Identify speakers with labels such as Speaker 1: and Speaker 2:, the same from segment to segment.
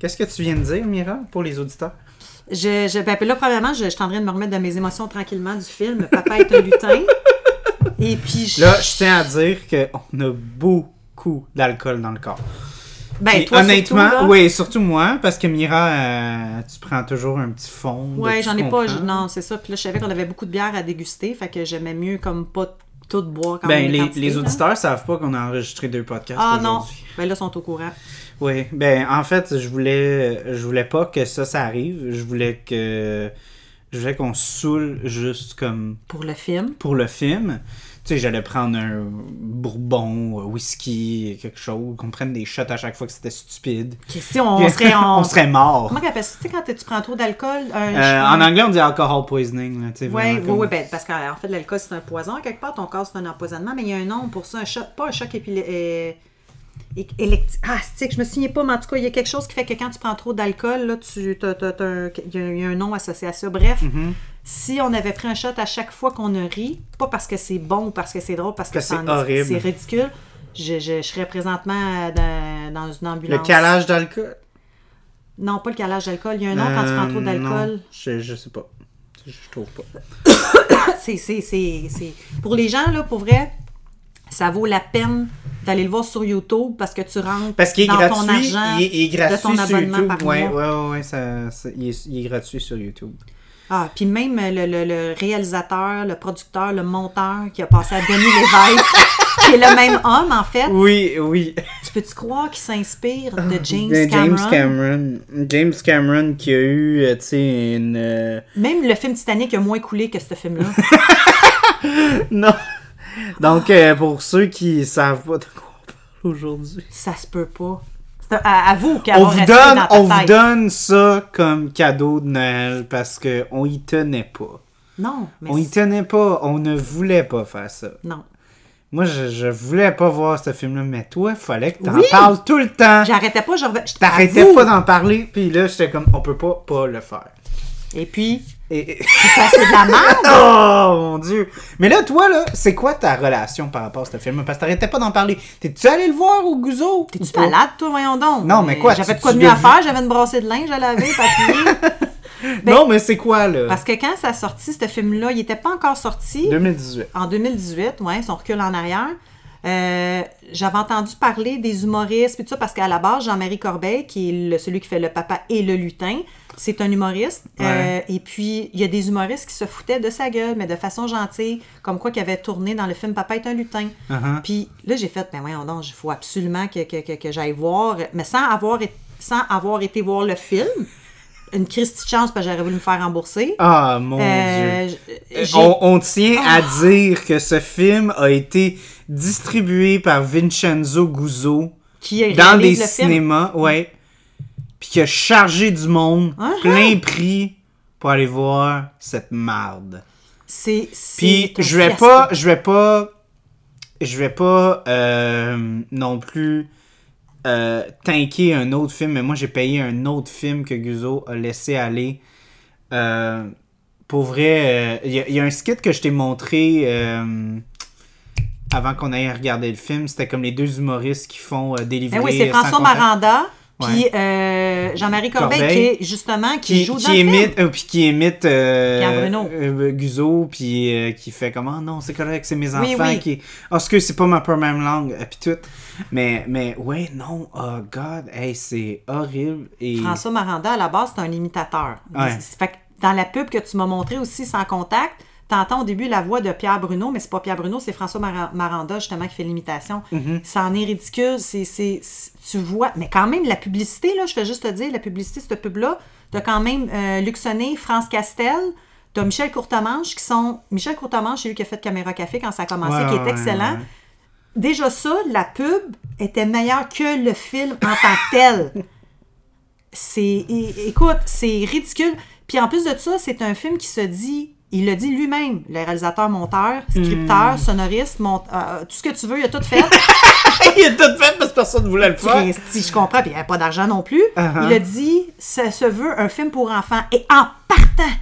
Speaker 1: Qu'est-ce que tu viens de dire, Mira, pour les auditeurs?
Speaker 2: Je, je, ben, là, premièrement, je, je suis en train de me remettre de mes émotions tranquillement du film Papa est un lutin. Et puis, je-
Speaker 1: Là, je tiens à dire qu'on a beaucoup d'alcool dans le corps.
Speaker 2: ben,
Speaker 1: Puis,
Speaker 2: toi,
Speaker 1: honnêtement,
Speaker 2: surtout, là.
Speaker 1: oui, surtout moi, parce que Mira, euh, tu prends toujours un petit fond. de
Speaker 2: Ouais,
Speaker 1: tout
Speaker 2: j'en
Speaker 1: ce
Speaker 2: ai
Speaker 1: qu'on
Speaker 2: pas.
Speaker 1: prend.
Speaker 2: je- non, c'est ça. Puis là, je savais qu'on avait beaucoup de bière à déguster, fait que j'aimais mieux comme pas tout boire quand
Speaker 1: Ben,
Speaker 2: même.
Speaker 1: les,
Speaker 2: quantité,
Speaker 1: les
Speaker 2: là.
Speaker 1: auditeurs savent pas qu'on a enregistré deux podcasts
Speaker 2: Ah non.
Speaker 1: aujourd'hui.
Speaker 2: Ben là, ils sont au courant.
Speaker 1: Oui, ben en fait, je voulais je voulais pas que ça ça arrive, je voulais que je voulais qu'on se saoule juste comme
Speaker 2: Pour le film.
Speaker 1: pour le film. Tu sais, j'allais prendre un bourbon, un whisky, quelque chose, qu'on prenne des shots à chaque fois que c'était stupide.
Speaker 2: Que si on, serait en.
Speaker 1: on serait mort.
Speaker 2: Comment qu'appelle ça? Tu sais, quand tu prends trop d'alcool. un-
Speaker 1: Euh, en anglais, on dit alcohol poisoning, là, tu sais,
Speaker 2: Oui,
Speaker 1: vraiment
Speaker 2: oui,
Speaker 1: comme-
Speaker 2: oui, ben, parce qu'en en fait, l'alcool, c'est un poison. Quelque part, ton corps, c'est un empoisonnement, mais il y a un nom pour ça, un choc, pas un choc épile... euh, é- élect- Ah, c'est que je me souviens pas, mais en tout cas, il y a quelque chose qui fait que quand tu prends trop d'alcool, là, tu, t'as- t'as- t'as un- il y a- il y, a un nom associé à ça. Bref,
Speaker 1: Mm-hmm.
Speaker 2: si on avait pris un shot à chaque fois qu'on a ri, pas parce que c'est bon ou parce que c'est drôle, parce que,
Speaker 1: Que c'est
Speaker 2: ça en-
Speaker 1: horrible.
Speaker 2: c'est ridicule, je, je- je serais présentement dans, dans une
Speaker 1: Le
Speaker 2: ambulance.
Speaker 1: calage d'alcool.
Speaker 2: Non, pas le calage d'alcool. Il y a un nom quand tu prends trop
Speaker 1: Euh,
Speaker 2: d'alcool.
Speaker 1: non, Je, je sais pas. Je, je trouve pas.
Speaker 2: c'est, c'est, c'est, c'est- Pour les gens, là, pour vrai, ça vaut la peine d'aller le voir sur YouTube parce que tu rentres
Speaker 1: Parce qu'il est
Speaker 2: dans ton
Speaker 1: gratuit,
Speaker 2: argent
Speaker 1: il est, il est gratuit
Speaker 2: de ton
Speaker 1: sur
Speaker 2: abonnement
Speaker 1: YouTube.
Speaker 2: par
Speaker 1: ouais,
Speaker 2: mois.
Speaker 1: ouais, ouais, ouais, ça, ça- il, est, il est gratuit sur YouTube.
Speaker 2: Ah, puis même le, le- le réalisateur, le producteur, le monteur qui a passé à Denis Lévesque, qui est le même homme, en fait,
Speaker 1: Oui, oui.
Speaker 2: tu peux-tu croire qu'il s'inspire de James,
Speaker 1: Ah, De James
Speaker 2: Cameron?
Speaker 1: Cameron. James Cameron qui a eu, euh, tu sais, une. euh,
Speaker 2: Même le film Titanic a moins coulé que ce film-là.
Speaker 1: Non. Donc, euh, pour ceux qui savent pas de quoi on parle aujourd'hui,
Speaker 2: ça se peut pas. C'est un- à, à vous qu'à
Speaker 1: on
Speaker 2: avoir
Speaker 1: vous
Speaker 2: resté
Speaker 1: donne,
Speaker 2: dans ta
Speaker 1: on vous
Speaker 2: tête.
Speaker 1: donne ça comme cadeau de Noël parce que on y tenait pas.
Speaker 2: Non, mais
Speaker 1: On y
Speaker 2: c'est-
Speaker 1: tenait pas. On ne voulait pas faire ça.
Speaker 2: non.
Speaker 1: Moi, je, je voulais pas voir ce film-là, mais toi, fallait que t'en
Speaker 2: Oui.
Speaker 1: parles tout le temps.
Speaker 2: J'arrêtais pas, je revenais- je- à
Speaker 1: T'arrêtais
Speaker 2: vous.
Speaker 1: pas d'en parler, puis là, j'étais comme, on peut pas pas le faire.
Speaker 2: Et puis,
Speaker 1: Et... et-
Speaker 2: ça c'est de la merde.
Speaker 1: oh mon dieu! Mais là, toi, là, c'est quoi ta relation par rapport à ce film? Parce que t'arrêtais pas d'en parler. T'es-tu allé le voir au Gouzeau?
Speaker 2: T'es-tu malade, toi, voyons donc?
Speaker 1: Non, mais quoi,
Speaker 2: J'avais
Speaker 1: tu-
Speaker 2: de quoi de
Speaker 1: tu
Speaker 2: mieux à
Speaker 1: deviens-
Speaker 2: faire, j'avais une brassée de linge à laver, papier. Ben-
Speaker 1: non, mais c'est quoi, là?
Speaker 2: Parce que quand ça a sorti, ce film-là, il était pas encore sorti.
Speaker 1: 2018.
Speaker 2: En 2018, ouais, si on recule en arrière. euh, j'avais entendu parler des humoristes, puis tout ça, parce qu'à la base, Jean-Marie Corbeil, qui est le- celui qui fait le papa et le lutin, c'est un humoriste.
Speaker 1: Ouais.
Speaker 2: Euh, et puis, il y a des humoristes qui se foutaient de sa gueule, mais de façon gentille, comme quoi qu'il avait tourné dans le film Papa est un lutin.
Speaker 1: Uh-huh.
Speaker 2: Puis là, j'ai fait, ben voyons donc, il faut absolument que, que, que, que j'aille voir, mais sans avoir, é- sans avoir été voir le film. Une crise de chance, parce que j'aurais voulu me faire rembourser.
Speaker 1: Ah, mon dieu.
Speaker 2: Euh, j- j'ai- Ah.
Speaker 1: On, on tient à dire que ce film a été distribué par Vincenzo Guzzo
Speaker 2: qui réalise
Speaker 1: dans des
Speaker 2: le film.
Speaker 1: cinémas, ouais. Puis qui a chargé du monde,
Speaker 2: Uh-huh.
Speaker 1: plein prix, pour aller voir cette marde.
Speaker 2: C'est, c'est
Speaker 1: Puis
Speaker 2: un
Speaker 1: je vais
Speaker 2: fiasco.
Speaker 1: pas, je vais pas, je vais pas euh, non plus euh, tanker un autre film, mais moi j'ai payé un autre film que Guzo a laissé aller. Euh, pour vrai, euh, il y, a un skit que je t'ai montré euh, avant qu'on aille regarder le film. C'était comme les deux humoristes qui font euh, délivrer.
Speaker 2: Ben oui, c'est
Speaker 1: sans
Speaker 2: François
Speaker 1: contact.
Speaker 2: Maranda, puis euh, Jean-Marie Corbeil,
Speaker 1: Corbeil.
Speaker 2: qui est justement, qui,
Speaker 1: Qui,
Speaker 2: joue
Speaker 1: qui
Speaker 2: dans le film.
Speaker 1: imite, euh, puis qui imite euh,
Speaker 2: Pierre Bruno.
Speaker 1: euh, Guzzo, puis euh, qui fait comment non, c'est correct, c'est mes enfants
Speaker 2: Oui, oui.
Speaker 1: qui. Oh, ce que c'est pas ma première langue, euh, puis tout. Mais, mais ouais, non, oh God, hey, c'est horrible. Et...
Speaker 2: François Maranda, à la base, c'est un imitateur.
Speaker 1: Ouais.
Speaker 2: Mais c'est- Fait que dans la pub que tu m'as montrée aussi, sans contact, t'entends au début la voix de Pierre Bruno, mais c'est pas Pierre Bruno, c'est François Mara- Maranda, justement, qui fait l'imitation.
Speaker 1: Mm-hmm.
Speaker 2: Ça en est ridicule. c'est c'est- c'est- tu vois... Mais quand même, la publicité, là, je fais juste te dire, la publicité, cette pub-là, t'as quand même euh, Luxonné, France Castel... T'as Michel Courtemanche qui sont. Michel Courtemanche, c'est lui qui a fait Caméra Café quand ça a commencé,
Speaker 1: Ouais,
Speaker 2: qui
Speaker 1: ouais,
Speaker 2: est
Speaker 1: ouais,
Speaker 2: excellent.
Speaker 1: ouais.
Speaker 2: Déjà ça, la pub était meilleure que le film en tant que tel. C'est, é- écoute, c'est ridicule. Puis en plus de ça, c'est un film qui se dit Il le dit lui-même, le réalisateur, monteur,
Speaker 1: Hmm.
Speaker 2: scripteur, sonoriste, mont- euh, tout ce que tu veux, il a tout fait.
Speaker 1: il a tout fait parce que personne ne voulait le faire.
Speaker 2: si je comprends, puis il n'y avait pas d'argent non plus.
Speaker 1: Uh-huh.
Speaker 2: Il a dit, ça se veut un film pour enfants. Et en partant,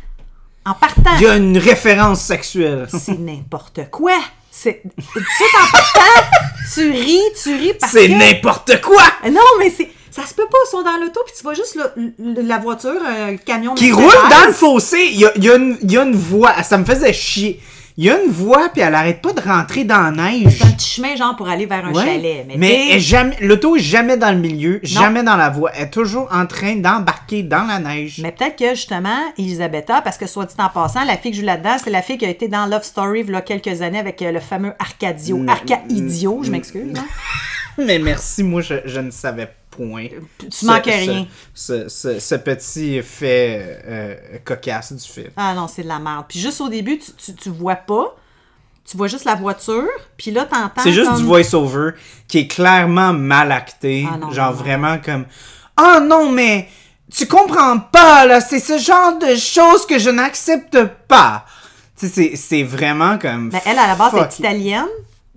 Speaker 2: en partant,
Speaker 1: Il y a une référence sexuelle.
Speaker 2: c'est n'importe quoi. C'est, tout en partant, tu ris, tu ris parce
Speaker 1: C'est
Speaker 2: que...
Speaker 1: n'importe quoi
Speaker 2: Non, mais c'est. Ça se peut pas, ils sont dans l'auto, puis tu vois juste le- le- la voiture, euh, le camion.
Speaker 1: qui roule
Speaker 2: Mercedes.
Speaker 1: dans le fossé. Il y a, il y a une, il y a une voie. Ça me faisait chier. Il y a une voie, puis elle arrête pas de rentrer dans la neige.
Speaker 2: C'est un petit chemin, genre, pour aller vers un
Speaker 1: Ouais.
Speaker 2: chalet. Mais,
Speaker 1: Mais elle est
Speaker 2: tu sais,
Speaker 1: jamais- l'auto est jamais dans le milieu, jamais dans la voie. Elle est toujours en train d'embarquer dans la neige.
Speaker 2: mais peut-être que, justement, Elisabetta, parce que, soit dit en passant, la fille que je joue là-dedans, c'est la fille qui a été dans Love Story, il y a quelques années, avec euh, le fameux Arcadio. Arcaidio, je m'excuse. hein.
Speaker 1: Mais, merci, moi, je, je ne savais point.
Speaker 2: Euh,
Speaker 1: Tu
Speaker 2: manquais rien.
Speaker 1: Ce, ce- ce petit fait euh, cocasse du film.
Speaker 2: Ah non, c'est de la merde. Puis juste au début, tu, tu, tu vois pas. Tu vois juste la voiture, puis là, t'entends.
Speaker 1: C'est juste
Speaker 2: Ah, comme-
Speaker 1: du voice-over qui est clairement mal acté.
Speaker 2: Ah non,
Speaker 1: genre
Speaker 2: non, non.
Speaker 1: vraiment comme Ah non, mais tu comprends pas, là, c'est ce genre de choses que je n'accepte pas. Tu sais, c'est- c'est vraiment comme.
Speaker 2: Ben, elle, à la base, elle est
Speaker 1: fuck.
Speaker 2: italienne,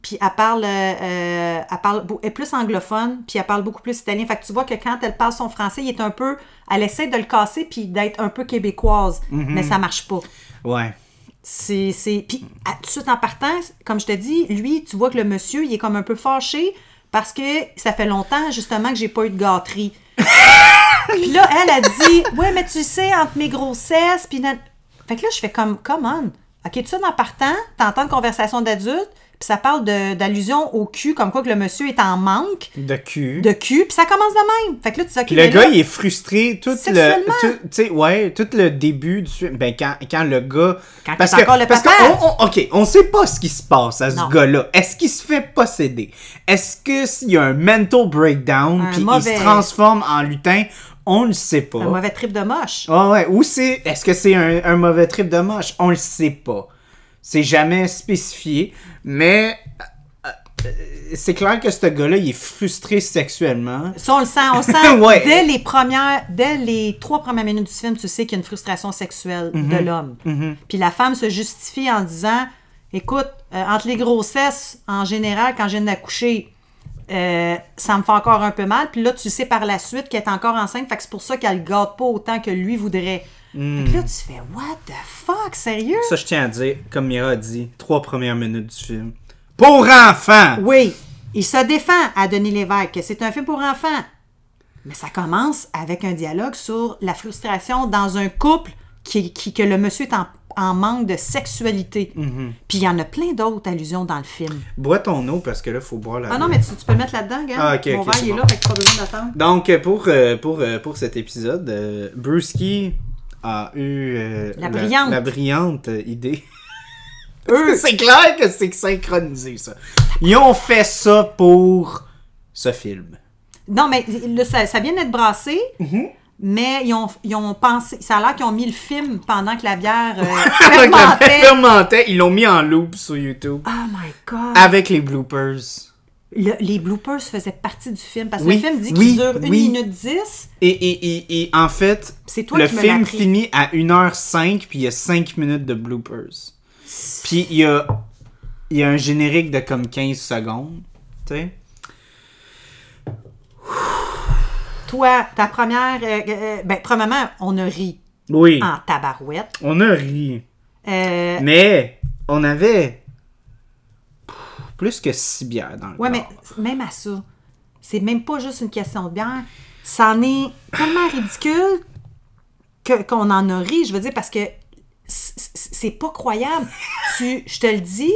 Speaker 2: puis elle parle, euh, euh, elle parle, beau- elle est plus anglophone, puis elle parle beaucoup plus italien. Fait que tu vois que quand elle parle son français, il est un peu, elle essaie de le casser puis d'être un peu québécoise,
Speaker 1: Mm-hmm.
Speaker 2: mais ça marche pas.
Speaker 1: Ouais.
Speaker 2: C'est, c'est, puis à- tout de suite en partant, comme je te dis, lui, tu vois que le monsieur, il est comme un peu fâché parce que ça fait longtemps justement que j'ai pas eu de gâterie. puis là, elle a dit, ouais, mais tu sais, entre mes grossesses, puis nan- fait que là, je fais comme, come on, ok, tout de suite en partant, t'entends une conversation d'adulte, puis ça parle de- d'allusion au cul, comme quoi que le monsieur est en manque
Speaker 1: De cul.
Speaker 2: de cul, puis ça commence de même. Fait que là, tu dis, ok,
Speaker 1: Puis le
Speaker 2: mais
Speaker 1: gars,
Speaker 2: là-
Speaker 1: il est frustré tout le,
Speaker 2: Sexuellement.
Speaker 1: tout, tu sais, ouais, tout le début du film. Ben quand, quand le gars,
Speaker 2: Quand il est encore le
Speaker 1: parce
Speaker 2: papa.
Speaker 1: qu'on, on- ok, on sait pas ce qui se passe à ce
Speaker 2: Non.
Speaker 1: gars-là. Est-ce qu'il se fait posséder Est-ce que s'il y a un mental breakdown
Speaker 2: Un
Speaker 1: puis il
Speaker 2: mauvais-
Speaker 1: se transforme en lutin On le sait pas.
Speaker 2: un mauvais trip de moche.
Speaker 1: Ah ouais, ou c'est, est-ce que c'est un, un mauvais trip de moche On le sait pas. C'est jamais spécifié, mais euh, euh, c'est clair que ce gars-là, il est frustré sexuellement.
Speaker 2: Ça, on le sent, on le sent.
Speaker 1: hein? Ouais.
Speaker 2: Dès les premières, dès les trois premières minutes du film, tu sais qu'il y a une frustration sexuelle de l'homme. Puis la femme se justifie en disant, écoute, euh, entre les grossesses, en général, quand je viens d'accoucher, euh, ça me fait encore un peu mal. Puis là, tu sais par la suite qu'elle est encore enceinte. Fait que c'est pour ça qu'elle ne garde pas autant que lui voudrait. Fait que là, tu fais, what the fuck, sérieux?
Speaker 1: Ça, je tiens à dire, comme Mira a dit, trois premières minutes du film. Pour enfants!
Speaker 2: Oui, il se défend à Denis Lévesque que c'est un film pour enfants. Mais ça commence avec un dialogue sur la frustration dans un couple qui, qui- que le monsieur est en, en manque de sexualité.
Speaker 1: Mhm.
Speaker 2: Puis il y en a plein d'autres allusions dans le film.
Speaker 1: Bois ton eau parce que là, faut boire la.
Speaker 2: Ah non, mais tu, tu peux le mettre là-dedans, gars.
Speaker 1: Ah, ok,
Speaker 2: Mon
Speaker 1: ok,
Speaker 2: verre,
Speaker 1: c'est
Speaker 2: il est
Speaker 1: bon.
Speaker 2: là, fait que pas besoin d'attendre.
Speaker 1: Donc, pour, euh, pour, euh, pour cet épisode, euh, Brewski a eu euh,
Speaker 2: La brillante.
Speaker 1: la brillante idée.
Speaker 2: Eux,
Speaker 1: c'est clair que c'est synchronisé, ça. Ils ont fait ça pour ce film.
Speaker 2: Non, mais là, ça, ça vient d'être brassé,
Speaker 1: Mhm.
Speaker 2: mais ils ont, ils ont pensé... Ça a l'air qu'ils ont mis le film pendant que la bière euh,
Speaker 1: Avec la
Speaker 2: fermentait.
Speaker 1: fermentait, ils l'ont mis en loop sur YouTube.
Speaker 2: Oh my God!
Speaker 1: Avec les bloopers.
Speaker 2: Le- les bloopers faisaient partie du film parce que
Speaker 1: Oui,
Speaker 2: le film dit qu'il
Speaker 1: oui,
Speaker 2: dure
Speaker 1: oui.
Speaker 2: 1 minute 10.
Speaker 1: Et, et, et, et en fait,
Speaker 2: C'est toi
Speaker 1: le
Speaker 2: qui me l'as
Speaker 1: film
Speaker 2: appris.
Speaker 1: finit à 1h05, puis il y a 5 minutes de bloopers. Puis il y a, il y a un générique de comme 15 secondes, tu sais.
Speaker 2: Toi, ta première. euh, euh, ben, premièrement, on a ri
Speaker 1: Oui,
Speaker 2: en tabarouette.
Speaker 1: on a ri.
Speaker 2: Euh,
Speaker 1: Mais on avait plus que 6 bières dans le
Speaker 2: ouais, mais
Speaker 1: corps.
Speaker 2: même à ça, c'est même pas juste une question de bière. C'en est tellement ridicule que- qu'on en a ri, je veux dire, parce que c- c- c'est pas croyable. tu, je te le dis,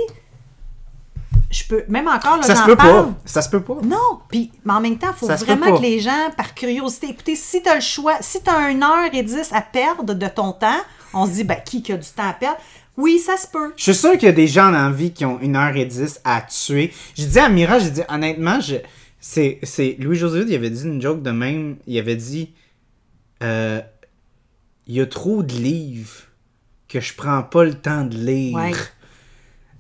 Speaker 2: je peux. Même encore, là,
Speaker 1: Ça se
Speaker 2: j'en
Speaker 1: peut
Speaker 2: parle.
Speaker 1: pas. Ça se peut pas.
Speaker 2: Non, puis mais en même temps, il faut
Speaker 1: Ça se peut
Speaker 2: vraiment
Speaker 1: pas.
Speaker 2: que les gens, par curiosité, écoutez, si tu as le choix, si tu as 1h10 à perdre de ton temps, on se dit, ben, qui qui a du temps à perdre? Oui, ça se peut.
Speaker 1: Je suis sûr qu'il y a des gens dans la vie qui ont 1h10 à tuer. J'ai dit à Mira, j'ai dit honnêtement, je... c'est, c'est Louis-José, il avait dit une joke de même. Il avait dit euh, Il y a trop de livres que je prends pas le temps de lire.
Speaker 2: Ouais.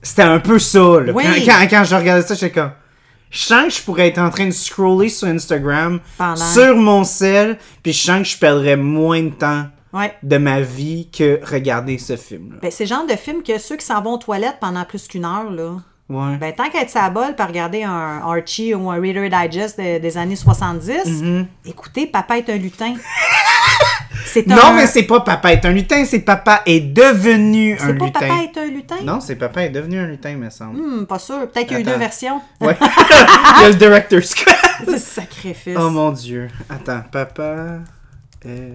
Speaker 1: C'était un peu ça. là.
Speaker 2: Oui.
Speaker 1: Quand, quand- quand je regardais ça, j'étais comme. Je sens que je pourrais être en train de scroller sur Instagram,
Speaker 2: Pendant-
Speaker 1: sur mon cell, puis je sens que je perdrais moins de temps
Speaker 2: Ouais.
Speaker 1: de ma vie que regarder ce film-là.
Speaker 2: Ben, c'est le genre de film que ceux qui s'en vont aux toilettes pendant plus qu'une heure, là.
Speaker 1: Ouais.
Speaker 2: Ben, tant qu'être sa bol par regarder un Archie ou un Reader Digest de- des années 70,
Speaker 1: Mm-hmm.
Speaker 2: écoutez, Papa est un lutin. c'est un...
Speaker 1: non, mais c'est pas papa est un lutin, c'est papa est devenu un
Speaker 2: C'est pas
Speaker 1: lutin.
Speaker 2: Papa est un lutin?
Speaker 1: Non, c'est papa est devenu un lutin, me semble.
Speaker 2: Hmm, pas sûr. Peut-être qu'il y a eu
Speaker 1: Attends.
Speaker 2: deux versions.
Speaker 1: Ouais. Il y a le director's cut.
Speaker 2: C'est sacrifice.
Speaker 1: Oh mon dieu. Attends, papa est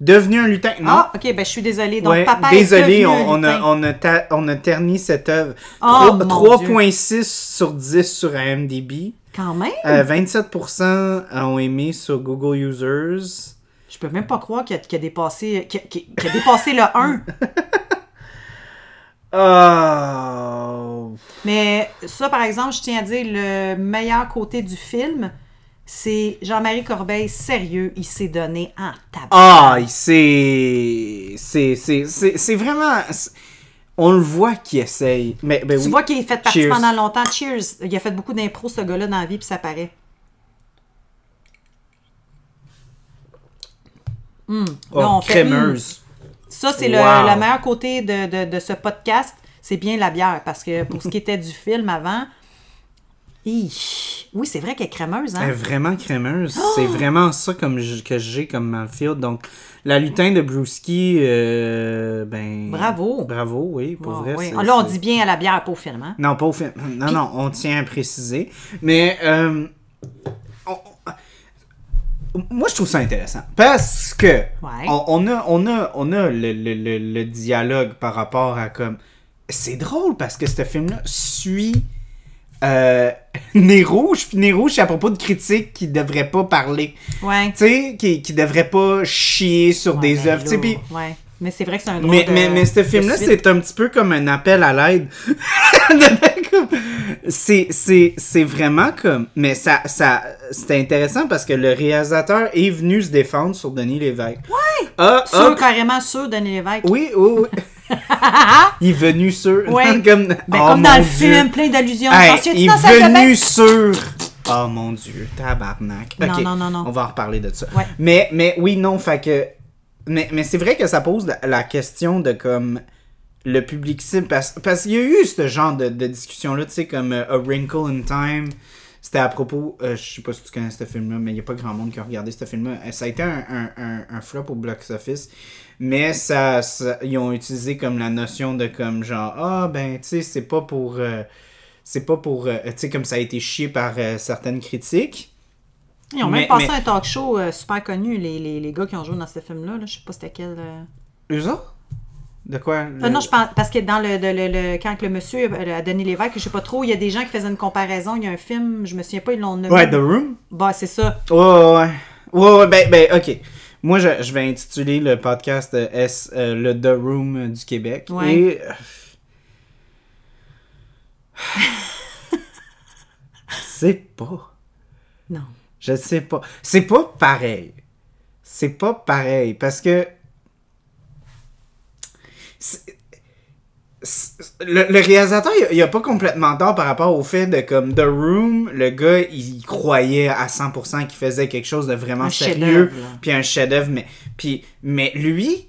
Speaker 1: devenu un lutin. Non.
Speaker 2: Ah, ok, ben je suis désolée. Donc,
Speaker 1: Ouais,
Speaker 2: papa
Speaker 1: désolé,
Speaker 2: est devenu
Speaker 1: on,
Speaker 2: un
Speaker 1: on a,
Speaker 2: lutin.
Speaker 1: on, a ta- on a terni cette œuvre.
Speaker 2: Oh,
Speaker 1: Tro-
Speaker 2: mon
Speaker 1: 3.6 sur 10 sur IMDb.
Speaker 2: Quand même?
Speaker 1: Euh, 27% ont aimé sur Google Users.
Speaker 2: Je peux même pas croire qu'il a, qu'il a dépassé, qu'il a, qu'il- qu'il a dépassé le 1.
Speaker 1: Oh.
Speaker 2: Mais ça, par exemple, je tiens à dire, le meilleur côté du film, c'est Jean-Marie Corbeil, sérieux, il s'est donné en tabac.
Speaker 1: Ah, c'est. C'est c'est- c'est- c'est vraiment. c'est- On le voit qui essaye. Mais, ben
Speaker 2: Tu
Speaker 1: oui.
Speaker 2: vois qu'il est fait partie
Speaker 1: Cheers.
Speaker 2: pendant longtemps. Cheers! Il a fait beaucoup d'impro, ce gars-là, dans la vie, puis ça paraît. Hum, là,
Speaker 1: Oh,
Speaker 2: on fait, hum.
Speaker 1: crémeuse.
Speaker 2: Ça, c'est le-
Speaker 1: Wow.
Speaker 2: le, meilleur côté de, de- de ce podcast, c'est bien la bière, parce que pour ce qui était du film avant, Hi. oui, c'est vrai qu'elle est crémeuse,
Speaker 1: Elle est
Speaker 2: hein?
Speaker 1: vraiment crémeuse.
Speaker 2: Oh!
Speaker 1: C'est vraiment ça comme je- que j'ai comme Manfield. Donc, la lutin de Brewski, euh, ben.
Speaker 2: Bravo.
Speaker 1: Bravo, oui, pour
Speaker 2: Ah,
Speaker 1: vrai.
Speaker 2: oui.
Speaker 1: c'est-
Speaker 2: Là, on
Speaker 1: c'est-
Speaker 2: dit bien à la bière, pas au film, hein?
Speaker 1: Non, pas au film. Non, non, on tient à préciser. Mais. euh, on- Moi, je trouve ça intéressant. Parce que. On, on a, on a, on a le, le- le- le dialogue par rapport à comme. C'est drôle parce que ce film-là suit. Euh, Nez Rouge, puis Nez Rouge, c'est à propos de critiques qui devraient pas parler.
Speaker 2: Ouais. ben
Speaker 1: Tu sais, qui, qui devraient pas chier sur des œuvres. tu sais, puis-
Speaker 2: Ouais. Mais c'est vrai que c'est un drôle
Speaker 1: mais,
Speaker 2: de-
Speaker 1: mais, mais ce
Speaker 2: euh, de
Speaker 1: film-là,
Speaker 2: suite.
Speaker 1: c'est un petit peu comme un appel à l'aide. De- comme- c'est- c'est c'est vraiment comme. Mais ça, ça c'était intéressant parce que le réalisateur est venu se défendre sur Denis Lévesque. Ouais! Ah,
Speaker 2: Sûr,
Speaker 1: ah,
Speaker 2: carrément sûr, Denis Lévesque.
Speaker 1: oui, oui, oui. il est venu sur.
Speaker 2: Ouais.
Speaker 1: comme
Speaker 2: Ah, Ben,
Speaker 1: Oh,
Speaker 2: comme dans
Speaker 1: mon
Speaker 2: le
Speaker 1: Dieu.
Speaker 2: film, plein d'allusions.
Speaker 1: Hey,
Speaker 2: T'en souviens-tu
Speaker 1: il
Speaker 2: dans Salle
Speaker 1: est
Speaker 2: de bain?
Speaker 1: venu sur. Oh mon dieu, tabarnak.
Speaker 2: Non,
Speaker 1: Ok,
Speaker 2: non, non, non.
Speaker 1: On va en reparler de ça.
Speaker 2: Ouais.
Speaker 1: Mais, mais oui, non, fait que. Mais, mais c'est vrai que ça pose la, la question de comme le public cible. Parce, parce qu'il y a eu ce genre de, de discussion-là, tu sais, comme euh, A Wrinkle in Time. C'était à propos, euh, je sais pas si tu connais ce film-là, mais il n'y a pas grand monde qui a regardé ce film-là. Euh, Ça a été un, un- un- un flop au box-office, mais ça, ça- ils ont utilisé comme la notion de comme genre, ah ben, tu sais, c'est pas pour... euh, c'est pas pour... euh, tu sais, comme ça a été chié par euh, certaines critiques.
Speaker 2: Ils ont même
Speaker 1: Mais-
Speaker 2: passé
Speaker 1: mais-
Speaker 2: un talk show euh, super connu, les, les, les gars qui ont joué dans ce film-là. Là. Je sais pas c'était quel. euh,
Speaker 1: Eux autres? De quoi?
Speaker 2: Ah
Speaker 1: Le-
Speaker 2: non, je pense, parce que dans le, de- le- le- quand le monsieur euh, a donné l'évêque, je sais pas trop, il y a des gens qui faisaient une comparaison. Il y a un film, je me souviens pas, ils l'ont nommé.
Speaker 1: Ouais, The Room?
Speaker 2: Bah, c'est ça.
Speaker 1: Ouais, ouais, ouais. Ouais, ouais, ben, ben, ok. Moi, je, je vais intituler le podcast euh, S, euh, le The Room euh, du Québec.
Speaker 2: Ouais.
Speaker 1: Et, euh, C'est pas.
Speaker 2: Non.
Speaker 1: Je sais pas. C'est pas pareil. C'est pas pareil parce que. C'est- c'est- Le, le réalisateur, il a- il a, pas complètement tort par rapport au fait de comme The Room, le gars, il croyait à 100% qu'il faisait quelque chose de vraiment
Speaker 2: Un
Speaker 1: sérieux,
Speaker 2: chef-d'œuvre, là.
Speaker 1: puis un chef-d'œuvre, mais, puis, mais lui,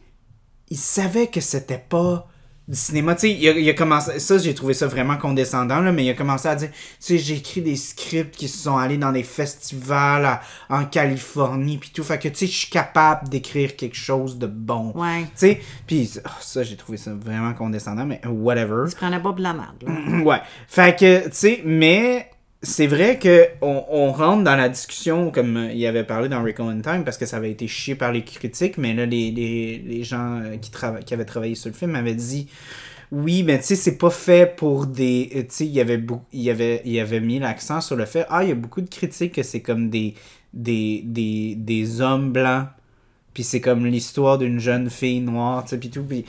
Speaker 1: il savait que c'était pas du cinéma. Tu sais, il a, il a commencé. Ça, j'ai trouvé ça vraiment condescendant, là, mais il a commencé à dire Tu sais, j'ai écrit des scripts qui se sont allés dans des festivals à- en Californie, puis tout. Fait que, tu sais, je suis capable d'écrire quelque chose de bon.
Speaker 2: Ouais.
Speaker 1: Tu sais, puis oh, ça, j'ai trouvé ça vraiment condescendant, mais whatever.
Speaker 2: Ils se prenaient pas de la merde. là.
Speaker 1: Ouais. Fait que, tu sais, mais c'est vrai que on, on rentre dans la discussion, comme euh, il avait parlé dans Recon in Time, parce que ça avait été chié par les critiques, mais là, les, les, les gens euh, qui, trava- qui avaient travaillé sur le film avaient dit. Oui, mais tu sais, c'est pas fait pour des. euh, Tu sais, il y avait, beau- il y avait, il y avait mis l'accent sur le fait. Ah, il y a beaucoup de critiques que c'est comme des, des, des, des hommes blancs. Puis c'est comme l'histoire d'une jeune fille noire, tu sais, puis tout. Puis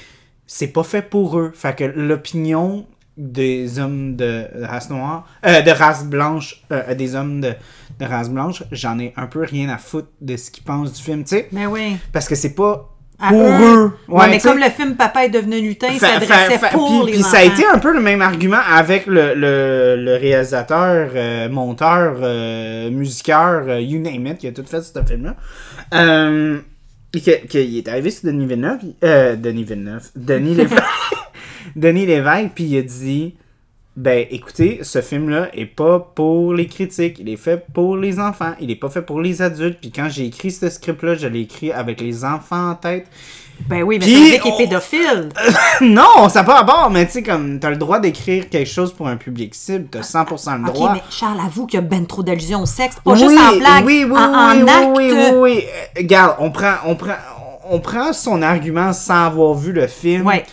Speaker 1: c'est pas fait pour eux. Fait que l'opinion des hommes de race noire, euh, de race blanche, euh, des hommes de, de race blanche, j'en ai un peu rien à foutre de ce qu'ils pensent du film, tu sais.
Speaker 2: Mais oui.
Speaker 1: Parce que c'est pas
Speaker 2: À
Speaker 1: pour eux.
Speaker 2: Ouais, mais
Speaker 1: tu sais.
Speaker 2: comme le film Papa est devenu lutin, il
Speaker 1: Fa-
Speaker 2: s'adressait
Speaker 1: fa- fa-
Speaker 2: pour
Speaker 1: puis,
Speaker 2: les
Speaker 1: puis
Speaker 2: enfants.
Speaker 1: ça a été un peu le même argument avec le, le, le réalisateur, euh, monteur, euh, musiqueur, euh, you name it, qui a tout fait ce film-là. Euh, que- qu'il est arrivé sur Denis Villeneuve, euh, Denis Villeneuve, Denis Lévesque, Denis Lévesque, puis il a dit, ben écoutez, ce film-là est pas pour les critiques, il est fait pour les enfants, il est pas fait pour les adultes, puis quand j'ai écrit ce script-là, je l'ai écrit avec les enfants en tête.
Speaker 2: Ben oui, mais
Speaker 1: Puis,
Speaker 2: ça veut dire qu'il
Speaker 1: on- Euh,
Speaker 2: est pédophile.
Speaker 1: non, ça part à bord, mais tu sais, comme, t'as le droit d'écrire quelque chose pour un public cible, t'as 100% le
Speaker 2: Ok,
Speaker 1: droit.
Speaker 2: mais Charles avoue qu'il y a ben trop d'allusions au sexe. Pas juste en blague,
Speaker 1: Oui, oui,
Speaker 2: en, en
Speaker 1: oui, oui,
Speaker 2: acte.
Speaker 1: oui, oui, oui. Euh, regarde, on prend, on prend, on prend son argument sans avoir vu le film.
Speaker 2: Ouais.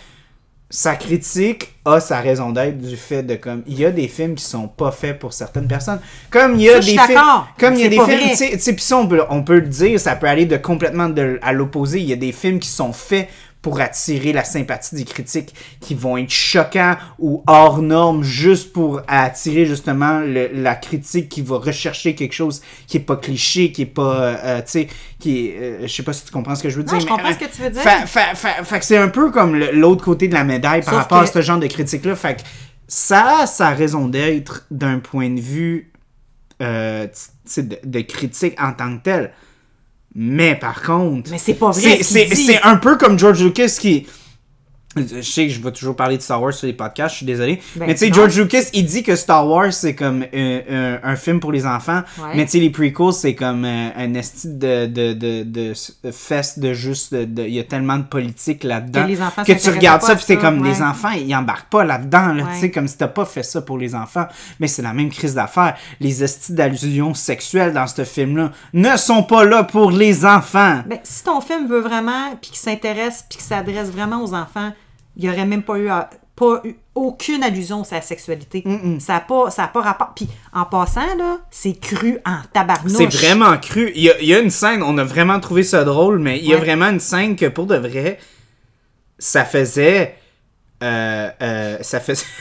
Speaker 1: Sa critique a sa raison d'être du fait de comme il y a des films qui sont pas faits pour certaines personnes. Comme il y a
Speaker 2: Ça, je
Speaker 1: des
Speaker 2: suis
Speaker 1: films,
Speaker 2: d'accord,
Speaker 1: comme
Speaker 2: mais
Speaker 1: il y a
Speaker 2: c'est
Speaker 1: des
Speaker 2: pas
Speaker 1: films,
Speaker 2: vrai.
Speaker 1: tu sais- tu sais, puis ça on peut, on peut le dire, ça peut aller de complètement de, à l'opposé. Il y a des films qui sont faits pour attirer la sympathie des critiques, qui vont être choquants ou hors normes juste pour attirer justement le- la critique qui va rechercher quelque chose qui est pas cliché, qui est pas, euh, euh, tu sais, qui, est, euh, je sais pas si tu comprends ce que je veux dire.
Speaker 2: Non, je comprends
Speaker 1: euh,
Speaker 2: ce que tu veux dire.
Speaker 1: fa- fait, fait- fait que c'est un peu comme le- l'autre côté de la médaille par
Speaker 2: Sauf
Speaker 1: rapport à
Speaker 2: que-
Speaker 1: ce genre de critique-là. Fait que ça a sa raison d'être d'un point de vue euh, tu sais, de, de critique en tant que tel. Mais par contre.
Speaker 2: Mais c'est pas vrai
Speaker 1: C'est,
Speaker 2: ce qu'il
Speaker 1: c'est-
Speaker 2: dit.
Speaker 1: c'est un peu comme George Lucas qui. Je sais que je vais toujours parler de Star Wars sur les podcasts, je suis désolé.
Speaker 2: Ben,
Speaker 1: mais tu sais,
Speaker 2: non.
Speaker 1: George Lucas, il dit que Star Wars, c'est comme euh, euh, un, film pour les enfants.
Speaker 2: Ouais.
Speaker 1: Mais tu sais, les prequels, c'est comme euh, un esti de, de, de, de s- fest de juste. de- de- Il y a tellement de politique là-dedans.
Speaker 2: Que les enfants
Speaker 1: que tu
Speaker 2: s'intéressent
Speaker 1: regardes
Speaker 2: pas
Speaker 1: ça,
Speaker 2: à
Speaker 1: puis t'es
Speaker 2: ça,
Speaker 1: comme les
Speaker 2: ouais.
Speaker 1: enfants, ils embarquent pas là-dedans. Là,
Speaker 2: Ouais.
Speaker 1: Tu sais, comme si t'as pas fait ça pour les enfants. Mais c'est la même crise d'affaires. Les estis d'allusions sexuelles dans ce film-là ne sont pas là pour les enfants.
Speaker 2: Ben, si ton film veut vraiment, puis qu'il s'intéresse, puis qu'il s'adresse vraiment aux enfants, il n'y aurait même pas eu, à- pas eu aucune allusion à la sexualité. Ça n'a pas, ça a pas rapport. Puis en passant, là, c'est cru en tabarnouche.
Speaker 1: C'est vraiment cru. Il y, a, il y a une scène, on a vraiment trouvé ça drôle, mais il y a
Speaker 2: Ouais.
Speaker 1: vraiment une scène que pour de vrai, ça faisait. euh, euh, ça faisait.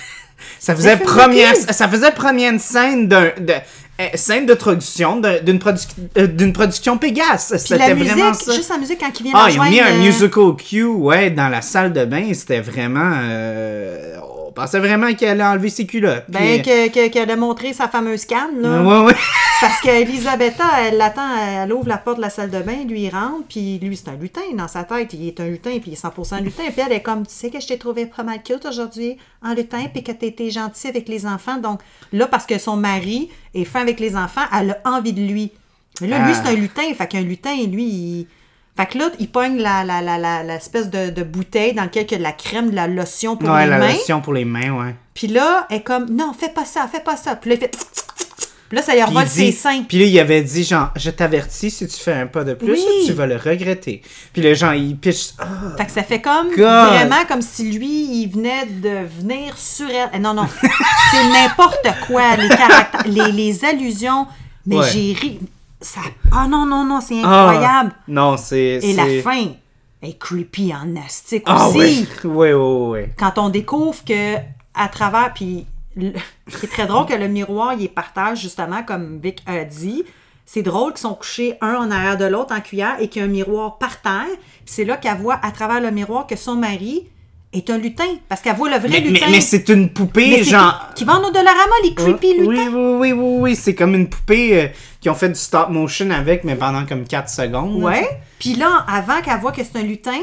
Speaker 1: Ça faisait,
Speaker 2: film de
Speaker 1: première,
Speaker 2: cul.
Speaker 1: ça faisait première scène d'un de, euh, scène de production d'un- d'une produc- euh, d'une production Pégase.
Speaker 2: Puis la
Speaker 1: C'était
Speaker 2: musique,
Speaker 1: vraiment ça.
Speaker 2: juste la musique quand il vient
Speaker 1: Ah,
Speaker 2: la
Speaker 1: ils ont mis
Speaker 2: joindre,
Speaker 1: un
Speaker 2: euh,
Speaker 1: musical cue, ouais, dans la salle de bain. C'était vraiment. euh, on pensait vraiment qu'elle allait enlever ses culottes.
Speaker 2: Ben,
Speaker 1: Puis-
Speaker 2: que- que- qu'elle a montré sa fameuse canne, là.
Speaker 1: Ouais, ouais.
Speaker 2: Parce qu'Elisabetta, elle l'attend, elle ouvre la porte de la salle de bain, lui il rentre, puis lui c'est un lutin dans sa tête, il est un lutin, puis il est 100% lutin, puis elle est comme, tu sais que je t'ai trouvé pas mal cute aujourd'hui en lutin, puis que t'as été gentil avec les enfants, donc là, parce que son mari est fin avec les enfants, elle a envie de lui. Mais là, lui
Speaker 1: Ah.
Speaker 2: c'est un lutin, fait qu'un lutin, lui, il... Fait que là, il pogne la, la, la, la- l'espèce de, de bouteille dans laquelle il y a de la crème, de la lotion pour
Speaker 1: Ouais,
Speaker 2: les
Speaker 1: la
Speaker 2: mains.
Speaker 1: lotion pour les mains, ouais.
Speaker 2: Puis là, elle est comme, non, fais pas ça, fais pas ça. Puis là, il fait... Puis là, ça lui revole
Speaker 1: il dit-
Speaker 2: ses seins.
Speaker 1: Puis là, il avait dit, genre, je t'avertis, si tu fais un pas de plus,
Speaker 2: Oui.
Speaker 1: tu vas le regretter. Puis le genre, il piche. Ah,
Speaker 2: Fait que ça fait comme
Speaker 1: God.
Speaker 2: vraiment comme si lui, il venait de venir sur elle. Eh, Non, non, c'est n'importe quoi, les caractères, les, les allusions. Mais
Speaker 1: Ouais.
Speaker 2: j'ai ri. Ça... Ah non, non, non, c'est incroyable.
Speaker 1: ah. Non, c'est.
Speaker 2: Et la
Speaker 1: c'est-
Speaker 2: fin est creepy en astique
Speaker 1: Ah
Speaker 2: aussi.
Speaker 1: oui. Oui, oui, oui.
Speaker 2: Quand on découvre que à travers, puis le- c'est très drôle que le miroir, il est partage justement, comme Vic a dit. C'est drôle qu'ils sont couchés un en arrière de l'autre en cuillère et qu'il y a un miroir par terre. Puis C'est là qu'elle voit à travers le miroir que son mari est un lutin. Parce qu'elle voit le vrai
Speaker 1: Mais, mais,
Speaker 2: lutin.
Speaker 1: mais c'est une poupée,
Speaker 2: Mais c'est
Speaker 1: genre.
Speaker 2: Qui, qui vend au Dollarama, les creepy
Speaker 1: oui,
Speaker 2: lutins.
Speaker 1: oui, oui, oui, oui. C'est comme une poupée euh, qui ont fait du stop motion avec, mais pendant comme 4 secondes. là, tu sais.
Speaker 2: Ouais. Puis là, avant qu'elle voit que c'est un lutin,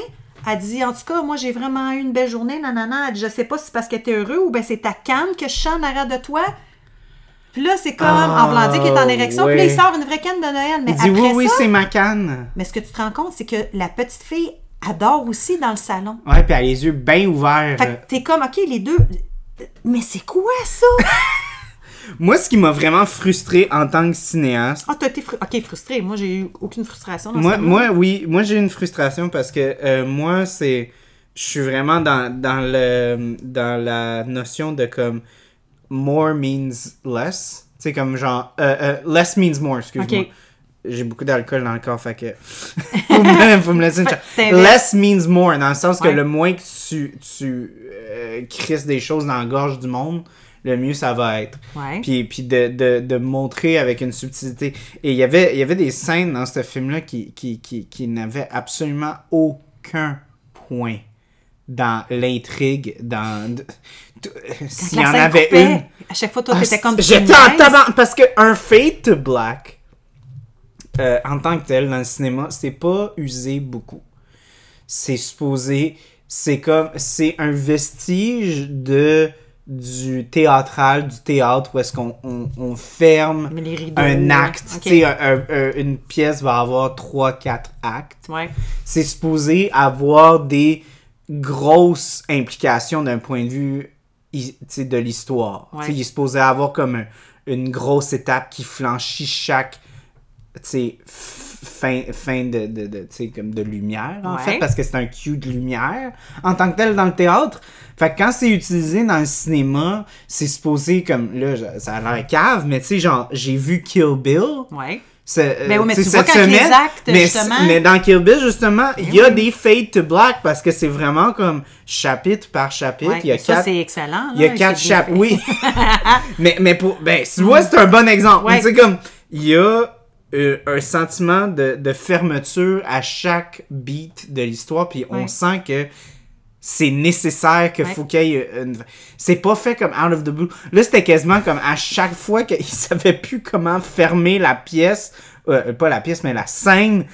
Speaker 2: elle dit En tout cas, moi, j'ai vraiment eu une belle journée, nanana. Elle dit Je sais pas si c'est parce que t'es heureux ou ben c'est ta canne que je chante en arrière de toi. Puis là, c'est comme
Speaker 1: Ah,
Speaker 2: en voulant dire qu'il est en érection. Puis là,
Speaker 1: ouais.
Speaker 2: il sort une vraie canne de Noël. Mais
Speaker 1: Il dit, oui,
Speaker 2: après
Speaker 1: oui,
Speaker 2: ça,
Speaker 1: c'est ma canne.
Speaker 2: mais ce que tu te rends compte, c'est que la petite fille adore aussi dans le salon.
Speaker 1: Ouais, puis elle a les yeux bien ouverts.
Speaker 2: Fait que t'es comme, OK, les deux. Mais c'est quoi ça?
Speaker 1: Moi, ce qui m'a vraiment frustré en tant que cinéaste,
Speaker 2: Ah, t'as été fru- OK, frustrée. Moi, j'ai eu aucune frustration. Dans
Speaker 1: Moi,
Speaker 2: ce
Speaker 1: moi, oui, moi j'ai une frustration parce que euh, moi, c'est. Je suis vraiment dans, dans, le, dans la notion de comme more means less. Tu sais, comme genre. euh, euh, less means more, excuse-moi.
Speaker 2: Ok.
Speaker 1: J'ai beaucoup d'alcool dans le corps, fait que. faut, me, faut me laisser une chance.
Speaker 2: T'inverses.
Speaker 1: Less means more, dans le sens que
Speaker 2: Ouais.
Speaker 1: le moins que tu, tu euh, crisses des choses dans la gorge du monde, le mieux ça va être
Speaker 2: Ouais.
Speaker 1: puis, puis de, de, de montrer avec une subtilité. Et il y avait, il y avait des scènes dans ce film-là qui, qui, qui, qui n'avaient absolument aucun point dans l'intrigue, dans... de- tout- S'il y
Speaker 2: La
Speaker 1: en
Speaker 2: scène
Speaker 1: avait
Speaker 2: coupait.
Speaker 1: une...
Speaker 2: À chaque fois, toi,
Speaker 1: Ah,
Speaker 2: t'étais comme.
Speaker 1: J'étais
Speaker 2: Tu me
Speaker 1: en
Speaker 2: niaises?
Speaker 1: tabac parce que un fade to black euh, en tant que tel dans le cinéma, c'est pas usé beaucoup. C'est supposé, c'est comme, c'est un vestige de du théâtral, du théâtre, où est-ce qu'on on, on ferme
Speaker 2: Mais les rideaux,
Speaker 1: un
Speaker 2: ouais.
Speaker 1: acte.
Speaker 2: Ok.
Speaker 1: Tu sais, un- un- un- une pièce va avoir 3-4 actes
Speaker 2: Ouais.
Speaker 1: c'est supposé avoir des grosses implications d'un point de vue hi- tu sais, de l'histoire.
Speaker 2: Ouais.
Speaker 1: Tu sais, Il est supposé avoir comme un- une grosse étape qui flanchit chaque tu sais, f- fin, fin de, de, de, tu sais, comme de lumière, en
Speaker 2: Ouais.
Speaker 1: fait, parce que c'est un cue de lumière en tant que tel dans le théâtre. Fait que quand c'est utilisé dans le cinéma, c'est supposé comme, là, je- ça a l'air cave, mais tu sais, genre, j'ai vu Kill Bill,
Speaker 2: Ouais.
Speaker 1: ce- euh,
Speaker 2: Ben oui, mais
Speaker 1: tu
Speaker 2: tu
Speaker 1: sais,
Speaker 2: vois
Speaker 1: cette
Speaker 2: quand les
Speaker 1: semaine,
Speaker 2: actes,
Speaker 1: mais,
Speaker 2: justement- Ben
Speaker 1: mais dans Kill Bill, justement, il y a des fade to black parce que c'est vraiment comme chapitre par chapitre.
Speaker 2: ouais.
Speaker 1: Il y a
Speaker 2: ça,
Speaker 1: quatre,
Speaker 2: c'est excellent.
Speaker 1: il y a
Speaker 2: là,
Speaker 1: quatre
Speaker 2: c'est bien
Speaker 1: chapitres. Oui. mais, mais pour. Ben, tu vois, c'est un bon exemple.
Speaker 2: Ouais.
Speaker 1: Mais C'est comme. Il y a euh, un sentiment de, de fermeture à chaque beat de l'histoire, puis
Speaker 2: Ouais.
Speaker 1: on sent que c'est nécessaire que
Speaker 2: Ouais.
Speaker 1: faut qu'il y ait une... C'est pas fait comme out of the blue. Là, c'était quasiment comme à chaque fois qu'il savait plus comment fermer la pièce, euh, pas la pièce, mais la scène,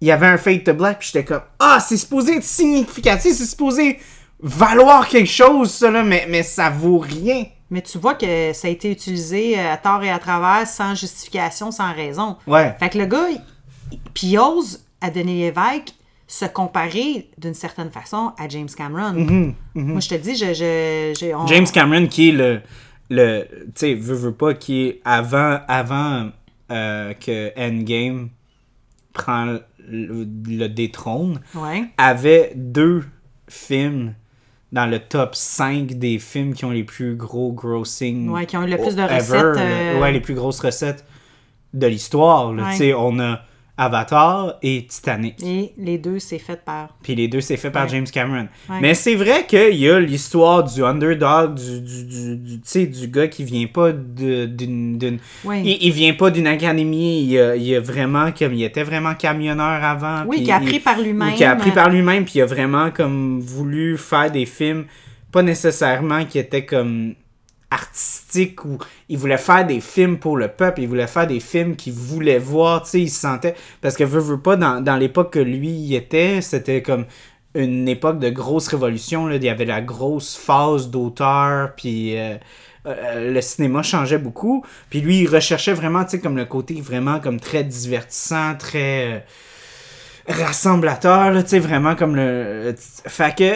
Speaker 1: il y avait un fade to black, puis j'étais comme « Ah, c'est supposé être significatif, c'est supposé valoir quelque chose, ça, là, mais, mais ça vaut rien.
Speaker 2: Mais tu vois que ça a été utilisé euh, à tort et à travers, sans justification, sans raison.
Speaker 1: Ouais.
Speaker 2: Fait que le gars, il- puis il ose à Denis Lévesque se comparer d'une certaine façon à James Cameron. Moi, je te dis, je, je, j'ai- on-
Speaker 1: Mm-hmm, James Cameron, qui est le... le tu sais, veut, veut pas, qui est avant, avant euh, que Endgame prend le, le détrône,
Speaker 2: Ouais.
Speaker 1: avait deux films dans le top 5 des films qui ont les plus gros grossing.
Speaker 2: Ouais, qui ont eu le plus de
Speaker 1: ever,
Speaker 2: recettes, euh,
Speaker 1: le- Ouais, les plus grosses recettes de l'histoire. là.
Speaker 2: Ouais.
Speaker 1: Tu sais, on a Avatar et Titanic.
Speaker 2: Et les deux, c'est fait par.
Speaker 1: Puis les deux, c'est fait par
Speaker 2: Ouais.
Speaker 1: James Cameron.
Speaker 2: Ouais.
Speaker 1: Mais c'est vrai qu'il y a l'histoire du underdog, du, du, du, du- tu sais, du gars qui vient pas de- d'une... d'une-
Speaker 2: Ouais.
Speaker 1: Il, il vient pas d'une académie, il, a- il a vraiment comme... Il était vraiment camionneur avant.
Speaker 2: Oui,
Speaker 1: puis
Speaker 2: qui a
Speaker 1: il-
Speaker 2: appris par lui-même. euh,
Speaker 1: ou qui a appris par lui-même, puis il a vraiment comme voulu faire des films, pas nécessairement qui étaient comme artistiques, ou il voulait faire des films pour le peuple, il voulait faire des films qu'il voulait voir, tu sais, il se sentait, parce que veut, veut pas, dans, dans l'époque que lui y était, c'était comme une époque de grosse révolution, là, il y avait la grosse phase d'auteur, puis... euh, euh, le cinéma changeait beaucoup, puis lui il recherchait vraiment, tu sais, comme le côté vraiment comme très divertissant, très euh, rassemblateur, là, tu sais, vraiment comme le... Fait que...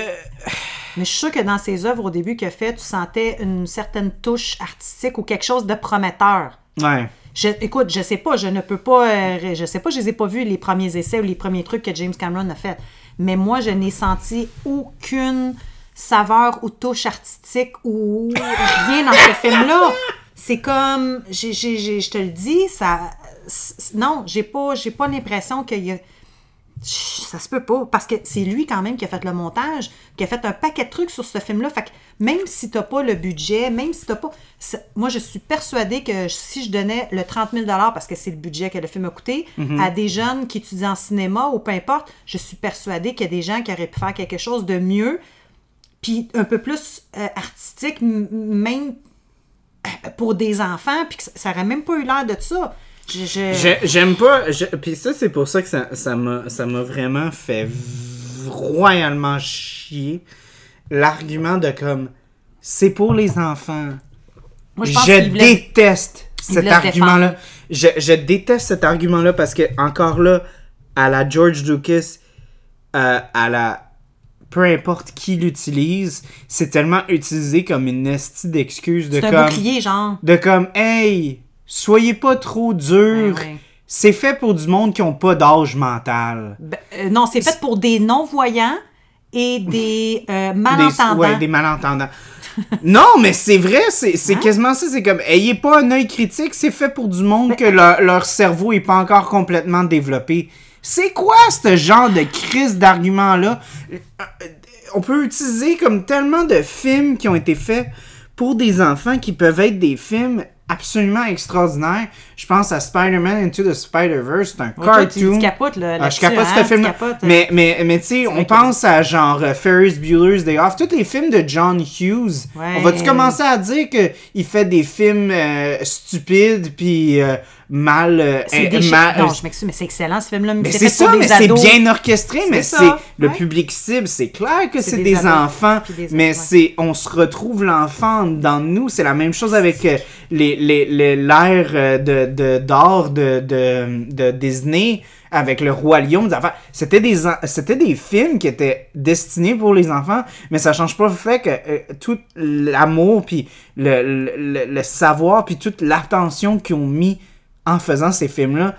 Speaker 2: Mais je suis sûre que dans ses œuvres au début qu'il a fait, tu sentais une certaine touche artistique ou quelque chose de prometteur.
Speaker 1: Ouais.
Speaker 2: Je- écoute, je sais pas, je ne peux pas, euh, ré- je sais pas, je les ai pas vus les premiers essais ou les premiers trucs que James Cameron a fait. Mais moi, je n'ai senti aucune saveur ou touche artistique ou rien dans ce film-là. C'est comme, j'ai- j'ai- j'ai- je te le dis, ça, c- c- non, j'ai pas, j'ai pas l'impression qu'il y a, Chut, ça se peut pas parce que c'est lui quand même qui a fait le montage, qui a fait un paquet de trucs sur ce film là. Fait que même si t'as pas le budget, même si t'as pas ça- moi je suis persuadée que si je donnais le 30 000 dollars parce que c'est le budget que le film a coûté
Speaker 1: Mhm.
Speaker 2: à des jeunes qui étudient en cinéma ou peu importe, je suis persuadée qu'il y a des gens qui auraient pu faire quelque chose de mieux puis un peu plus euh, artistique m- même euh, pour des enfants puis que ça- ça aurait même pas eu l'air de ça. Je, je-
Speaker 1: J'ai- J'aime pas... je- Puis ça, c'est pour ça que ça ça m'a ça m'a vraiment fait v- royalement chier l'argument de comme... C'est pour les enfants.
Speaker 2: moi
Speaker 1: je
Speaker 2: pense qu'il voulait-
Speaker 1: déteste cet
Speaker 2: voulait se
Speaker 1: argument-là. Je, je déteste cet argument-là parce que, encore là, à la George Lucas, euh, à la. Peu importe qui l'utilise, c'est tellement utilisé comme une estie d'excuse de
Speaker 2: c'est
Speaker 1: comme.
Speaker 2: un bouclier genre.
Speaker 1: de comme, hey, soyez pas trop dur.
Speaker 2: Ouais, ouais.
Speaker 1: C'est fait pour du monde qui ont pas d'âge mental.
Speaker 2: Ben, euh, non, c'est fait pour des non-voyants et des euh,
Speaker 1: Des,
Speaker 2: malentendants.
Speaker 1: ouais, des malentendants. non, mais c'est vrai, c'est c'est
Speaker 2: Hein?
Speaker 1: quasiment ça. C'est comme, ayez pas un œil critique, c'est fait pour du monde que leur, leur cerveau est pas encore complètement développé. C'est quoi ce genre de crise d'argument-là? Euh, euh, On peut utiliser comme tellement de films qui ont été faits pour des enfants qui peuvent être des films absolument extraordinaires. Je pense à Spider-Man Into the Spider-Verse, c'est un
Speaker 2: Ouais, toi, tu-
Speaker 1: cartoon.
Speaker 2: tu capotes, là,
Speaker 1: Ah, je
Speaker 2: là-dessus,
Speaker 1: capote
Speaker 2: hein,
Speaker 1: ce
Speaker 2: tu
Speaker 1: film-là.
Speaker 2: capotes.
Speaker 1: Mais mais, mais, mais tu sais,
Speaker 2: vrai
Speaker 1: on
Speaker 2: qu'il y a-
Speaker 1: pense à genre euh, Ferris Bueller's Day Off, tous les films de John Hughes.
Speaker 2: Ouais.
Speaker 1: On va-tu commencer à dire que il fait des films euh, stupides, puis euh, mal. euh,
Speaker 2: C'est
Speaker 1: euh,
Speaker 2: déchir-
Speaker 1: mal-
Speaker 2: Non, je m'excuse, mais c'est excellent ce film-là.
Speaker 1: mais
Speaker 2: c'est
Speaker 1: c'est
Speaker 2: fait pour
Speaker 1: ça,
Speaker 2: des
Speaker 1: mais c'est
Speaker 2: ados.
Speaker 1: bien orchestré, mais
Speaker 2: C'est
Speaker 1: c'est
Speaker 2: ça,
Speaker 1: le
Speaker 2: ouais.
Speaker 1: public cible, c'est clair que
Speaker 2: C'est
Speaker 1: c'est
Speaker 2: des
Speaker 1: des,
Speaker 2: ados,
Speaker 1: enfants,
Speaker 2: puis des
Speaker 1: mais
Speaker 2: enfants.
Speaker 1: c'est on se retrouve l'enfant dans nous, c'est la même chose avec euh, les les- les- l'ère euh, de de- d'or de, de de Disney avec le roi lion, des affaires. c'était des en- c'était des films qui étaient destinés pour les enfants, mais ça change pas le fait que euh, tout l'amour puis le, le, le- le savoir puis toute l'attention qu'ils ont mis en faisant ces films-là,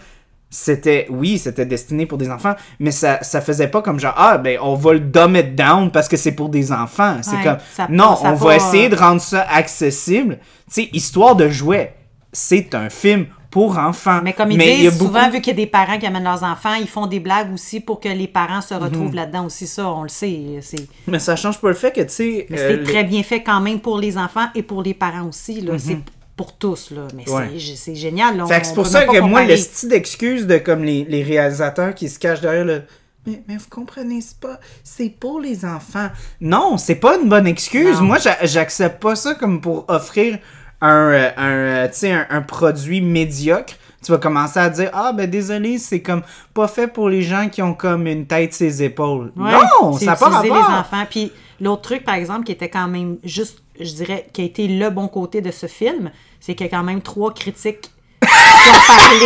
Speaker 1: c'était, oui, c'était destiné pour des enfants, mais ça, ça faisait pas comme genre, ah, ben, on va le dumb it down parce que c'est pour des enfants.
Speaker 2: Ouais,
Speaker 1: c'est comme,
Speaker 2: ça-
Speaker 1: non,
Speaker 2: ça
Speaker 1: on
Speaker 2: pas,
Speaker 1: va essayer
Speaker 2: euh,
Speaker 1: de rendre ça accessible. Tu sais, histoire de jouets, c'est un film pour enfants.
Speaker 2: Mais comme ils
Speaker 1: il y a
Speaker 2: disent,
Speaker 1: beaucoup-
Speaker 2: souvent, vu qu'il y a des parents qui amènent leurs enfants, ils font des blagues aussi pour que les parents se
Speaker 1: Mhm.
Speaker 2: retrouvent là-dedans aussi. Ça, on le sait. c'est-
Speaker 1: Mais ça change pas le fait que, tu sais.
Speaker 2: Mais
Speaker 1: euh,
Speaker 2: c'est très bien fait quand même pour les enfants et pour les parents aussi. Là. C'est pour tous. Là. Mais
Speaker 1: Mhm. Ouais.
Speaker 2: c'est- g- c'est génial. là.
Speaker 1: Fait
Speaker 2: On
Speaker 1: que c'est pour
Speaker 2: peut
Speaker 1: ça
Speaker 2: même pas
Speaker 1: que moi,
Speaker 2: comparer.
Speaker 1: le style d'excuse de comme les, les réalisateurs qui se cachent derrière le. Mais, mais vous comprenez c'est pas, c'est pour les enfants. Non, c'est pas une bonne excuse.
Speaker 2: Non.
Speaker 1: Moi, j'a- j'accepte pas ça comme pour offrir un, euh, un, euh, tu sais, un, un produit médiocre. Tu vas commencer à dire Ah, ben désolé, c'est comme pas fait pour les gens qui ont comme une tête ses épaules.
Speaker 2: Ouais,
Speaker 1: non,
Speaker 2: c'est
Speaker 1: ça n'a pas
Speaker 2: utiliser les
Speaker 1: rapport.
Speaker 2: enfants. Puis l'autre truc, par exemple, qui était quand même juste, je dirais, qui a été le bon côté de ce film, c'est qu'il y a quand même trois critiques qui ont parlé.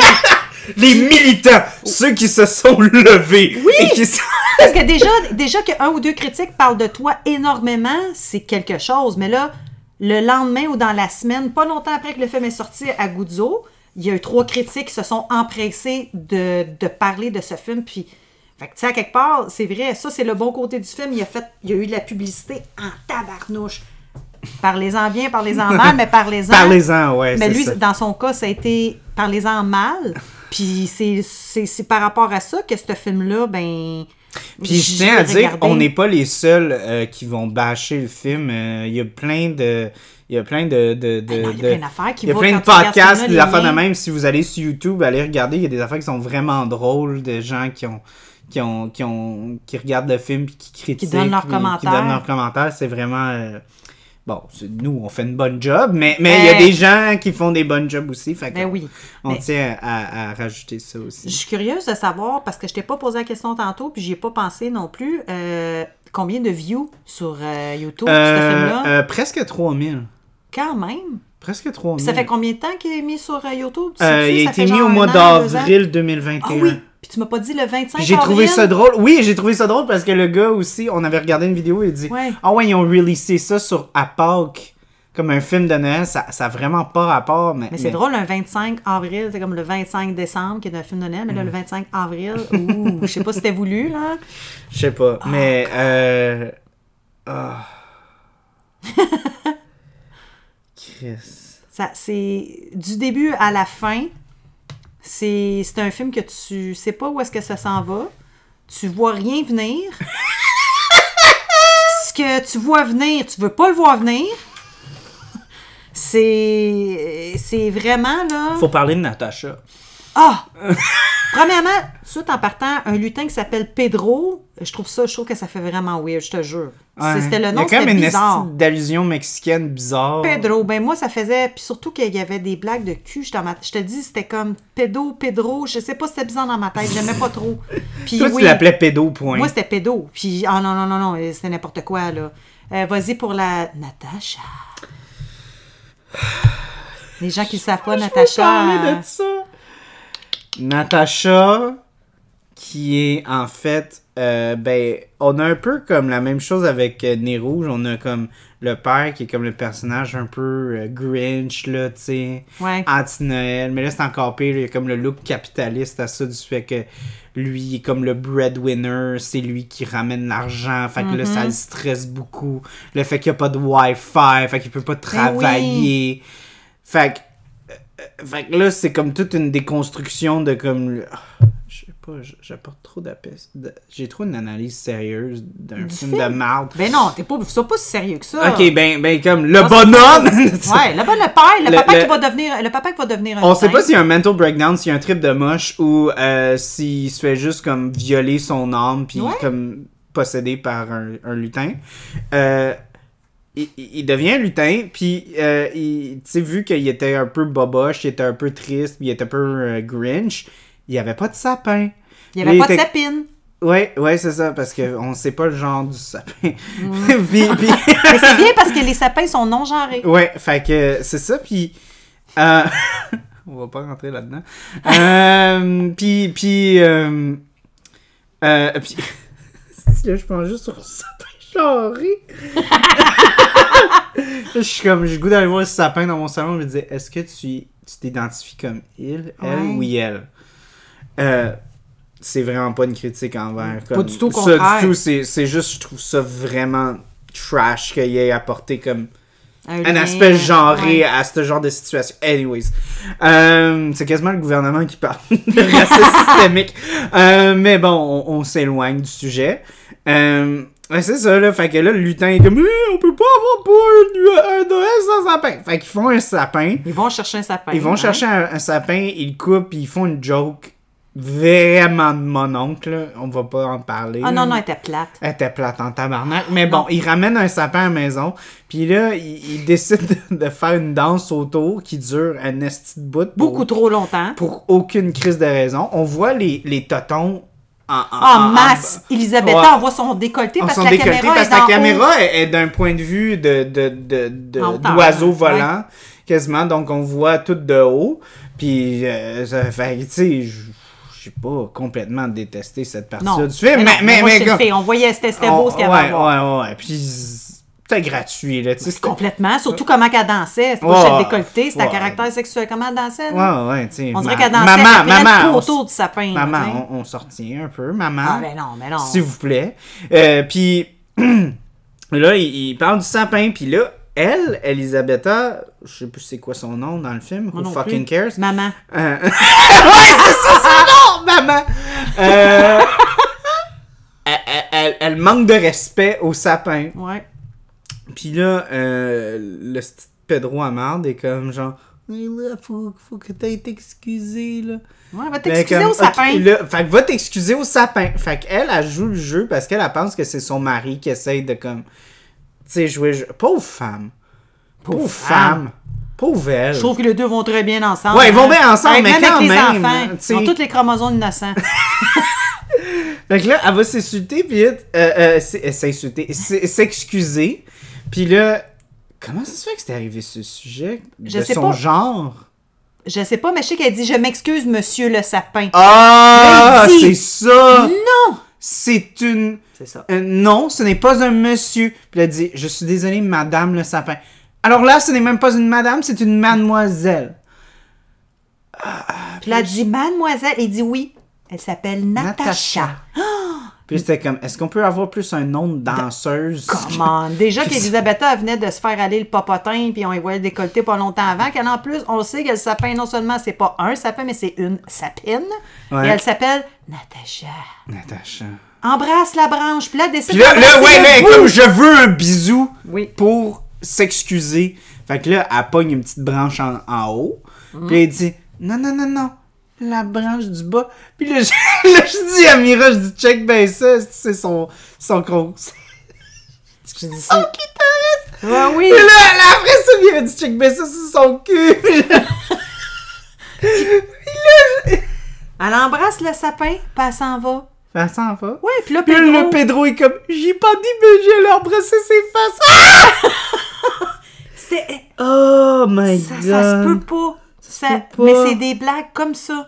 Speaker 1: Les militants, ceux qui se sont levés. Oui. Et qui se-
Speaker 2: Parce que déjà, déjà que un ou deux critiques parlent de toi énormément, c'est quelque chose. Mais là, le lendemain ou dans la semaine, pas longtemps après que le film est sorti à Guzzo, il y a eu trois critiques qui se sont empressées de, de parler de ce film. Puis, fait que, tu sais, à quelque part, c'est vrai, ça, c'est le bon côté du film. Il a, fait, il y a eu de la publicité en tabarnouche. Parlez-en bien, parlez-en mal, mais parlez-en.
Speaker 1: Parlez-en, ouais.
Speaker 2: Mais
Speaker 1: c'est
Speaker 2: Ben, lui,
Speaker 1: ça.
Speaker 2: dans son cas, ça a été parlez-en mal. Puis c'est- c'est c'est par rapport à ça que ce film-là, ben.
Speaker 1: Puis je tiens à dire qu'on n'est pas les seuls euh, qui vont bâcher le film. Euh, Il y a plein de. Il y a plein de. de, de-
Speaker 2: Ah non, il y a
Speaker 1: de-
Speaker 2: plein d'affaires qui
Speaker 1: Il y a
Speaker 2: vont
Speaker 1: plein
Speaker 2: quand
Speaker 1: de
Speaker 2: tu regardes
Speaker 1: podcasts,
Speaker 2: ça,
Speaker 1: des
Speaker 2: les
Speaker 1: affaires de
Speaker 2: liens.
Speaker 1: même. Si vous allez sur YouTube, allez regarder, il y a des affaires qui sont vraiment drôles, de gens qui ont. Qui, ont, qui, ont, qui regardent le film puis qui critiquent.
Speaker 2: donnent leurs
Speaker 1: puis Qui
Speaker 2: commentaires.
Speaker 1: donnent leurs commentaires. C'est vraiment. euh, Bon, c'est- nous, on fait une bonne job, mais mais il y a
Speaker 2: Ben-
Speaker 1: des gens qui font des bonnes jobs aussi. Fait que
Speaker 2: Ben oui.
Speaker 1: On
Speaker 2: Mais-
Speaker 1: tient à, à rajouter ça aussi.
Speaker 2: Je suis curieuse de savoir, parce que je t'ai pas posé la question tantôt, puis j'y ai pas pensé non plus, euh, combien de views sur euh, YouTube ce
Speaker 1: Euh,
Speaker 2: film-là?
Speaker 1: euh, presque 3000.
Speaker 2: Quand même.
Speaker 1: Presque 3000.
Speaker 2: Puis ça fait combien de temps qu'il est mis sur euh, YouTube? Tu
Speaker 1: Euh,
Speaker 2: sais-tu?
Speaker 1: il a
Speaker 2: Ça fait
Speaker 1: été mis
Speaker 2: genre
Speaker 1: au
Speaker 2: un
Speaker 1: mois
Speaker 2: an, deux ans?
Speaker 1: d'avril
Speaker 2: Ah
Speaker 1: 2021.
Speaker 2: oui! Puis tu m'as pas dit le 25
Speaker 1: Puis J'ai trouvé
Speaker 2: avril?
Speaker 1: ça drôle. Oui, j'ai trouvé ça drôle parce que le gars aussi, on avait regardé une vidéo et il dit
Speaker 2: Ouais.
Speaker 1: Ah ouais, ils ont releasé ça sur à Pâques, comme un film de Noël. Ça n'a vraiment pas rapport. Mais,
Speaker 2: Mais c'est drôle, un 25 avril, c'est comme le 25 décembre qui est un film de Noël, mais là, le 25 avril, ouh, je sais pas si c'était voulu, là.
Speaker 1: Je sais pas. mais. Euh... ah. Chris.
Speaker 2: Ça, c'est du début à la fin. C'est c'est un film que tu sais pas où est-ce que ça s'en va. Tu vois rien venir. Ce que tu vois venir, tu veux pas le voir venir. C'est c'est vraiment là.
Speaker 1: Faut parler de Natacha.
Speaker 2: Ah! Premièrement, tout de suite en partant, un lutin qui s'appelle Pedro, je trouve ça, je trouve que ça fait vraiment weird, je te jure. C'est-
Speaker 1: Ouais.
Speaker 2: C'était le
Speaker 1: Il y
Speaker 2: nom,
Speaker 1: a quand
Speaker 2: c'était
Speaker 1: même une
Speaker 2: bizarre.
Speaker 1: esti d'allusion mexicaine bizarre.
Speaker 2: Pedro, ben moi ça faisait, puis surtout qu'il y avait des blagues de cul, j'étais en ma- je te dis, c'était comme Pedro, Pedro, je sais pas si c'était bizarre dans ma tête, j'aimais pas trop. Puis
Speaker 1: Toi,
Speaker 2: oui,
Speaker 1: tu l'appelais pédo, point.
Speaker 2: moi c'était Pedro, puis ah non, non, non, non, c'était n'importe quoi là. Euh, Vas-y pour la Natacha. Les gens qui le savent pas,
Speaker 1: parler
Speaker 2: Natacha.
Speaker 1: de ça. Natacha, qui est en fait, euh, ben, on a un peu comme la même chose avec euh, Nez Rouge. On a comme le père qui est comme le personnage un peu euh, Grinch, là, tu sais,
Speaker 2: Ouais.
Speaker 1: anti-Noël. Mais là, c'est encore pire. Il y a comme le look capitaliste à ça, du fait que lui, il est comme le breadwinner. C'est lui qui ramène l'argent. Fait que là,
Speaker 2: Mm-hmm.
Speaker 1: ça le stresse beaucoup. Le fait qu'il n'y a pas de Wi-Fi, fait qu'il peut
Speaker 2: Ben
Speaker 1: pas travailler. Fait que fait que là, c'est comme toute une déconstruction de comme. le- Ah, Je sais pas, j- j'apporte trop d'appel. J'ai trop une analyse sérieuse d'un film, de marde.
Speaker 2: Ben non, t'es pas, sois pas si sérieux que ça.
Speaker 1: ok, ben, ben comme le
Speaker 2: Non, c'est
Speaker 1: bonhomme!
Speaker 2: pas- Ouais, le bon le père, le,
Speaker 1: Le-
Speaker 2: papa
Speaker 1: le-
Speaker 2: qui va devenir le papa qui va devenir un
Speaker 1: On sait
Speaker 2: saint.
Speaker 1: pas s'il y a un mental breakdown, s'il y a un trip de moche ou euh, s'il se fait juste comme violer son âme puis
Speaker 2: Ouais.
Speaker 1: comme possédé par un, un lutin. Euh, il, il devient lutin, puis euh, il- tu sais, vu qu'il était un peu boboche, il était un peu triste, puis il était un peu euh, grinch, il n'y avait pas de sapin.
Speaker 2: Il n'y avait
Speaker 1: Là,
Speaker 2: pas de
Speaker 1: était-
Speaker 2: sapine.
Speaker 1: Ouais, ouais, c'est ça, parce qu'on ne sait pas le genre du sapin.
Speaker 2: Mm.
Speaker 1: Puis- puis-
Speaker 2: Mais c'est bien parce que les sapins sont non genrés.
Speaker 1: Ouais, fait que c'est ça, puis... euh, on va pas rentrer là-dedans. Euh, puis, puis... euh, euh, puis- Si, là, je pense juste sur le sapin charré. je suis comme, j'ai le goût d'aller voir le sapin dans mon salon, je me disais, est-ce que tu tu t'identifies comme il, elle
Speaker 2: Ouais.
Speaker 1: ou elle? Euh, c'est vraiment pas une critique envers. Comme,
Speaker 2: du tout, au
Speaker 1: ça,
Speaker 2: contraire.
Speaker 1: du tout, c'est c'est juste, je trouve ça vraiment trash qu'il ait apporté comme un
Speaker 2: lien,
Speaker 1: aspect genré
Speaker 2: ouais.
Speaker 1: à ce genre de situation. Anyways, Euh, c'est quasiment le gouvernement qui parle de racisme systémique. Euh, mais bon, on, on s'éloigne du sujet. Euh, ouais, c'est ça, là. Fait que là, le lutin est comme, Eh, on peut pas avoir pas un, un Noël sans sapin. Fait qu'ils font un sapin.
Speaker 2: Ils vont chercher un sapin.
Speaker 1: Ils vont
Speaker 2: hein.
Speaker 1: chercher un, un sapin, ils le coupent, puis ils font une joke vraiment de mon oncle. là. On va pas en parler. là,
Speaker 2: Ah non, non,
Speaker 1: mais-
Speaker 2: elle était plate.
Speaker 1: elle était plate en tabarnak. Mais bon, il ramène un sapin à la maison. Puis là, il, il décide de, de faire une danse autour qui dure un esti de bout. pour-
Speaker 2: Beaucoup trop longtemps.
Speaker 1: Pour aucune crise de raison. On voit les, les totons en, en-
Speaker 2: En
Speaker 1: en- en-
Speaker 2: Ah, masse, Elisabeth
Speaker 1: Ah, Ouais.
Speaker 2: on voit son décolleté
Speaker 1: en
Speaker 2: parce
Speaker 1: son
Speaker 2: que la
Speaker 1: décolleté
Speaker 2: caméra
Speaker 1: parce
Speaker 2: est
Speaker 1: que la
Speaker 2: en haut.
Speaker 1: caméra est, est d'un point de vue de, de, de, de-
Speaker 2: En hauteur,
Speaker 1: d'oiseau
Speaker 2: ouais.
Speaker 1: volant, quasiment. Donc, on voit tout de haut. Puis, euh, ça fait, tu sais, je- j'ai pas complètement détesté cette partie
Speaker 2: Non.
Speaker 1: du film. Mais, mais,
Speaker 2: moi,
Speaker 1: mais
Speaker 2: je te le
Speaker 1: comme-
Speaker 2: fais. on voyait, c'était c'était beau ce qu'il y avait à
Speaker 1: ouais,
Speaker 2: voir.
Speaker 1: ouais, ouais, ouais. Puis c'était gratuit, là. Tu sais, c'était-
Speaker 2: Complètement, surtout comment elle dansait. C'était
Speaker 1: Ouais.
Speaker 2: pas chef décolleté, c'était à
Speaker 1: Ouais.
Speaker 2: caractère sexuel. Comment elle dansait? là?
Speaker 1: Ouais, ouais, tu sais.
Speaker 2: On dirait
Speaker 1: ma-
Speaker 2: qu'elle dansait
Speaker 1: Maman,
Speaker 2: elle était pleine
Speaker 1: maman.
Speaker 2: autour
Speaker 1: on s-
Speaker 2: du sapin. là, tu sais.
Speaker 1: Maman, on, hein? on sortit un peu, maman.
Speaker 2: Ah, ben non, mais non.
Speaker 1: S'il vous plaît. Euh, puis là, il, il parle du sapin, puis là, elle, Elisabetta, je sais plus c'est quoi son nom dans le film,
Speaker 2: Moi
Speaker 1: Who
Speaker 2: non
Speaker 1: fucking
Speaker 2: plus.
Speaker 1: cares.
Speaker 2: Maman.
Speaker 1: Euh, ouais, c'est ça son nom, maman! Euh, elle, elle- elle- elle manque de respect au sapin.
Speaker 2: Ouais.
Speaker 1: Puis là, euh, le petit Pedro Amard est comme genre. Mais là, faut, faut que t'ailles t'excuser, là.
Speaker 2: Ouais, va
Speaker 1: Ben,
Speaker 2: t'excuser
Speaker 1: comme,
Speaker 2: au sapin.
Speaker 1: ok, là, fait que va t'excuser au sapin. Fait qu'elle, elle joue le jeu parce qu'elle elle pense que c'est son mari qui essaye de, comme. Tu sais, jouer. le jeu. Pauvre femme. Pauvre, femme.
Speaker 2: femme.
Speaker 1: Pauvre elle.
Speaker 2: Je trouve que les deux vont très bien ensemble.
Speaker 1: Ouais, ils vont
Speaker 2: hein.
Speaker 1: bien ensemble, mais
Speaker 2: même
Speaker 1: quand
Speaker 2: avec les
Speaker 1: même,
Speaker 2: enfants,
Speaker 1: tu sais.
Speaker 2: ils ont tous les chromosomes innocents.
Speaker 1: Fait que là, elle va s'insulter, puis elle, euh, euh, s- euh, s'insulter, s- s'excuser. Puis là, comment ça se fait que c'est arrivé ce sujet de
Speaker 2: Je sais
Speaker 1: son
Speaker 2: pas.
Speaker 1: genre?
Speaker 2: Je sais pas, mais je sais qu'elle dit Je m'excuse, monsieur le sapin.
Speaker 1: Ah,
Speaker 2: Mais dis-
Speaker 1: c'est ça!
Speaker 2: Non
Speaker 1: C'est une.
Speaker 2: Hmm? C'est ça.
Speaker 1: Euh, non, ce n'est pas un monsieur. Puis elle dit Je suis désolé, madame le sapin. Alors là, ce n'est même pas une madame, c'est une mademoiselle.
Speaker 2: Puis là, elle dit Mademoiselle. Il dit Oui. Elle s'appelle Natacha.
Speaker 1: Puis c'était comme Est-ce qu'on peut avoir plus un nom de danseuse
Speaker 2: Comment? Déjà qu'Elisabetta venait de se faire aller le popotin, puis on y voyait le décolleté pas longtemps avant, qu'elle en plus, on le sait que le sapin, non seulement c'est pas un sapin, mais c'est une sapine.
Speaker 1: Ouais.
Speaker 2: Et elle s'appelle Natacha.
Speaker 1: Natacha.
Speaker 2: Embrasse la branche, puis là, elle décide
Speaker 1: Puis là, là, ouais,
Speaker 2: d'embrasser le
Speaker 1: là,
Speaker 2: bout.
Speaker 1: comme je veux un bisou
Speaker 2: Oui.
Speaker 1: pour s'excuser. Fait que là, elle pogne une petite branche en, en haut.
Speaker 2: Mhm.
Speaker 1: Puis elle dit Non, non, non, non. La branche du bas. Puis là, je, là, je dis à Mira, je dis check ben ça, c'est son, son con.
Speaker 2: Je dis
Speaker 1: Son
Speaker 2: ça.
Speaker 1: clitoris!
Speaker 2: Ouais, Ah oui.
Speaker 1: Puis là, là, après ça, il a dit check ben ça sur son cul. Puis là,
Speaker 2: Elle embrasse le sapin, puis elle s'en va.
Speaker 1: ça s'en va.
Speaker 2: Ouais, puis là,
Speaker 1: Puis là,
Speaker 2: Pedro-
Speaker 1: le Pedro est comme J'ai pas dit, mais j'ai leur brosser ses faces. Ah!
Speaker 2: c'est-
Speaker 1: Oh my
Speaker 2: Ça,
Speaker 1: god.
Speaker 2: ça se peut pas. Ça-
Speaker 1: peut pas.
Speaker 2: Mais c'est des blagues comme ça.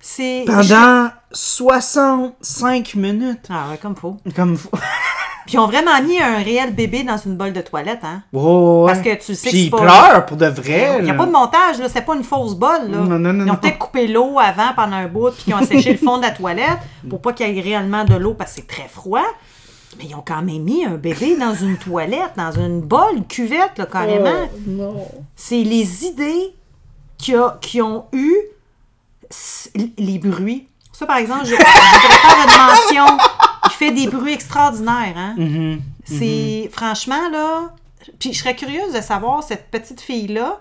Speaker 2: C'est.
Speaker 1: Pendant 65 minutes.
Speaker 2: Ah ouais, comme faut.
Speaker 1: Comme vous.
Speaker 2: Puis ils ont vraiment mis un réel bébé dans une bolle de toilette, hein?
Speaker 1: Oh, ouais.
Speaker 2: Parce que tu sais que
Speaker 1: Puis
Speaker 2: c'est
Speaker 1: il
Speaker 2: pas-
Speaker 1: pleure pour de vrai.
Speaker 2: Il n'y a
Speaker 1: là.
Speaker 2: pas de montage, là. C'était pas une fausse bolle, là.
Speaker 1: Non, non, non,
Speaker 2: Ils ont
Speaker 1: non.
Speaker 2: peut-être coupé l'eau avant pendant un bout, puis ils ont séché le fond de la toilette pour pas qu'il y ait réellement de l'eau parce que c'est très froid. Mais ils ont quand même mis un bébé dans une toilette, dans une bolle, cuvette, là, carrément.
Speaker 1: Oh, non.
Speaker 2: C'est les idées qui, a- qui ont eu s- les bruits. Ça, par exemple, je, je voudrais faire une mention. Il fait des bruits extraordinaires. Hein? C'est franchement là. Puis je serais curieuse de savoir cette petite fille là,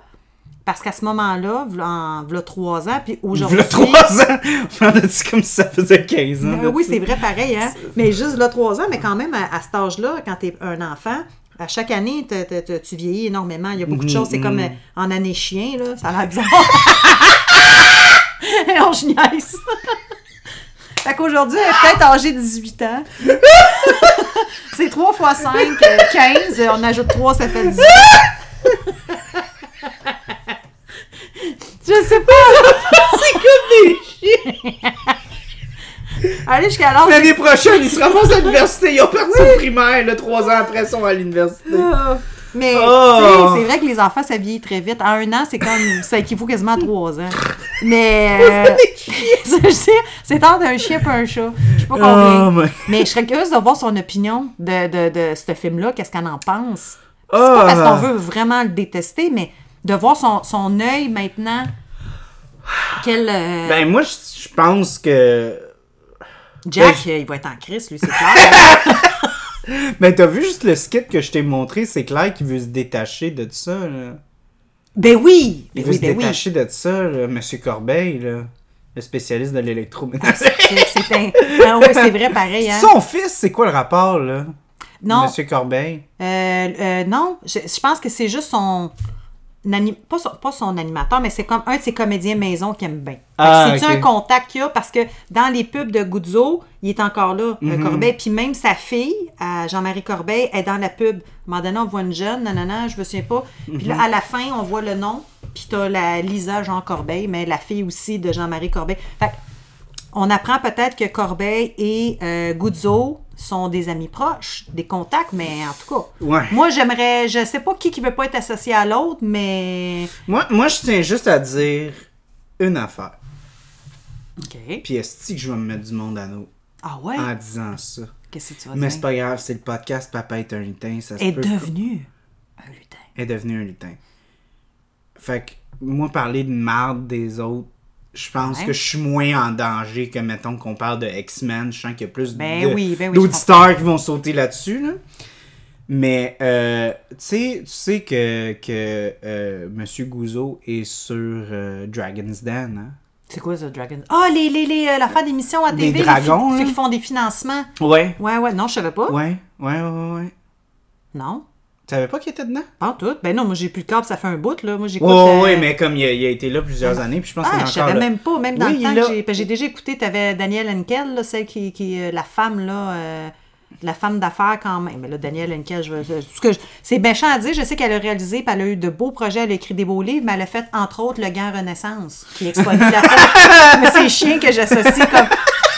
Speaker 2: parce qu'à ce moment-là, v'là- en v'là trois ans, puis
Speaker 1: Il
Speaker 2: aujourd'hui.
Speaker 1: a 3 ans. On a dit comme si ça faisait 15
Speaker 2: Ben Ah
Speaker 1: ans.
Speaker 2: Euh, oui, c'est vrai, pareil, hein? Mais juste là, trois ans, mais quand même, à, à cet âge-là, quand t'es un enfant, À chaque année, t'as- t'as- t'as- tu vieillis énormément. Il y a beaucoup de choses. C'est comme euh, en année chien, là. Ça a l'air bizarre. non, je niaise. fait qu'aujourd'hui, elle est peut-être âgée de 18 ans. C'est 3 fois 5, 15. Euh, On ajoute 3, ça fait 18. je sais pas.
Speaker 1: C'est comme des
Speaker 2: Allez jusqu'à l'âge
Speaker 1: L'année prochaine, ils se ramassent à l'université. Ils ont parti au primaire, là, trois ans après, ils sont à
Speaker 2: Euh,
Speaker 1: l'université.
Speaker 2: Mais
Speaker 1: Oh.
Speaker 2: tu sais, c'est vrai que les enfants, ça vieillit très vite. À un an, c'est comme ça équivaut quasiment à trois ans. Mais euh, je sais, c'est tant d'un chien pas un chat. Je sais pas combien.
Speaker 1: Oh, my-
Speaker 2: Mais je serais curieuse de voir son opinion de, de, de ce film-là. Qu'est-ce qu'elle en pense? C'est
Speaker 1: Ah.
Speaker 2: pas parce qu'on veut vraiment le détester, mais de voir son, son œil maintenant. Quel euh,
Speaker 1: Ben, moi, je je pense que.
Speaker 2: Jack, il va être en crise, lui, c'est clair. hein?
Speaker 1: Ben, t'as vu juste le skit que je t'ai montré, c'est clair qu'il veut se détacher de ça, là.
Speaker 2: ben oui!
Speaker 1: Il
Speaker 2: Ben
Speaker 1: veut
Speaker 2: oui,
Speaker 1: se
Speaker 2: ben oui.
Speaker 1: détacher de ça, là, Monsieur Corbeil, là, le spécialiste de l'électroménager.
Speaker 2: C'est c'est un... ah oui, c'est vrai, pareil. Hein?
Speaker 1: Son fils, c'est quoi le rapport, là?
Speaker 2: Non,
Speaker 1: Monsieur Corbeil.
Speaker 2: Euh, euh, non, je, je pense que c'est juste son, anim- pas son. Pas son animateur, mais c'est comme un de ses comédiens maison qui aime bien.
Speaker 1: Ah,
Speaker 2: c'est
Speaker 1: ok.
Speaker 2: un contact qu'il y a parce que dans les pubs de Guzzo, il est encore là, euh,
Speaker 1: Mhm.
Speaker 2: Corbeil. Puis même sa fille, euh, Jean-Marie Corbeil, est dans la pub. À un moment donné, on voit une jeune, nanana, je me souviens pas. Puis
Speaker 1: Mhm.
Speaker 2: là, à la fin, on voit le nom. Puis t'as la Lisa Jean Corbeil, mais la fille aussi de Jean-Marie Corbeil. Fait que on apprend peut-être que Corbeil et euh, Guzzo sont des amis proches, des contacts, mais en tout cas.
Speaker 1: Ouais.
Speaker 2: Moi, j'aimerais, je sais pas qui qui veut pas être associé à l'autre, mais.
Speaker 1: Moi, moi, je tiens juste à dire une affaire.
Speaker 2: Ok.
Speaker 1: Puis est-ce que je vais me mettre du monde à nous
Speaker 2: Ah ouais?
Speaker 1: en disant ça?
Speaker 2: Qu'est-ce que tu vas
Speaker 1: Mais
Speaker 2: dire?
Speaker 1: c'est pas grave, c'est le podcast Papa est un lutin, ça se
Speaker 2: Est
Speaker 1: peut.
Speaker 2: devenu un lutin.
Speaker 1: Est devenu un lutin. Fait que, moi, parler de marde des autres, je pense
Speaker 2: Ouais.
Speaker 1: que je suis moins en danger que, mettons, qu'on parle de X-Men. Je sens qu'il y a plus
Speaker 2: Ben
Speaker 1: de-
Speaker 2: oui, ben oui, je
Speaker 1: d'auditeurs qui vont sauter là-dessus, là. Mais, euh, tu sais, tu sais que, que euh, Monsieur Gouzeau est sur euh, Dragon's Den, hein?
Speaker 2: C'est quoi The Dragon? Ah, les, les, les, euh, la fin d'émission à TV. les
Speaker 1: dragons,
Speaker 2: fi-
Speaker 1: là.
Speaker 2: Ceux qui font des financements.
Speaker 1: Ouais.
Speaker 2: Ouais, ouais, non, je savais pas.
Speaker 1: Ouais, ouais, ouais, ouais. ouais.
Speaker 2: Non.
Speaker 1: Tu savais pas qu'il était dedans?
Speaker 2: Pas en tout. Ben non, moi, j'ai plus le câble, ça fait un bout, là. Moi, j'écoute.
Speaker 1: Ouais,
Speaker 2: euh,
Speaker 1: ouais, mais comme il a, il a été là plusieurs années, puis je pense qu'il est
Speaker 2: Ah, je
Speaker 1: encore
Speaker 2: savais
Speaker 1: là.
Speaker 2: même pas, même dans
Speaker 1: Oui,
Speaker 2: le temps
Speaker 1: il
Speaker 2: que
Speaker 1: l'a.
Speaker 2: j'ai. parce que J'ai déjà écouté, t'avais Danielle Henkel, là, celle qui, qui euh, la femme, là, euh, la femme d'affaires quand même. Mais là, Danielle Henkel, je veux- je- ce que je- c'est méchant à dire, je sais qu'elle a réalisé, puis elle a eu de beaux projets, elle a écrit des beaux livres, mais elle a fait, entre autres, Le Gant Renaissance, qui exploite la femme. Mais c'est chien que j'associe comme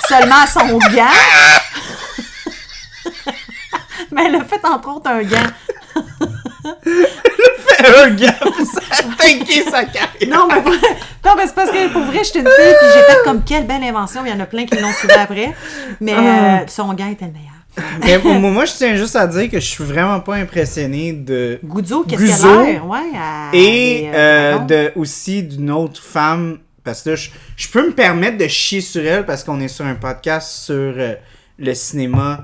Speaker 2: seulement à son gant. mais elle a fait, entre autres, un gant.
Speaker 1: un gars, puis ça a tanké sa carrière.
Speaker 2: Non, mais, pour- non, mais c'est parce que pour vrai, j'étais une fille, puis j'ai fait comme quelle belle invention. Il y en a plein qui l'ont suivi après. Mais
Speaker 1: Ah.
Speaker 2: euh, son gars était le meilleur.
Speaker 1: Mais pour moi, moi, je tiens juste à dire que je suis vraiment pas impressionné de.
Speaker 2: Guzzo, qu'est-ce qu'elle
Speaker 1: Guzzo.
Speaker 2: a l'air? Ouais, à-
Speaker 1: Et
Speaker 2: des,
Speaker 1: euh,
Speaker 2: dragons.
Speaker 1: de, aussi d'une autre femme. Parce que là, je, je peux me permettre de chier sur elle parce qu'on est sur un podcast sur euh, le cinéma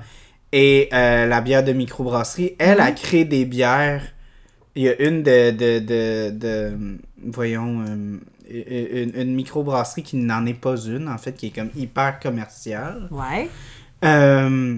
Speaker 1: et euh, la bière de microbrasserie. Elle
Speaker 2: Mhm.
Speaker 1: a créé des bières. Il y a une de. de, de, de- voyons. euh, une, une microbrasserie qui n'en est pas une, en fait, qui est comme hyper commerciale.
Speaker 2: Ouais.
Speaker 1: Euh,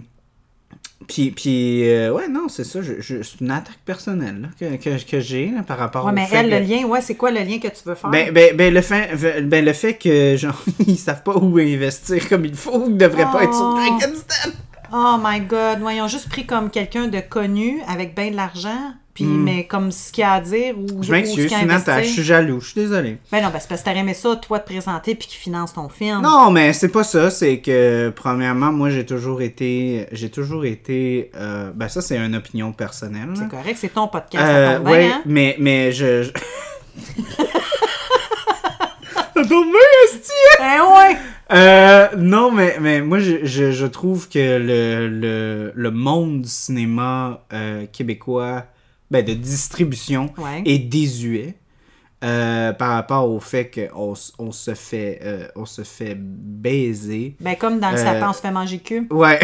Speaker 1: puis, puis euh, ouais, non, c'est ça. je- je- c'est une attaque personnelle là, que, que, que j'ai là, par rapport
Speaker 2: Ouais,
Speaker 1: au
Speaker 2: mais
Speaker 1: fait
Speaker 2: elle,
Speaker 1: que-
Speaker 2: le lien, hein? ouais, c'est quoi le lien que tu veux faire?
Speaker 1: Ben, ben, ben, le fait, ben, le fait que, genre, ils savent pas où investir comme il faut, ils devraient pas être sur
Speaker 2: Oh.
Speaker 1: Dragon's Den.
Speaker 2: Oh my God, ouais, ils ont juste pris comme quelqu'un de connu avec bien de l'argent, puis mais comme ce qu'il y a à dire ou
Speaker 1: Hmm. Je
Speaker 2: ou
Speaker 1: m'excuse,
Speaker 2: ce qu'il
Speaker 1: c'est
Speaker 2: y a à
Speaker 1: une attaque. Je
Speaker 2: investir.
Speaker 1: suis jaloux, je suis désolé.
Speaker 2: Ben non, ben c'est parce que t'aurais aimé ça, toi, te présenter, puis qu'ils financent ton film.
Speaker 1: Non, mais c'est pas ça. C'est que, premièrement, moi, j'ai toujours été. J'ai toujours été. euh, ben, ça, c'est une opinion personnelle. là.
Speaker 2: C'est correct, c'est ton podcast, ça
Speaker 1: Euh,
Speaker 2: tombe bien,
Speaker 1: ouais,
Speaker 2: hein?
Speaker 1: mais, mais je. je- Ça tombe bien, esti!
Speaker 2: Eh ouais!
Speaker 1: Euh, non, mais, mais moi, je, je, je trouve que le, le, le monde du cinéma euh, québécois, ben, de distribution,
Speaker 2: Ouais.
Speaker 1: est désuet euh, par rapport au fait qu'on s- on se fait, euh, on se fait baiser.
Speaker 2: Ben comme dans le sapin,
Speaker 1: Euh,
Speaker 2: on se fait manger le cul.
Speaker 1: Ouais.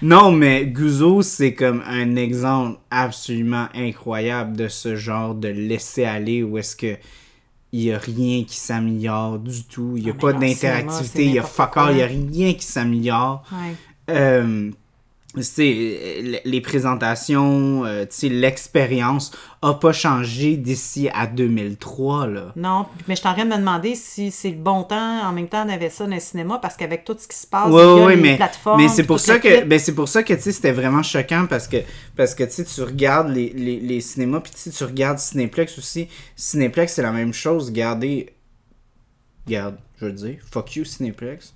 Speaker 1: non, mais Guzzo, c'est comme un exemple absolument incroyable de ce genre de laisser-aller où est-ce que il y a rien qui s'améliore du tout, il y a
Speaker 2: Ah, mais
Speaker 1: pas
Speaker 2: non, c'est
Speaker 1: d'interactivité,
Speaker 2: moi, c'est
Speaker 1: il y a
Speaker 2: n'importe
Speaker 1: fuck all,
Speaker 2: quoi.
Speaker 1: il y a rien qui s'améliore.
Speaker 2: Ouais.
Speaker 1: Euh, c'est euh, les présentations, euh, tu sais, l'expérience a pas changé d'ici à 2003 là.
Speaker 2: Non, mais je t'aurais de me demander si c'est le bon temps. En même temps, on avait ça dans le cinéma parce qu'avec tout ce qui se passe,
Speaker 1: Ouais,
Speaker 2: via
Speaker 1: ouais,
Speaker 2: les
Speaker 1: mais,
Speaker 2: plateformes,
Speaker 1: mais c'est
Speaker 2: puis
Speaker 1: pour
Speaker 2: tout
Speaker 1: ça
Speaker 2: le
Speaker 1: que
Speaker 2: kit.
Speaker 1: ben c'est pour ça que tu sais c'était vraiment choquant parce que parce que tu sais, tu regardes les, les, les cinémas puis tu sais, tu regardes Cinéplex aussi Cinéplex c'est la même chose regardez regarde je veux dire fuck you Cinéplex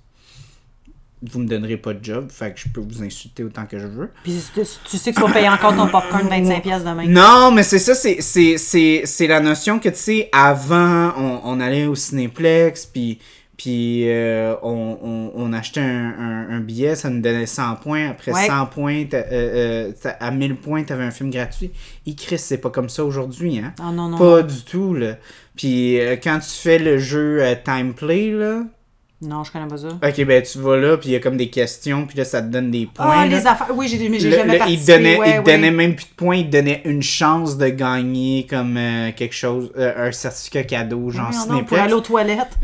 Speaker 1: vous me donnerez pas de job fait que je peux vous insulter autant que je veux
Speaker 2: Puis tu, tu sais que tu vas payer encore ton popcorn 25$ pièces demain.
Speaker 1: non, mais c'est ça, c'est, c'est, c'est, c'est la notion que, tu sais, avant, on, on allait au Cinéplex, puis puis euh, on, on, on achetait un, un- un billet, ça nous donnait 100 points. Après
Speaker 2: Ouais.
Speaker 1: 100 points, t'a- euh, euh, t'a- à 1000 points, t'avais un film gratuit. Et Chris, c'est pas comme ça aujourd'hui, hein?
Speaker 2: Ah, non, non,
Speaker 1: Pas du tout, là. Puis euh, quand tu fais le jeu euh, Time Play, là...
Speaker 2: Non, je connais pas ça.
Speaker 1: Ok, ben tu vas là, puis il y a comme des questions, puis là, ça te donne des points.
Speaker 2: Ah,
Speaker 1: là.
Speaker 2: les affaires. Oui, j'ai, mais j'ai
Speaker 1: Le-
Speaker 2: jamais
Speaker 1: le- il
Speaker 2: participé.
Speaker 1: donnait,
Speaker 2: ouais,
Speaker 1: il
Speaker 2: ouais.
Speaker 1: donnait même plus de points, il donnait une chance de gagner comme euh, quelque chose, euh, un certificat cadeau, genre
Speaker 2: Voyons donc, pour
Speaker 1: Cinéplex.
Speaker 2: aller aux toilettes.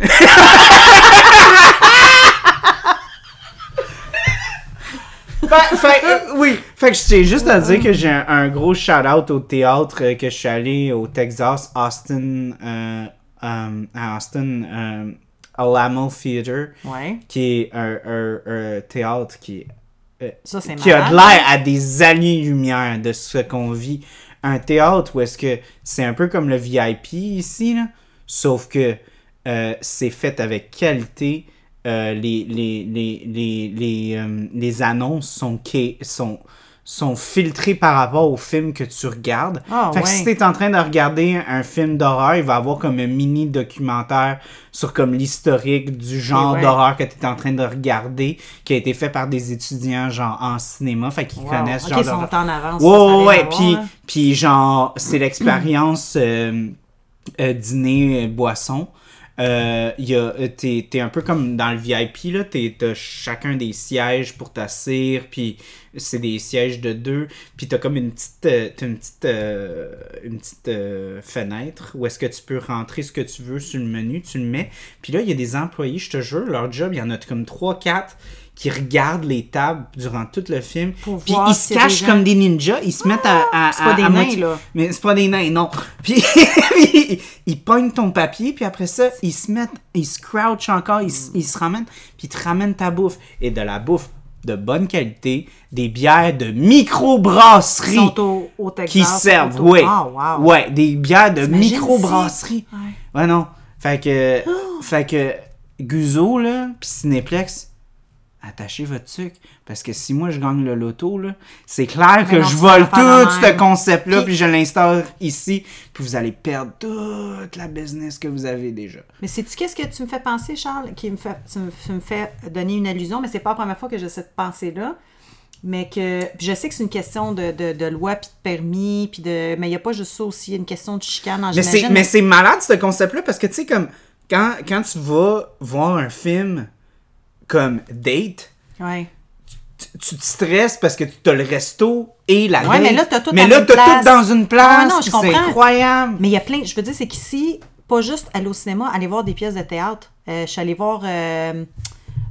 Speaker 1: Fait- fait- euh, oui, fait que je tiens juste à dire que j'ai un, un gros shout-out au théâtre euh, que je suis allé au Texas, Austin, euh, euh, à Austin, euh, Alamo Theater,
Speaker 2: Ouais.
Speaker 1: qui est un, un- un théâtre qui, euh,
Speaker 2: Ça, c'est
Speaker 1: qui a de
Speaker 2: malade.
Speaker 1: l'air à des années-lumière de ce qu'on vit. Un théâtre où est-ce que c'est un peu comme le VIP ici, là, sauf que euh, c'est fait avec qualité. euh, les, les, les, les, les, euh, les annonces sont, quai- sont, sont filtrées par rapport au film que tu regardes.
Speaker 2: Ah,
Speaker 1: fait que
Speaker 2: ouais.
Speaker 1: si t'es en train de regarder un film d'horreur, il va avoir comme un mini documentaire sur comme l'historique du genre
Speaker 2: ouais.
Speaker 1: d'horreur que tu es en train de regarder, qui a été fait par des étudiants genre en cinéma, fait qu'ils
Speaker 2: Wow.
Speaker 1: connaissent
Speaker 2: Ok,
Speaker 1: genre
Speaker 2: ils sont
Speaker 1: d'horreur.
Speaker 2: en avance. ça, ça
Speaker 1: Ouais, ouais,
Speaker 2: rien
Speaker 1: ouais,
Speaker 2: à voir,
Speaker 1: puis
Speaker 2: là.
Speaker 1: puis genre c'est l'expérience euh, euh, dîner euh, boisson. Euh, y a, euh, t'es, t'es un peu comme dans le VIP, là, t'es, t'as chacun des sièges pour t'asseoir, puis c'est des sièges de deux, puis t'as comme une petite, euh, t'as une petite, euh, une petite euh, fenêtre où est-ce que tu peux rentrer ce que tu veux sur le menu, tu le mets, puis là, il y a des employés, je te jure, leur job, il y en a comme 3-4 qui regardent les tables durant tout le film,
Speaker 2: Pour
Speaker 1: puis
Speaker 2: voir
Speaker 1: ils se
Speaker 2: s'il y a des
Speaker 1: cachent
Speaker 2: gens.
Speaker 1: comme des ninjas, ils se mettent à... à-
Speaker 2: Ah! C'est pas
Speaker 1: à-
Speaker 2: des
Speaker 1: à
Speaker 2: nains,
Speaker 1: moitié-
Speaker 2: là.
Speaker 1: mais c'est pas des nains, non. Puis ils- ils pognent ton papier, puis après ça, ils se mettent, ils se crouchent encore, ils, s- ils se ramènent, puis ils te ramènent ta bouffe. Et de la bouffe de bonne qualité, des bières de microbrasserie
Speaker 2: Ils sont au, au Texas.
Speaker 1: qui
Speaker 2: sont
Speaker 1: servent,
Speaker 2: au-
Speaker 1: ouais.
Speaker 2: Ah, wow.
Speaker 1: Ouais, des bières de
Speaker 2: T'imagines
Speaker 1: microbrasserie.
Speaker 2: si- Ouais. Oh!
Speaker 1: Ouais. non. Fait que, fait que Guzo, là, puis Cinéplex, attachez votre sucre. Parce que si moi je gagne le loto, là, c'est clair que
Speaker 2: non,
Speaker 1: je
Speaker 2: tu vas
Speaker 1: vole
Speaker 2: faire la
Speaker 1: tout ce
Speaker 2: même.
Speaker 1: concept-là,
Speaker 2: Puis-
Speaker 1: puis je l'instaure ici, puis vous allez perdre toute la business que vous avez déjà.
Speaker 2: Mais sais-tu qu'est-ce que tu me fais penser, Charles? Qui me fait, tu, me, tu me fais donner une allusion, mais c'est pas la première fois que j'ai cette pensée-là. Mais que puis je sais que c'est une question de, de, de loi, puis de permis, puis de. Mais il n'y a pas juste ça aussi, il y a une question de chicane en
Speaker 1: Mais c'est,
Speaker 2: général.
Speaker 1: mais c'est malade ce concept-là parce que tu sais, comme quand, quand tu vas voir un film comme Date,
Speaker 2: Ouais.
Speaker 1: tu- tu te stresses parce que tu as le resto et la
Speaker 2: Ouais,
Speaker 1: date.
Speaker 2: mais là, t'as tout
Speaker 1: Mais
Speaker 2: dans
Speaker 1: là,
Speaker 2: une
Speaker 1: t'as
Speaker 2: place.
Speaker 1: tout dans une place.
Speaker 2: Ah, non, je
Speaker 1: puis C'est
Speaker 2: comprends.
Speaker 1: incroyable.
Speaker 2: Mais il y a plein. Je veux dire, c'est qu'ici, pas juste aller au cinéma, aller voir des pièces de théâtre. Euh, je suis allée voir, euh,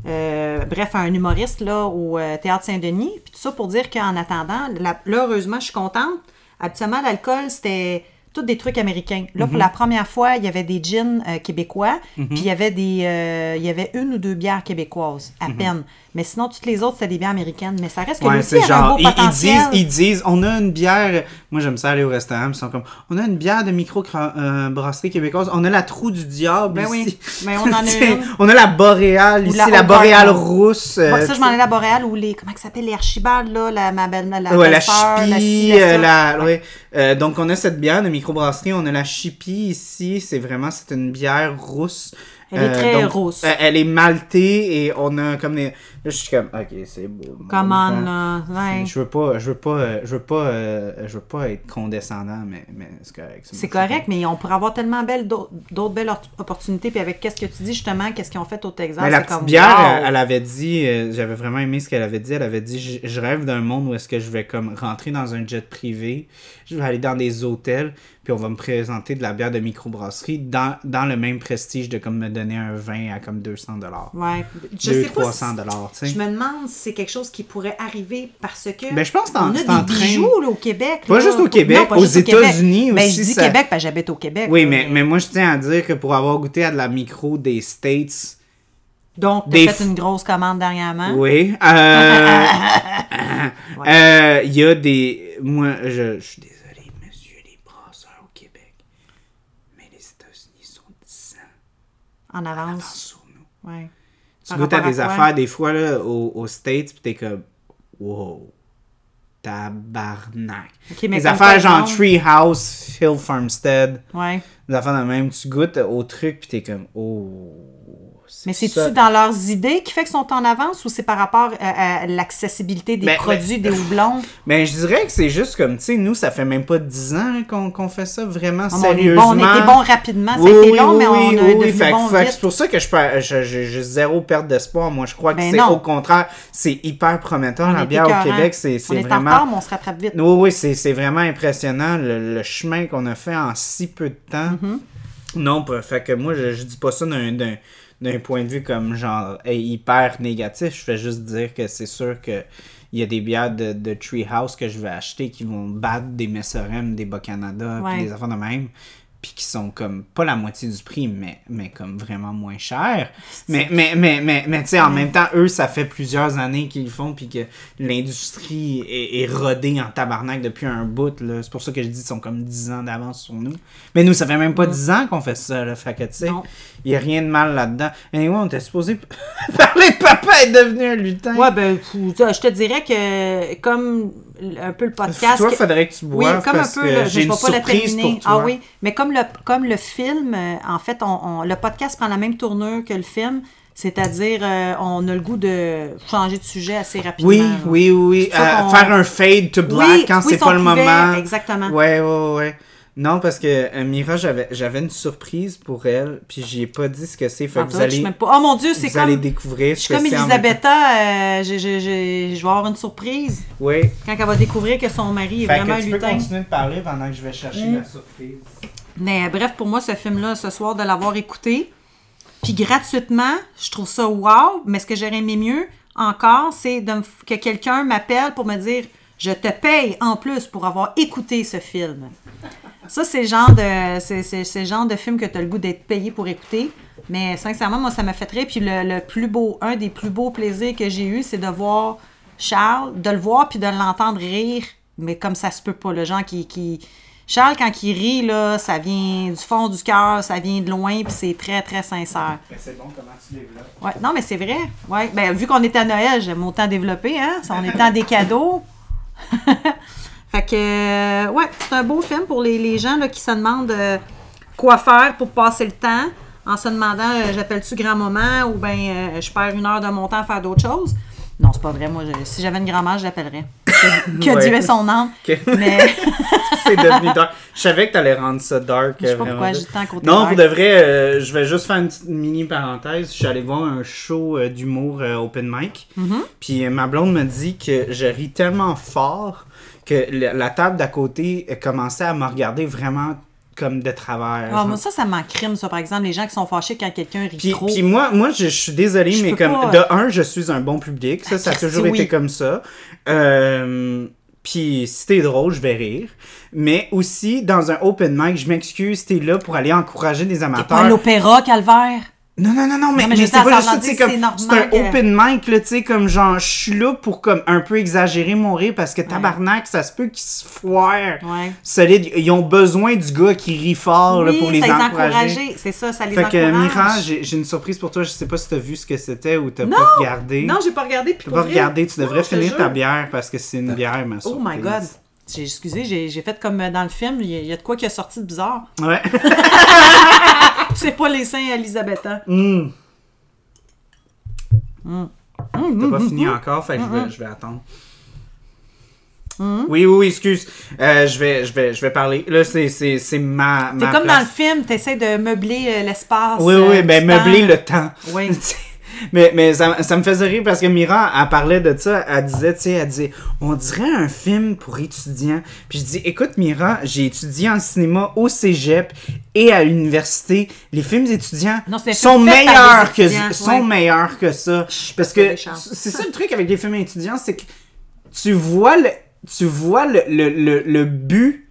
Speaker 2: euh, bref, un humoriste là, au euh, Théâtre Saint-Denis. Puis tout ça pour dire qu'en attendant, la- là, heureusement, je suis contente. Habituellement, l'alcool, c'était tous des trucs américains. Là,
Speaker 1: Mhm.
Speaker 2: pour la première fois, il y avait des gins euh, québécois, puis il y avait des, euh, il y avait une ou deux bières québécoises, à peine. Mais sinon, toutes les autres, c'était des bières américaines. Mais ça reste que
Speaker 1: Mhm. Ouais,
Speaker 2: lui aussi,
Speaker 1: c'est
Speaker 2: il avait un
Speaker 1: genre,
Speaker 2: beau
Speaker 1: ils, ils
Speaker 2: potentiel.
Speaker 1: disent, ils disent, on a une bière. Moi, j'aime ça aller au restaurant. puis Ils sont comme, on a une bière de micro-brasserie québécoise. On a la trou du diable.
Speaker 2: Ben oui,
Speaker 1: ici.
Speaker 2: mais on en a
Speaker 1: C'est-
Speaker 2: une.
Speaker 1: On a la boréale
Speaker 2: Ou
Speaker 1: ici,
Speaker 2: la
Speaker 1: la
Speaker 2: Hogarth.
Speaker 1: boréale rousse. euh,
Speaker 2: Moi, ça, je m'en ai la boréale ou les. Comment ça s'appelle Les archibald, là, la, ma belle. La,
Speaker 1: Ouais, la
Speaker 2: belle-sœur, la ci,
Speaker 1: chipie,
Speaker 2: la ça.
Speaker 1: euh, la, ouais. Euh, donc on a cette bière de microbrasserie, on a la chipie ici, c'est vraiment, c'est une bière rousse.
Speaker 2: Elle est très rousse.
Speaker 1: euh, elle est maltée et on a comme des... Là, je suis comme, ok, c'est beau.
Speaker 2: Come on,
Speaker 1: Bon,
Speaker 2: là. Ouais.
Speaker 1: Je veux pas, je veux pas, euh, je veux pas, euh, je veux pas être condescendant, mais, mais c'est correct.
Speaker 2: C'est correct, mais on pourrait avoir tellement belles d'au- d'autres belles or- opportunités. Puis avec qu'est-ce que tu dis justement, qu'est-ce qu'ils ont fait au Texas
Speaker 1: Mais la
Speaker 2: Ah, c'est
Speaker 1: petite
Speaker 2: comme,
Speaker 1: bière,
Speaker 2: wow.
Speaker 1: euh, elle avait dit, euh, j'avais vraiment aimé ce qu'elle avait dit. Elle avait dit, je- je rêve d'un monde où est-ce que je vais comme rentrer dans un jet privé, je vais aller dans des hôtels, puis on va me présenter de la bière de microbrasserie dans, dans le même prestige de comme me donner un vin à comme 200 dollars.
Speaker 2: Ouais. Je
Speaker 1: 200
Speaker 2: sais pas.
Speaker 1: 300 dollars, tu
Speaker 2: si-
Speaker 1: sais.
Speaker 2: Je me demande si c'est quelque chose qui pourrait arriver parce que.
Speaker 1: Ben, je pense que t'en-
Speaker 2: on a
Speaker 1: c'est en
Speaker 2: des
Speaker 1: train-
Speaker 2: bijoux là, au Québec.
Speaker 1: Pas
Speaker 2: là.
Speaker 1: juste au Québec,
Speaker 2: pas
Speaker 1: aux
Speaker 2: juste au Québec.
Speaker 1: États-Unis
Speaker 2: Ben,
Speaker 1: aussi,
Speaker 2: Je dis
Speaker 1: ça-
Speaker 2: Québec parce que j'habite au Québec.
Speaker 1: Oui,
Speaker 2: là,
Speaker 1: mais, mais moi je tiens à dire que pour avoir goûté à de la micro des States,
Speaker 2: Donc, t'as
Speaker 1: des
Speaker 2: fait une grosse commande dernièrement.
Speaker 1: oui, euh, euh, il y a des... Moi, je, je suis désolé, monsieur, les brasseurs au Québec, mais les États-Unis sont 10 ans
Speaker 2: En avance.
Speaker 1: sur nous.
Speaker 2: Ouais.
Speaker 1: Tu
Speaker 2: Par
Speaker 1: goûtes à
Speaker 2: rapport à
Speaker 1: des
Speaker 2: quoi?
Speaker 1: affaires des fois là, aux, aux States, pis t'es comme, wow, tabarnak.
Speaker 2: Ok, mais
Speaker 1: des
Speaker 2: comme
Speaker 1: affaires
Speaker 2: par
Speaker 1: genre
Speaker 2: exemple?
Speaker 1: Treehouse, Hill Farmstead,
Speaker 2: Ouais.
Speaker 1: des affaires de même. Tu goûtes au truc, pis t'es comme, oh.
Speaker 2: Mais
Speaker 1: ça.
Speaker 2: c'est-tu dans leurs idées qui fait qu'ils sont en avance ou c'est par rapport à, à l'accessibilité des
Speaker 1: Ben,
Speaker 2: produits,
Speaker 1: ben-
Speaker 2: des houblons?
Speaker 1: Mais je dirais que c'est juste comme, tu sais, nous, ça fait même pas 10 ans là, qu'on qu'on fait ça vraiment
Speaker 2: On, est Oh Ah, bon,
Speaker 1: sérieusement.
Speaker 2: on était bon rapidement. Ça
Speaker 1: Oui,
Speaker 2: a été
Speaker 1: oui,
Speaker 2: long,
Speaker 1: oui,
Speaker 2: mais on
Speaker 1: oui,
Speaker 2: a
Speaker 1: oui,
Speaker 2: devenu
Speaker 1: fait que-
Speaker 2: bon
Speaker 1: fait que
Speaker 2: vite.
Speaker 1: C'est pour ça que je per- je- je- j'ai zéro perte d'espoir. Moi, je crois que
Speaker 2: Ben
Speaker 1: c'est
Speaker 2: non.
Speaker 1: au contraire, c'est hyper prometteur.
Speaker 2: On
Speaker 1: la
Speaker 2: est
Speaker 1: bière au
Speaker 2: écœurant.
Speaker 1: Québec, c'est c'est
Speaker 2: On est en
Speaker 1: vraiment.
Speaker 2: retard, mais on se rattrape vite.
Speaker 1: Oui, oui, c'est c'est vraiment impressionnant le, le chemin qu'on a fait en si peu de temps.
Speaker 2: Mm-hmm.
Speaker 1: Non, pas- fait que moi, je, je dis pas ça d'un- d'un d'un point de vue comme genre hey, hyper négatif. Je fais juste dire que c'est sûr que il y a des bières de, de Treehouse que je vais acheter qui vont battre des Messerem, des Bas-Canada, puis
Speaker 2: Ouais.
Speaker 1: des affaires de même. Puis qui sont comme pas la moitié du prix, mais, mais comme vraiment moins cher. Mais, mais, mais, mais, mais tu sais, en même temps, eux, ça fait plusieurs années qu'ils le font, puis que l'industrie est, est rodée en tabarnak depuis un bout. là. C'est pour ça que je dis qu'ils sont comme 10 ans d'avance sur nous. Mais nous, ça fait même pas 10 ans qu'on fait ça, là. Fait que, tu sais,
Speaker 2: Non.
Speaker 1: il y a rien de mal là-dedans. Anyway, on était supposé parler de papa est devenu un lutin.
Speaker 2: Ouais, ben, fou, ça, je te dirais que comme l- un peu le podcast.
Speaker 1: Toi,
Speaker 2: que-
Speaker 1: faudrait que tu
Speaker 2: Oui,
Speaker 1: boives
Speaker 2: comme un
Speaker 1: parce
Speaker 2: peu,
Speaker 1: que
Speaker 2: là, je
Speaker 1: j'ai
Speaker 2: ne vais
Speaker 1: une
Speaker 2: pas la
Speaker 1: surprise
Speaker 2: terminer.
Speaker 1: pour toi.
Speaker 2: Ah oui, mais comme le, comme le film, euh, en fait, on, on- le podcast prend la même tournure que le film, c'est-à-dire euh, on a le goût de changer de sujet assez rapidement.
Speaker 1: Oui,
Speaker 2: là.
Speaker 1: oui, oui.
Speaker 2: C'est ça
Speaker 1: euh,
Speaker 2: qu'on-
Speaker 1: faire un fade to black
Speaker 2: Oui,
Speaker 1: quand
Speaker 2: oui,
Speaker 1: c'est
Speaker 2: si
Speaker 1: pas
Speaker 2: on
Speaker 1: le
Speaker 2: pouvait,
Speaker 1: moment.
Speaker 2: exactement.
Speaker 1: Ouais, ouais, ouais. Non, parce que euh, Mira, j'avais j'avais une surprise pour elle, puis j'ai pas dit ce que c'est. Fait
Speaker 2: En
Speaker 1: que
Speaker 2: tout,
Speaker 1: vous
Speaker 2: je sais
Speaker 1: allez,
Speaker 2: même pas. Oh mon Dieu, c'est
Speaker 1: vous
Speaker 2: comme.
Speaker 1: allez découvrir
Speaker 2: je
Speaker 1: ce
Speaker 2: suis
Speaker 1: que
Speaker 2: comme
Speaker 1: c'est. en même
Speaker 2: Elisabetta, euh, j'ai- j'ai- j'ai- je vais avoir une surprise
Speaker 1: temps. Oui.
Speaker 2: quand elle va découvrir que son mari est
Speaker 1: Fait
Speaker 2: vraiment
Speaker 1: que
Speaker 2: un
Speaker 1: tu peux
Speaker 2: lutin.
Speaker 1: continuer de parler pendant que je vais chercher la surprise.
Speaker 2: Mais euh, bref, pour moi, ce film-là, ce soir, de l'avoir écouté, puis gratuitement, je trouve ça wow, mais ce que j'aurais aimé mieux encore, c'est de me f- que quelqu'un m'appelle pour me dire « Je te paye en plus pour avoir écouté ce film ». Ça, c'est le genre de, c'est, c'est- c'est le genre de film que tu as le goût d'être payé pour écouter. Mais sincèrement, moi, ça m'a fait rire. Puis le, le plus beau, un des plus beaux plaisirs que j'ai eu, c'est de voir Charles, de le voir puis de l'entendre rire. Mais comme ça se peut pas, le genre qui. qui... Charles, quand il rit, là, ça vient du fond du cœur, ça vient de loin, puis c'est très, très sincère.
Speaker 1: Ben, c'est bon, comment tu développes?
Speaker 2: Ouais. Non, mais c'est vrai. Ouais. Ben, vu qu'on est à Noël, j'aime autant développer, hein? On est en des cadeaux. fait que, euh, ouais, c'est un beau film pour les, les gens là, qui se demandent euh, quoi faire pour passer le temps en se demandant euh, j'appelle-tu grand-maman ou ben euh, je perds une heure de mon temps à faire d'autres choses. Non, c'est pas vrai. Moi, je- si j'avais une grand-mère, je l'appellerais. Que, que
Speaker 1: Ouais.
Speaker 2: Dieu ait son âme.
Speaker 1: Ok.
Speaker 2: Mais.
Speaker 1: c'est devenu dark. Je savais que t'allais rendre ça dark.
Speaker 2: Je sais
Speaker 1: euh,
Speaker 2: pas
Speaker 1: vraiment.
Speaker 2: pourquoi j'ai tant côté
Speaker 1: Non,
Speaker 2: dark.
Speaker 1: pour de vrai, euh, je vais juste faire une petite mini parenthèse. Je suis allé voir un show euh, d'humour euh, open mic.
Speaker 2: Mm-hmm.
Speaker 1: Puis euh, ma blonde me dit que je ris tellement fort que la, la table d'à côté euh, commençait à me regarder vraiment comme de travers.
Speaker 2: Ah,
Speaker 1: genre.
Speaker 2: moi, ça, ça m'encrime, ça, par exemple, les gens qui sont fâchés quand quelqu'un rit
Speaker 1: Puis,
Speaker 2: trop.
Speaker 1: puis moi, moi je, je suis désolé,
Speaker 2: Je
Speaker 1: mais
Speaker 2: peux
Speaker 1: comme
Speaker 2: pas,
Speaker 1: de
Speaker 2: euh,
Speaker 1: un, je suis un bon public. Ça, ça a
Speaker 2: Christy,
Speaker 1: toujours été
Speaker 2: oui.
Speaker 1: comme ça. Euh, puis si t'es drôle, je vais rire. Mais aussi, dans un open mic, je m'excuse, t'es là pour aller encourager des
Speaker 2: Pas
Speaker 1: amateurs.
Speaker 2: à l'opéra, Calvaire.
Speaker 1: Non, non, non, non, mais,
Speaker 2: mais
Speaker 1: mais
Speaker 2: je
Speaker 1: c'est
Speaker 2: sais,
Speaker 1: pas
Speaker 2: à
Speaker 1: juste ça, tu sais,
Speaker 2: Sarlandic,
Speaker 1: comme,
Speaker 2: c'est
Speaker 1: c'est un
Speaker 2: normal que-
Speaker 1: open mic, là, tu sais, comme genre, je suis là pour comme un peu exagérer mon rire parce que tabarnak, ça se peut qu'ils se foirent
Speaker 2: Ouais.
Speaker 1: solide. Ils ont besoin du gars qui rit fort, là,
Speaker 2: Oui,
Speaker 1: pour les
Speaker 2: ça
Speaker 1: encourager.
Speaker 2: C'est ça, ça les
Speaker 1: Fait que euh,
Speaker 2: encourage.
Speaker 1: Mira, j'ai j'ai une surprise pour toi. Je sais pas si t'as vu ce que c'était ou t'as
Speaker 2: Non!
Speaker 1: pas regardé.
Speaker 2: Non, j'ai pas regardé.
Speaker 1: t'as
Speaker 2: Puis pour
Speaker 1: pas
Speaker 2: vrai-
Speaker 1: regardé. Tu
Speaker 2: Non,
Speaker 1: devrais
Speaker 2: je te
Speaker 1: finir ta
Speaker 2: jure.
Speaker 1: bière parce que c'est une bière, ma
Speaker 2: Oh
Speaker 1: surprise.
Speaker 2: my God. J'ai excusé, j'ai j'ai fait comme euh, dans le film, il y, a- il y a de quoi qui a sorti de bizarre.
Speaker 1: Ouais.
Speaker 2: C'est pas les seins Elisabetta.
Speaker 1: Mm. T'as pas fini encore, fait que je
Speaker 2: Mm-hmm.
Speaker 1: vais, je vais attendre. Oui, oui, oui, excuse. Euh, je, vais, je, vais, je vais parler. Là, c'est c'est- c'est ma.
Speaker 2: C'est
Speaker 1: ma
Speaker 2: comme dans
Speaker 1: place.
Speaker 2: le film, t'essaies de meubler euh, l'espace.
Speaker 1: Oui,
Speaker 2: euh,
Speaker 1: oui,
Speaker 2: du
Speaker 1: ben
Speaker 2: temps.
Speaker 1: meubler le temps.
Speaker 2: Oui.
Speaker 1: Mais, mais ça, ça me faisait rire parce que Mira, elle parlait de ça. Elle disait, tu sais, elle disait, on dirait un film pour étudiants. Puis je dis, écoute, Mira, j'ai étudié en cinéma au cégep et à l'université. Les films étudiants
Speaker 2: Non, c'est des
Speaker 1: sont,
Speaker 2: films faits par
Speaker 1: meilleurs
Speaker 2: des
Speaker 1: que,
Speaker 2: étudiants,
Speaker 1: sont
Speaker 2: ouais.
Speaker 1: meilleurs que ça. Parce
Speaker 2: pas
Speaker 1: que
Speaker 2: des chances.
Speaker 1: c'est ça le truc avec les films étudiants, c'est que tu vois le, tu vois le, le, le, le but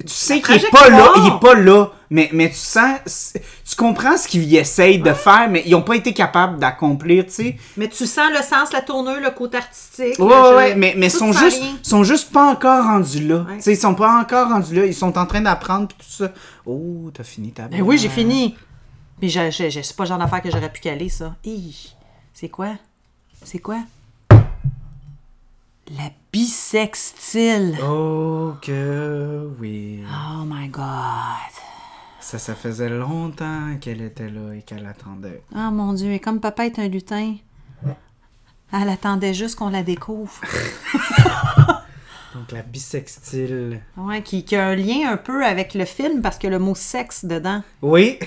Speaker 1: tu sais qu'il est pas là,
Speaker 2: trajectoire.
Speaker 1: il est pas là, mais, mais tu sens, c'est- tu comprends ce qu'ils essayent de faire, mais ils ont pas été capables d'accomplir, tu sais.
Speaker 2: Mais tu sens le sens, la tournure, le côté artistique.
Speaker 1: Ouais,
Speaker 2: le-
Speaker 1: ouais, ouais, mais, mais
Speaker 2: tout
Speaker 1: sont
Speaker 2: sans
Speaker 1: juste,
Speaker 2: rien.
Speaker 1: sont juste pas encore rendus là.
Speaker 2: Ouais.
Speaker 1: Tu sais, ils sont pas encore rendus là, ils sont en train d'apprendre pis tout ça. Oh, t'as fini ta
Speaker 2: Ben oui, j'ai
Speaker 1: bière.
Speaker 2: fini. Mais je, je, je- c'est pas le genre d'affaire que j'aurais pu caler, ça. Hi, c'est quoi? C'est quoi? La bisextile.
Speaker 1: Oh que oui.
Speaker 2: Oh my God.
Speaker 1: Ça, ça faisait longtemps qu'elle était là et qu'elle attendait.
Speaker 2: Oh mon Dieu, et comme papa est un lutin, elle attendait juste qu'on la découvre.
Speaker 1: Donc la bisextile.
Speaker 2: Ouais, qui, qui a un lien un peu avec le film parce que le mot sexe dedans.
Speaker 1: Oui.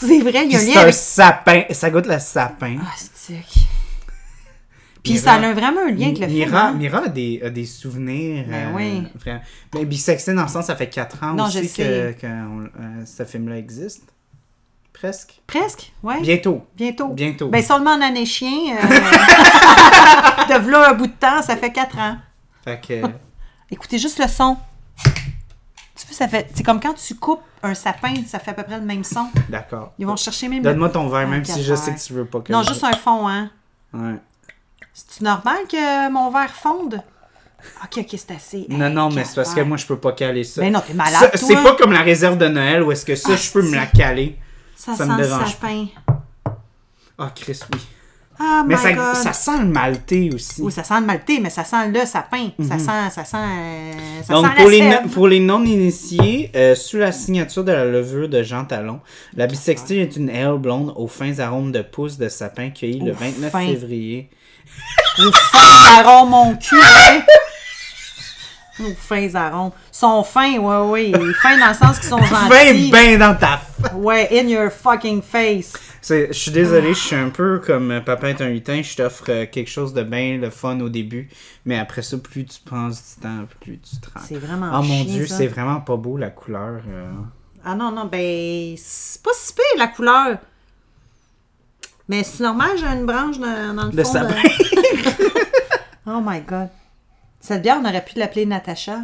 Speaker 2: C'est vrai, il
Speaker 1: Puis
Speaker 2: y a un
Speaker 1: c'est
Speaker 2: lien
Speaker 1: un
Speaker 2: avec.
Speaker 1: sapin. Ça goûte le sapin.
Speaker 2: Ah, stick. Puis ça a vraiment un lien avec le film.
Speaker 1: Mira,
Speaker 2: hein?
Speaker 1: Mira a des, a des souvenirs. euh,
Speaker 2: Ben oui.
Speaker 1: vraiment. Ben, Mais bisextile, dans le sens, ça fait 4 ans
Speaker 2: Non, je
Speaker 1: aussi que,
Speaker 2: sais.
Speaker 1: que on- euh, ce film-là existe. Presque.
Speaker 2: Presque, ouais.
Speaker 1: Bientôt.
Speaker 2: Bientôt.
Speaker 1: Bientôt.
Speaker 2: Ben seulement en année chien. euh, de v'là un bout de temps, ça fait quatre ans.
Speaker 1: Fait que,
Speaker 2: Écoutez juste le son. Tu vois, ça fait. C'est comme quand tu coupes un sapin, ça fait à peu près le même son.
Speaker 1: d'accord.
Speaker 2: Ils vont chercher même. le-
Speaker 1: Donne-moi ton verre,
Speaker 2: Ah,
Speaker 1: même si je sais
Speaker 2: qu'affaire.
Speaker 1: que tu veux pas que
Speaker 2: Non,
Speaker 1: je-
Speaker 2: juste un fond, hein.
Speaker 1: Ouais.
Speaker 2: C'est-tu normal que mon verre fonde? Ok, ok, c'est assez.
Speaker 1: Non,
Speaker 2: Hey,
Speaker 1: non, mais c'est parce que
Speaker 2: qu'affaire.
Speaker 1: moi, je peux pas caler ça.
Speaker 2: Ben non, t'es malade,
Speaker 1: Ça,
Speaker 2: toi.
Speaker 1: C'est pas comme la réserve de Noël où est-ce que ça,
Speaker 2: Ah,
Speaker 1: je peux me
Speaker 2: c'est-
Speaker 1: la caler.
Speaker 2: Ça,
Speaker 1: ça me
Speaker 2: sent le
Speaker 1: dérange
Speaker 2: sapin.
Speaker 1: Ah, Chris, oui.
Speaker 2: Ah,
Speaker 1: Mais
Speaker 2: my
Speaker 1: ça,
Speaker 2: God.
Speaker 1: ça sent le maltais aussi.
Speaker 2: Oui, ça sent le maltais, mais ça sent le sapin. Ça sent, ça sent, euh, ça
Speaker 1: Mhm. Donc,
Speaker 2: sent
Speaker 1: pour
Speaker 2: la
Speaker 1: les,
Speaker 2: sève.
Speaker 1: non- pour les non-initiés, euh, sous la signature de la levure de Jean Talon, la bisextile est une aile blonde aux fins arômes de pousses de sapin cueillie le
Speaker 2: Aux
Speaker 1: 29
Speaker 2: fins.
Speaker 1: février.
Speaker 2: Nos fins arômes, mon cul, hein? Nos fins arômes. Sont fins, ouais, ouais. Ils Fins dans le sens qu'ils sont
Speaker 1: Fin
Speaker 2: gentils.
Speaker 1: ben dans ta f-
Speaker 2: Ouais, in your fucking face.
Speaker 1: C'est- Je suis désolé, je suis un peu comme euh, Papa est un lutin, je t'offre euh, quelque chose de bien le fun au début, mais après ça, plus tu penses du temps, plus tu te rends.
Speaker 2: C'est vraiment
Speaker 1: Oh mon
Speaker 2: chiant,
Speaker 1: dieu,
Speaker 2: ça.
Speaker 1: c'est vraiment pas beau la couleur. euh.
Speaker 2: Ah non, non, ben, c'est pas si pire, la couleur. Mais c'est normal, j'ai une branche dans, dans le
Speaker 1: Le
Speaker 2: fond.
Speaker 1: sapin.
Speaker 2: de- Oh my God. Cette bière, on aurait pu l'appeler Natacha.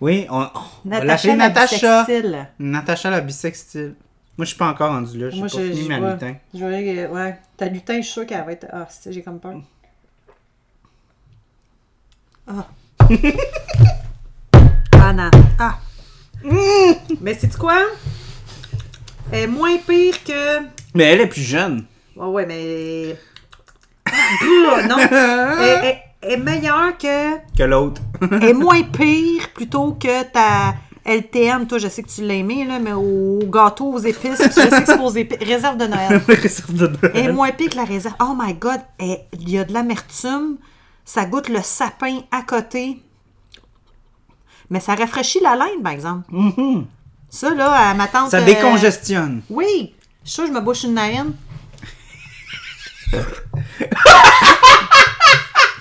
Speaker 1: Oui, on, oh, on va
Speaker 2: Natacha,
Speaker 1: l'appeler
Speaker 2: la
Speaker 1: Natacha.
Speaker 2: bisextile.
Speaker 1: Natacha la bisextile. Moi, je suis pas encore rendu là, j'ai pas
Speaker 2: Moi, je,
Speaker 1: fini
Speaker 2: je
Speaker 1: ma
Speaker 2: vois-
Speaker 1: lutin.
Speaker 2: Je vois que, ouais. Ta lutin, je suis sûre qu'elle va être. Ah, c'est j'ai comme peur. Ah. ah, non. Ah. Mais c'est quoi? Elle est moins pire que.
Speaker 1: Mais elle est plus jeune.
Speaker 2: Ouais, ouais, mais. Ah, non. Elle, elle- elle est meilleure que.
Speaker 1: que l'autre.
Speaker 2: Elle est moins pire plutôt que ta. LTM, toi, je sais que tu l'as aimé, là, mais au gâteau aux épices, je sais que c'est aux épices. Réserve de Noël.
Speaker 1: Réserve de
Speaker 2: Elle est
Speaker 1: Noël.
Speaker 2: moins pire que la réserve. Oh my God, elle- il y a de l'amertume. Ça goûte le sapin à côté. Mais ça rafraîchit la laine, par exemple. Ça, là, à ma tante...
Speaker 1: Mm-hmm. Ça
Speaker 2: euh,
Speaker 1: décongestionne.
Speaker 2: Oui. Je suis sûre que je me bouche une narine.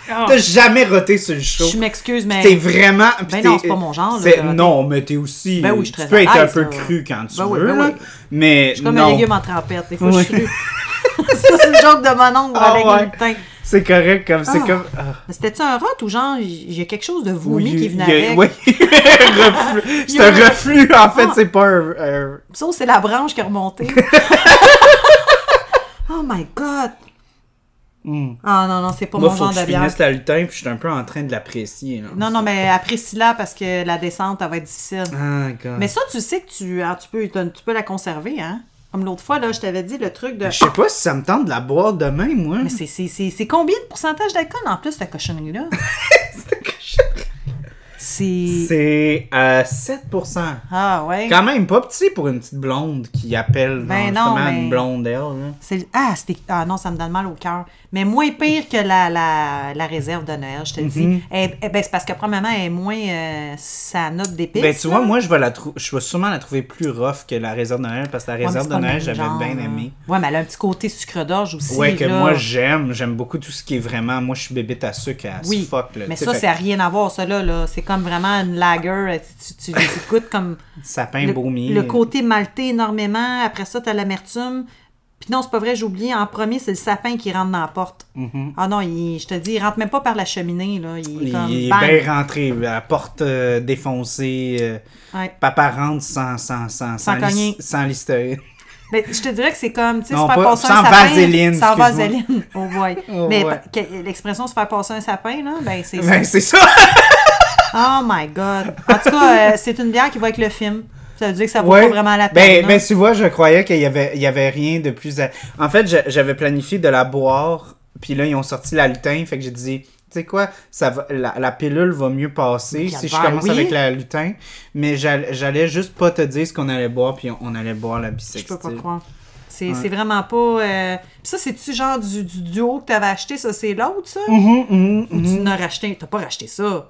Speaker 1: T'as jamais roté sur le show.
Speaker 2: Je m'excuse, mais...
Speaker 1: T'es vraiment.
Speaker 2: Ben
Speaker 1: t'es-
Speaker 2: non, c'est pas mon genre, là,
Speaker 1: c'est-
Speaker 2: de roter.
Speaker 1: non, mais t'es aussi.
Speaker 2: Ben oui, je suis
Speaker 1: tu
Speaker 2: très
Speaker 1: peux être
Speaker 2: à
Speaker 1: un
Speaker 2: l'aise,
Speaker 1: peu
Speaker 2: là.
Speaker 1: cru quand tu
Speaker 2: Ben oui,
Speaker 1: veux.
Speaker 2: ben
Speaker 1: là,
Speaker 2: oui.
Speaker 1: Mais
Speaker 2: Je suis comme
Speaker 1: non.
Speaker 2: un légume en trempette. Des fois,
Speaker 1: Oui.
Speaker 2: je suis crue. Ça, c'est une joke de mon oncle
Speaker 1: Ah
Speaker 2: avec
Speaker 1: ouais.
Speaker 2: le lutin.
Speaker 1: C'est correct comme. C'est
Speaker 2: Ah.
Speaker 1: comme. ah,
Speaker 2: C'était-tu un rot ou genre, il y a quelque chose de vomi
Speaker 1: oui,
Speaker 2: qui
Speaker 1: il y
Speaker 2: venait
Speaker 1: a-
Speaker 2: avec?
Speaker 1: oui. Reflux. c'est un reflux, en fait,
Speaker 2: Ah.
Speaker 1: c'est pas un. un-
Speaker 2: Ça, c'est la branche qui est remontée. oh my God! Ah non, non, c'est pas
Speaker 1: Moi,
Speaker 2: mon
Speaker 1: faut
Speaker 2: genre
Speaker 1: que je
Speaker 2: de bière.
Speaker 1: finisse la lutin, puis je suis un peu en train de l'apprécier. là.
Speaker 2: Non, non, mais apprécie-la parce que la descente, elle va être difficile.
Speaker 1: Ah, God.
Speaker 2: Mais ça, tu sais que tu, ah, tu, peux, tu peux la conserver, hein? Comme l'autre fois, là, je t'avais dit le truc de... Ah,
Speaker 1: Je sais pas si ça me tente de la boire demain, moi.
Speaker 2: Mais c'est- c'est c'est- c'est combien de pourcentage d'alcool en plus, cette cochonnerie-là? C'est.
Speaker 1: C'est euh, 7%.
Speaker 2: Ah ouais.
Speaker 1: Quand même pas petit pour une petite blonde qui appelle genre,
Speaker 2: Ben non,
Speaker 1: justement
Speaker 2: mais-
Speaker 1: une blonde hein. elle. là.
Speaker 2: C'est- Ah, c'était... ah non, ça me donne mal au cœur. Mais moins pire que la, la, la réserve de Noël, je te le
Speaker 1: Mm-hmm.
Speaker 2: dis. Eh- eh ben, c'est parce que, premièrement, elle est moins euh, sa note d'épices.
Speaker 1: Ben tu vois,
Speaker 2: là.
Speaker 1: moi je vais la trou- je vais sûrement la trouver plus rough que la réserve de Noël parce que la
Speaker 2: Ouais, mais
Speaker 1: réserve
Speaker 2: c'est
Speaker 1: de
Speaker 2: pas le
Speaker 1: Noël
Speaker 2: même
Speaker 1: j'avais
Speaker 2: genre,
Speaker 1: bien
Speaker 2: là.
Speaker 1: aimé.
Speaker 2: Ouais, mais elle a un petit côté sucre d'orge aussi.
Speaker 1: Ouais, que
Speaker 2: là.
Speaker 1: moi j'aime, j'aime beaucoup tout ce qui est vraiment. Moi je suis bébête à sucre à
Speaker 2: Oui,
Speaker 1: fuck. Là,
Speaker 2: mais
Speaker 1: Tu sais,
Speaker 2: ça,
Speaker 1: fait
Speaker 2: ça n'a rien à voir, ça, là. là. C'est comme vraiment une lager. euh, Tu, tu, tu les goûtes comme...
Speaker 1: Sapin
Speaker 2: le,
Speaker 1: baumier.
Speaker 2: le côté maltais énormément. Après ça, t'as l'amertume. Puis non, c'est pas vrai, j'ai oublié. En premier, c'est le sapin qui rentre dans la porte. Ah non, il- je te dis, il rentre même pas par la cheminée. Là. Il est comme.
Speaker 1: Mm-hmm. Il est
Speaker 2: bang.
Speaker 1: bien rentré, à la porte euh, défoncée. euh,
Speaker 2: Ouais.
Speaker 1: Papa rentre sans, sans, sans,
Speaker 2: Sans
Speaker 1: lis-
Speaker 2: cogner.
Speaker 1: sans l'hystérine.
Speaker 2: Mais je te dirais que c'est comme, tu sais,
Speaker 1: Non,
Speaker 2: se faire
Speaker 1: pas-
Speaker 2: passer
Speaker 1: sans
Speaker 2: un sapin.
Speaker 1: vaseline,
Speaker 2: Sans
Speaker 1: excuse-moi.
Speaker 2: vaseline. Oh boy.
Speaker 1: Oh
Speaker 2: Mais
Speaker 1: ouais.
Speaker 2: que- l'expression se faire passer un sapin, là, ben c'est
Speaker 1: Ben, c'est ça!
Speaker 2: Oh my God. En tout cas, euh, c'est une bière qui va avec le film. Ça veut dire que ça vaut
Speaker 1: Ouais.
Speaker 2: pas vraiment la peine. hein.
Speaker 1: Ben,
Speaker 2: là.
Speaker 1: ben, tu vois, je croyais qu'il y avait, il y avait rien de plus. à- En fait, je- j'avais planifié de la boire, puis là, ils ont sorti la lutin, fait que j'ai dit, tu sais quoi, ça va, la, la pilule va mieux passer si je
Speaker 2: Calvaire,
Speaker 1: commence
Speaker 2: oui.
Speaker 1: avec la lutin, mais j'all- j'allais juste pas te dire ce qu'on allait boire, puis on, on allait boire la
Speaker 2: Je
Speaker 1: bisextile.
Speaker 2: peux pas croire. C'est c'est vraiment pas. euh, Puis ça, c'est-tu genre du, du duo que t'avais acheté, ça, c'est l'autre, ça?
Speaker 1: Mhm, mhm, mhm.
Speaker 2: Ou tu n'as racheté? T'as pas racheté ça.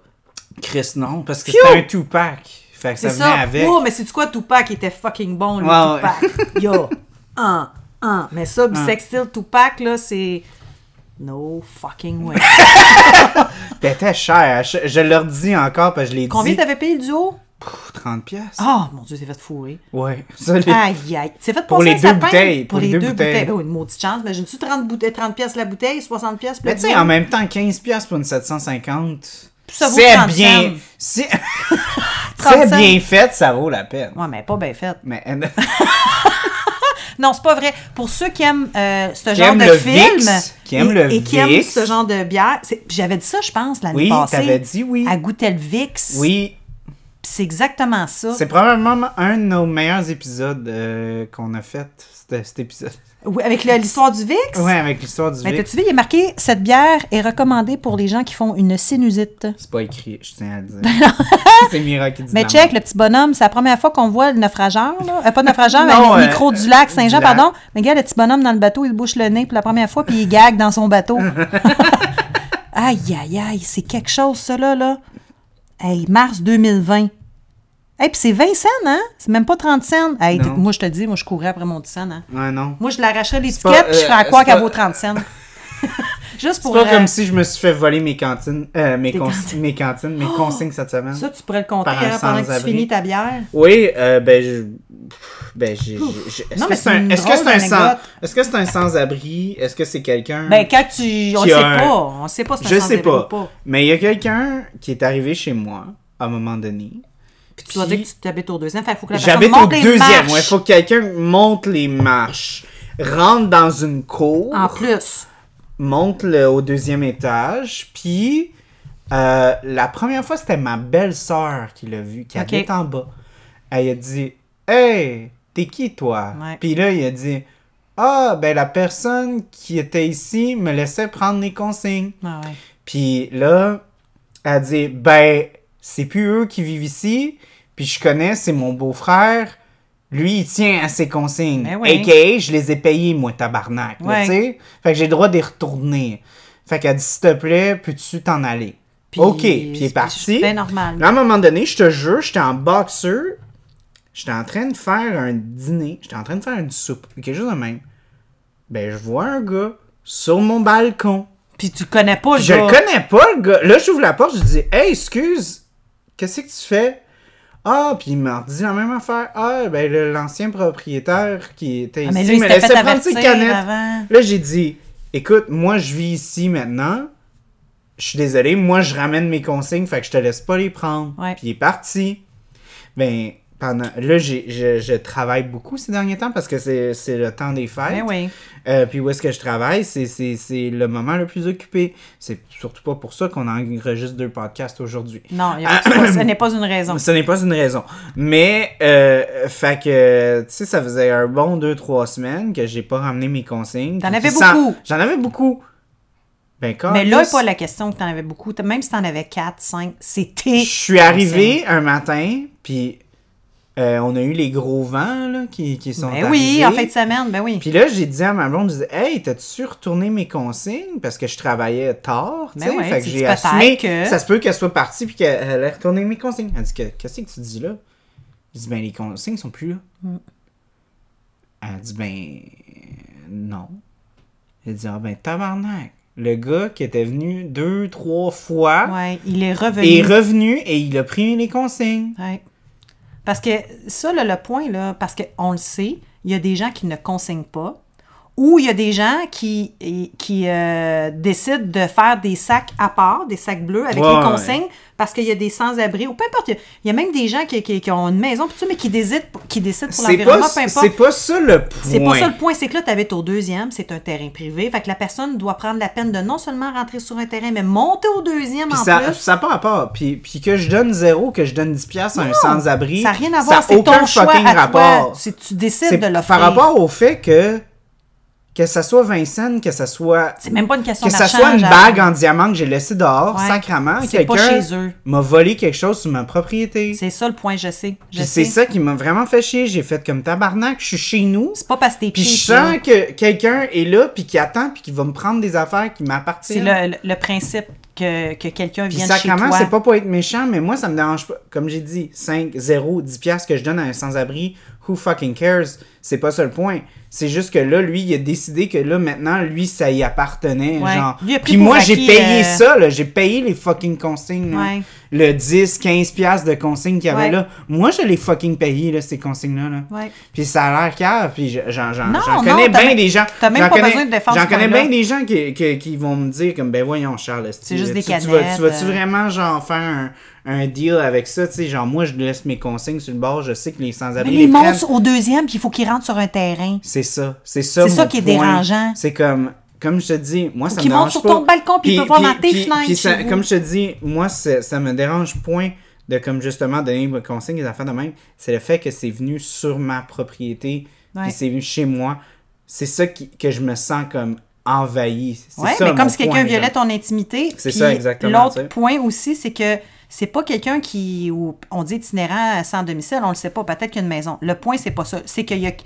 Speaker 1: Chris, non, parce que
Speaker 2: Phew!
Speaker 1: c'était un two-pack, fait que
Speaker 2: C'est
Speaker 1: ça,
Speaker 2: ça.
Speaker 1: venait avec.
Speaker 2: Oh, mais c'est-tu quoi, Tupac était fucking bon, le
Speaker 1: Ouais,
Speaker 2: Tupac? Yo, un, un. Mais ça, bisextile, Tupac, là, c'est. No fucking way.
Speaker 1: Ben, t'es cher, je, je leur dis encore, parce que je l'ai dit.
Speaker 2: Combien t'avais payé le duo?
Speaker 1: Pff, 30 pièces.
Speaker 2: Oh, mon Dieu, c'est fait fourrer.
Speaker 1: Ouais, ça, les-
Speaker 2: Aïe, aïe. C'est fait
Speaker 1: Pour les
Speaker 2: passer un
Speaker 1: deux
Speaker 2: sapin?
Speaker 1: bouteilles,
Speaker 2: Pour, les, deux bouteilles. Ben oui, une maudite chance. Mais j'ai-tu 30, bouteilles- 30 pièces la bouteille, 60 pièces le
Speaker 1: Mais tu sais,
Speaker 2: duo?
Speaker 1: en même temps, 15$ pour une 750.
Speaker 2: Ça vaut
Speaker 1: C'est
Speaker 2: 30
Speaker 1: bien.
Speaker 2: cents.
Speaker 1: C'est
Speaker 2: 30 cents.
Speaker 1: bien fait, ça vaut la peine.
Speaker 2: Ouais, mais pas bien faite.
Speaker 1: Mais euh,
Speaker 2: Non, c'est pas vrai. Pour ceux qui aiment euh, ce genre
Speaker 1: aiment
Speaker 2: de
Speaker 1: le
Speaker 2: film
Speaker 1: Vicks, qui
Speaker 2: et-
Speaker 1: aiment le
Speaker 2: et, qui aiment
Speaker 1: Vicks.
Speaker 2: ce genre de bière, c'est- j'avais dit ça, je pense, l'année
Speaker 1: Oui,
Speaker 2: passée.
Speaker 1: t'avais dit oui.
Speaker 2: À goûter le Vix.
Speaker 1: oui,
Speaker 2: C'est exactement ça.
Speaker 1: c'est probablement un de nos meilleurs épisodes euh, qu'on a fait, c'était cet épisode.
Speaker 2: Oui, avec le- l'histoire du Vix.
Speaker 1: Ouais, avec l'histoire du
Speaker 2: Mais
Speaker 1: Vic.
Speaker 2: tu vu, il est marqué cette bière est recommandée pour les gens qui font une sinusite.
Speaker 1: C'est pas écrit, je tiens à le dire. c'est Mira qui dit
Speaker 2: Mais
Speaker 1: de la
Speaker 2: check, le petit bonhomme, c'est la première fois qu'on voit le naufrageur, là. Euh, pas naufrageur, mais
Speaker 1: Non,
Speaker 2: le
Speaker 1: euh,
Speaker 2: micro du lac Saint-Jean,
Speaker 1: du lac.
Speaker 2: pardon. Mais gars, le petit bonhomme dans le bateau, il bouche le nez pour la première fois, puis il gague dans son bateau. aïe, aïe, aïe, c'est quelque chose, ça, là, là. Hey, mars 2020. Hey, puis c'est 20 cents, hein? C'est même pas 30 cents. Hey, t-
Speaker 1: Non.
Speaker 2: moi, je te dis, moi, je courais après mon 10 cents, hein?
Speaker 1: merde. Ouais, non.
Speaker 2: Moi, je l'arracherais
Speaker 1: pas,
Speaker 2: l'étiquette, puis je
Speaker 1: euh,
Speaker 2: ferais à quoi
Speaker 1: c'est
Speaker 2: qu'elle
Speaker 1: pas-
Speaker 2: vaut 30 cents. Juste
Speaker 1: C'est
Speaker 2: pour.
Speaker 1: pas
Speaker 2: euh,
Speaker 1: comme si je me suis fait voler mes cantines, euh, mes,
Speaker 2: Tes
Speaker 1: cons-
Speaker 2: cantines. Oh!
Speaker 1: mes cantines, mes consignes cette semaine.
Speaker 2: Ça, tu pourrais le compter
Speaker 1: Par un
Speaker 2: hein, pendant que tu
Speaker 1: sans-abri.
Speaker 2: finis ta bière.
Speaker 1: Oui, euh, ben, je... ben j'ai- j'ai- j'ai- est-ce
Speaker 2: Non,
Speaker 1: que
Speaker 2: mais
Speaker 1: c'est
Speaker 2: c'est
Speaker 1: un,
Speaker 2: une
Speaker 1: est-ce que c'est
Speaker 2: drôle
Speaker 1: un sans,
Speaker 2: d'anecdote.
Speaker 1: est-ce que c'est un sans-abri, est-ce que c'est quelqu'un
Speaker 2: Ben, quand tu. On
Speaker 1: Qui
Speaker 2: sait
Speaker 1: a Hmm. un-
Speaker 2: pas. On sait pas si c'est
Speaker 1: je
Speaker 2: un sans-abri
Speaker 1: sais pas.
Speaker 2: ou pas.
Speaker 1: Mais il y a quelqu'un qui est arrivé chez moi à un moment donné.
Speaker 2: Puis tu vas
Speaker 1: Puis-
Speaker 2: dire que tu t'habites au deuxième. Fait, faut que la personne
Speaker 1: J'habite au
Speaker 2: monte les
Speaker 1: deuxième.
Speaker 2: marches.
Speaker 1: Il faut que quelqu'un monte les marches, rentre dans une cour,
Speaker 2: En plus.
Speaker 1: monte le- au deuxième étage, puis euh, la première fois c'était ma belle-sœur qui l'a vu, qui
Speaker 2: Ok.
Speaker 1: habite en bas. Elle a dit "Hey, t'es qui toi
Speaker 2: Ouais.
Speaker 1: Puis là il a dit "Ah ben la personne qui était ici me laissait prendre les consignes."
Speaker 2: Ah ouais.
Speaker 1: Puis là, elle dit Ben, c'est plus eux qui vivent ici. Puis je connais, c'est mon beau-frère. Lui, il tient à ses consignes.
Speaker 2: Ben oui.
Speaker 1: AKA, je les ai payés, moi, tabarnak. là,
Speaker 2: Ouais.
Speaker 1: tu sais? Fait que j'ai le droit d'y retourner. Fait qu'elle dit S'il te plaît, peux-tu t'en aller
Speaker 2: Puis-
Speaker 1: OK. Puis il est
Speaker 2: c'est
Speaker 1: parti.
Speaker 2: bien normal.
Speaker 1: Là, à un moment donné, je te jure, j'étais en boxeur. J'étais en train de faire un dîner. J'étais en train de faire une soupe. Quelque chose de même. Ben, je vois un gars sur mon balcon.
Speaker 2: Puis tu le connais pas le
Speaker 1: Je
Speaker 2: gars.
Speaker 1: le connais pas, le gars. Là, j'ouvre la porte, je dis Hey, excuse, qu'est-ce que tu fais Ah, puis il m'a dit la même affaire. Ah, ben le- l'ancien propriétaire qui était
Speaker 2: Ah,
Speaker 1: ici
Speaker 2: mais lui, il
Speaker 1: me
Speaker 2: s'était
Speaker 1: laissait
Speaker 2: fait
Speaker 1: prendre ses
Speaker 2: avertir
Speaker 1: canettes.
Speaker 2: avant.
Speaker 1: Là, j'ai dit Écoute, moi, je vis ici maintenant. Je suis désolé, moi, je ramène mes consignes, fait que je te laisse pas les prendre.
Speaker 2: Ouais.
Speaker 1: Puis il est parti. Ben, pendant. Là, j'ai- je, je travaille beaucoup ces derniers temps parce que c'est c'est le temps des fêtes.
Speaker 2: Ben oui.
Speaker 1: Euh, puis où est-ce que je travaille, c'est- c'est c'est le moment le plus occupé. C'est surtout pas pour ça qu'on enregistre deux podcasts aujourd'hui.
Speaker 2: Non, il y a pas- c'est pas- ce n'est pas une raison.
Speaker 1: Ce n'est pas une raison. Mais, euh, fait que, tu sais, ça faisait un bon deux, trois semaines que j'ai pas ramené mes consignes.
Speaker 2: T'en
Speaker 1: Puis
Speaker 2: avais
Speaker 1: sans-
Speaker 2: beaucoup.
Speaker 1: J'en avais beaucoup. Ben, quand
Speaker 2: Mais là,
Speaker 1: est-ce-
Speaker 2: pas la question que t'en avais beaucoup. T'as- Même si t'en avais 4, 5,
Speaker 1: Je
Speaker 2: c'était.
Speaker 1: suis arrivé un matin, puis euh, on a eu les gros vents là, qui, qui sont
Speaker 2: Ben oui,
Speaker 1: arrivés.
Speaker 2: en fin de semaine, ben oui.
Speaker 1: Puis là, j'ai dit à ma blonde, je disais, hey, t'as-tu retourné mes consignes? Parce que je travaillais tard, tu
Speaker 2: Ben
Speaker 1: sais.
Speaker 2: ouais,
Speaker 1: fait que
Speaker 2: tu dis
Speaker 1: j'ai
Speaker 2: peut-être
Speaker 1: assumé.
Speaker 2: que-
Speaker 1: Ça se peut qu'elle soit partie puis qu'elle ait retourné mes consignes. Elle dit, Que- qu'est-ce que tu dis là? Je dis, ben, les consignes sont plus là.
Speaker 2: Mm.
Speaker 1: Elle dit, ben, non. Elle dit, ah, ben, tabarnak. Le gars qui était venu deux, trois fois
Speaker 2: Ouais, il est revenu.
Speaker 1: est revenu et il a pris les consignes.
Speaker 2: Ouais. Parce que ça, là, le point, là, parce qu'on le sait, il y a des gens qui ne consignent pas ou il y a des gens qui, qui euh, décident de faire des sacs à part, des sacs bleus avec
Speaker 1: Ouais,
Speaker 2: les consignes parce qu'il y a des sans-abri ou peu importe. Il y a- il y a même des gens qui, qui- qui ont une maison, pis tout ça, mais qui décident, qui décident pour
Speaker 1: C'est pas,
Speaker 2: l'environnement, peu
Speaker 1: c'est
Speaker 2: importe.
Speaker 1: pas ça le point.
Speaker 2: C'est pas ça le point, c'est que là, tu habites au deuxième, c'est un terrain privé. Fait que la personne doit prendre la peine de non seulement rentrer sur un terrain, mais monter au deuxième
Speaker 1: Puis
Speaker 2: en
Speaker 1: ça,
Speaker 2: plus.
Speaker 1: ça part à part. Puis, puis que je donne zéro, que je donne 10 piastres à un sans-abri,
Speaker 2: Ça n'a rien à voir,
Speaker 1: a
Speaker 2: c'est
Speaker 1: aucun
Speaker 2: ton choix
Speaker 1: fucking
Speaker 2: à
Speaker 1: rapport.
Speaker 2: toi. Si tu
Speaker 1: C'est
Speaker 2: décides de l'offrir.
Speaker 1: par rapport au fait que que ça soit Vincent, que ça soit
Speaker 2: C'est même pas une question
Speaker 1: que ça
Speaker 2: d'argent.
Speaker 1: soit une
Speaker 2: genre.
Speaker 1: bague en diamant que j'ai laissée dehors,
Speaker 2: Ouais.
Speaker 1: sacrament,
Speaker 2: C'est pas
Speaker 1: quelqu'un
Speaker 2: chez eux.
Speaker 1: m'a volé quelque chose sur ma propriété.
Speaker 2: C'est ça le point, je sais. Je
Speaker 1: Puis c'est
Speaker 2: sais.
Speaker 1: ça qui m'a vraiment fait chier. J'ai fait comme tabarnak, je suis chez nous.
Speaker 2: C'est pas parce que t'es
Speaker 1: Puis je
Speaker 2: cheap,
Speaker 1: sens
Speaker 2: là.
Speaker 1: que quelqu'un est là, puis qui attend, puis qui va me prendre des affaires qui
Speaker 2: C'est
Speaker 1: m'appartiennent.
Speaker 2: le, le- le principe que, que quelqu'un
Speaker 1: Puis
Speaker 2: vienne chez toi.
Speaker 1: sacrément, c'est pas pour être méchant, mais moi, ça me dérange pas. Comme j'ai dit, 5, 0, 10 piastres que je donne à un sans-abri, who fucking cares? C'est pas ça le point. C'est juste que là, lui, il a décidé que là, maintenant, lui, ça y appartenait.
Speaker 2: Ouais.
Speaker 1: Genre.
Speaker 2: Lui a pris
Speaker 1: Puis
Speaker 2: pour
Speaker 1: moi, j'ai
Speaker 2: acquis,
Speaker 1: payé
Speaker 2: euh,
Speaker 1: ça, là. J'ai payé les fucking consignes. là.
Speaker 2: Ouais.
Speaker 1: Le 10, 15 piastres de consignes qu'il y avait
Speaker 2: Ouais.
Speaker 1: là. Moi, je les fucking payé, là, ces consignes-là. Là.
Speaker 2: Ouais.
Speaker 1: Puis ça a l'air cave, puis je- j'en, j'en,
Speaker 2: Non,
Speaker 1: j'en
Speaker 2: non,
Speaker 1: connais
Speaker 2: t'as
Speaker 1: bien
Speaker 2: même-
Speaker 1: des gens.
Speaker 2: t'as même
Speaker 1: j'en
Speaker 2: pas
Speaker 1: connais-
Speaker 2: besoin de défendre
Speaker 1: J'en
Speaker 2: ce
Speaker 1: connais
Speaker 2: point-là.
Speaker 1: bien des gens qui, qui, qui vont me dire, comme, ben voyons, Charles,
Speaker 2: C'est juste des
Speaker 1: tu, tu vas,
Speaker 2: canettes,
Speaker 1: tu vas-tu
Speaker 2: euh.
Speaker 1: vraiment, genre, faire un, un deal avec ça, tu sais, genre, moi, je laisse mes consignes sur le bord, je sais que les
Speaker 2: Mais
Speaker 1: sans-abri les
Speaker 2: les
Speaker 1: prennent.
Speaker 2: montent au deuxième, puis il faut qu'ils rentrent sur un terrain.
Speaker 1: C'est ça, c'est ça
Speaker 2: C'est ça
Speaker 1: mon
Speaker 2: qui est
Speaker 1: point.
Speaker 2: dérangeant.
Speaker 1: C'est comme, comme je te dis, moi, ça me
Speaker 2: qu'ils montent
Speaker 1: dérange
Speaker 2: sur
Speaker 1: pas.
Speaker 2: ton balcon, puis ils peuvent voir dans tes
Speaker 1: puis-
Speaker 2: fenêtres
Speaker 1: puis ça-
Speaker 2: chez vous.
Speaker 1: comme je te dis, moi, ça, ça me dérange point de, comme, justement, donner mes consignes et affaires de même. C'est le fait que c'est venu sur ma propriété,
Speaker 2: Ouais.
Speaker 1: puis c'est venu chez moi. C'est ça qui- que je me sens comme envahi. C'est
Speaker 2: Ouais,
Speaker 1: ça
Speaker 2: mais comme
Speaker 1: mon
Speaker 2: si quelqu'un
Speaker 1: point,
Speaker 2: violait
Speaker 1: genre.
Speaker 2: ton intimité.
Speaker 1: C'est
Speaker 2: Puis
Speaker 1: ça, exactement, tu
Speaker 2: L'autre
Speaker 1: sais.
Speaker 2: point aussi, c'est que c'est pas quelqu'un qui, ou on dit itinérant sans domicile, on le sait pas, peut-être qu'il y a une maison. Le point, c'est pas ça. C'est qu'il y a. Tu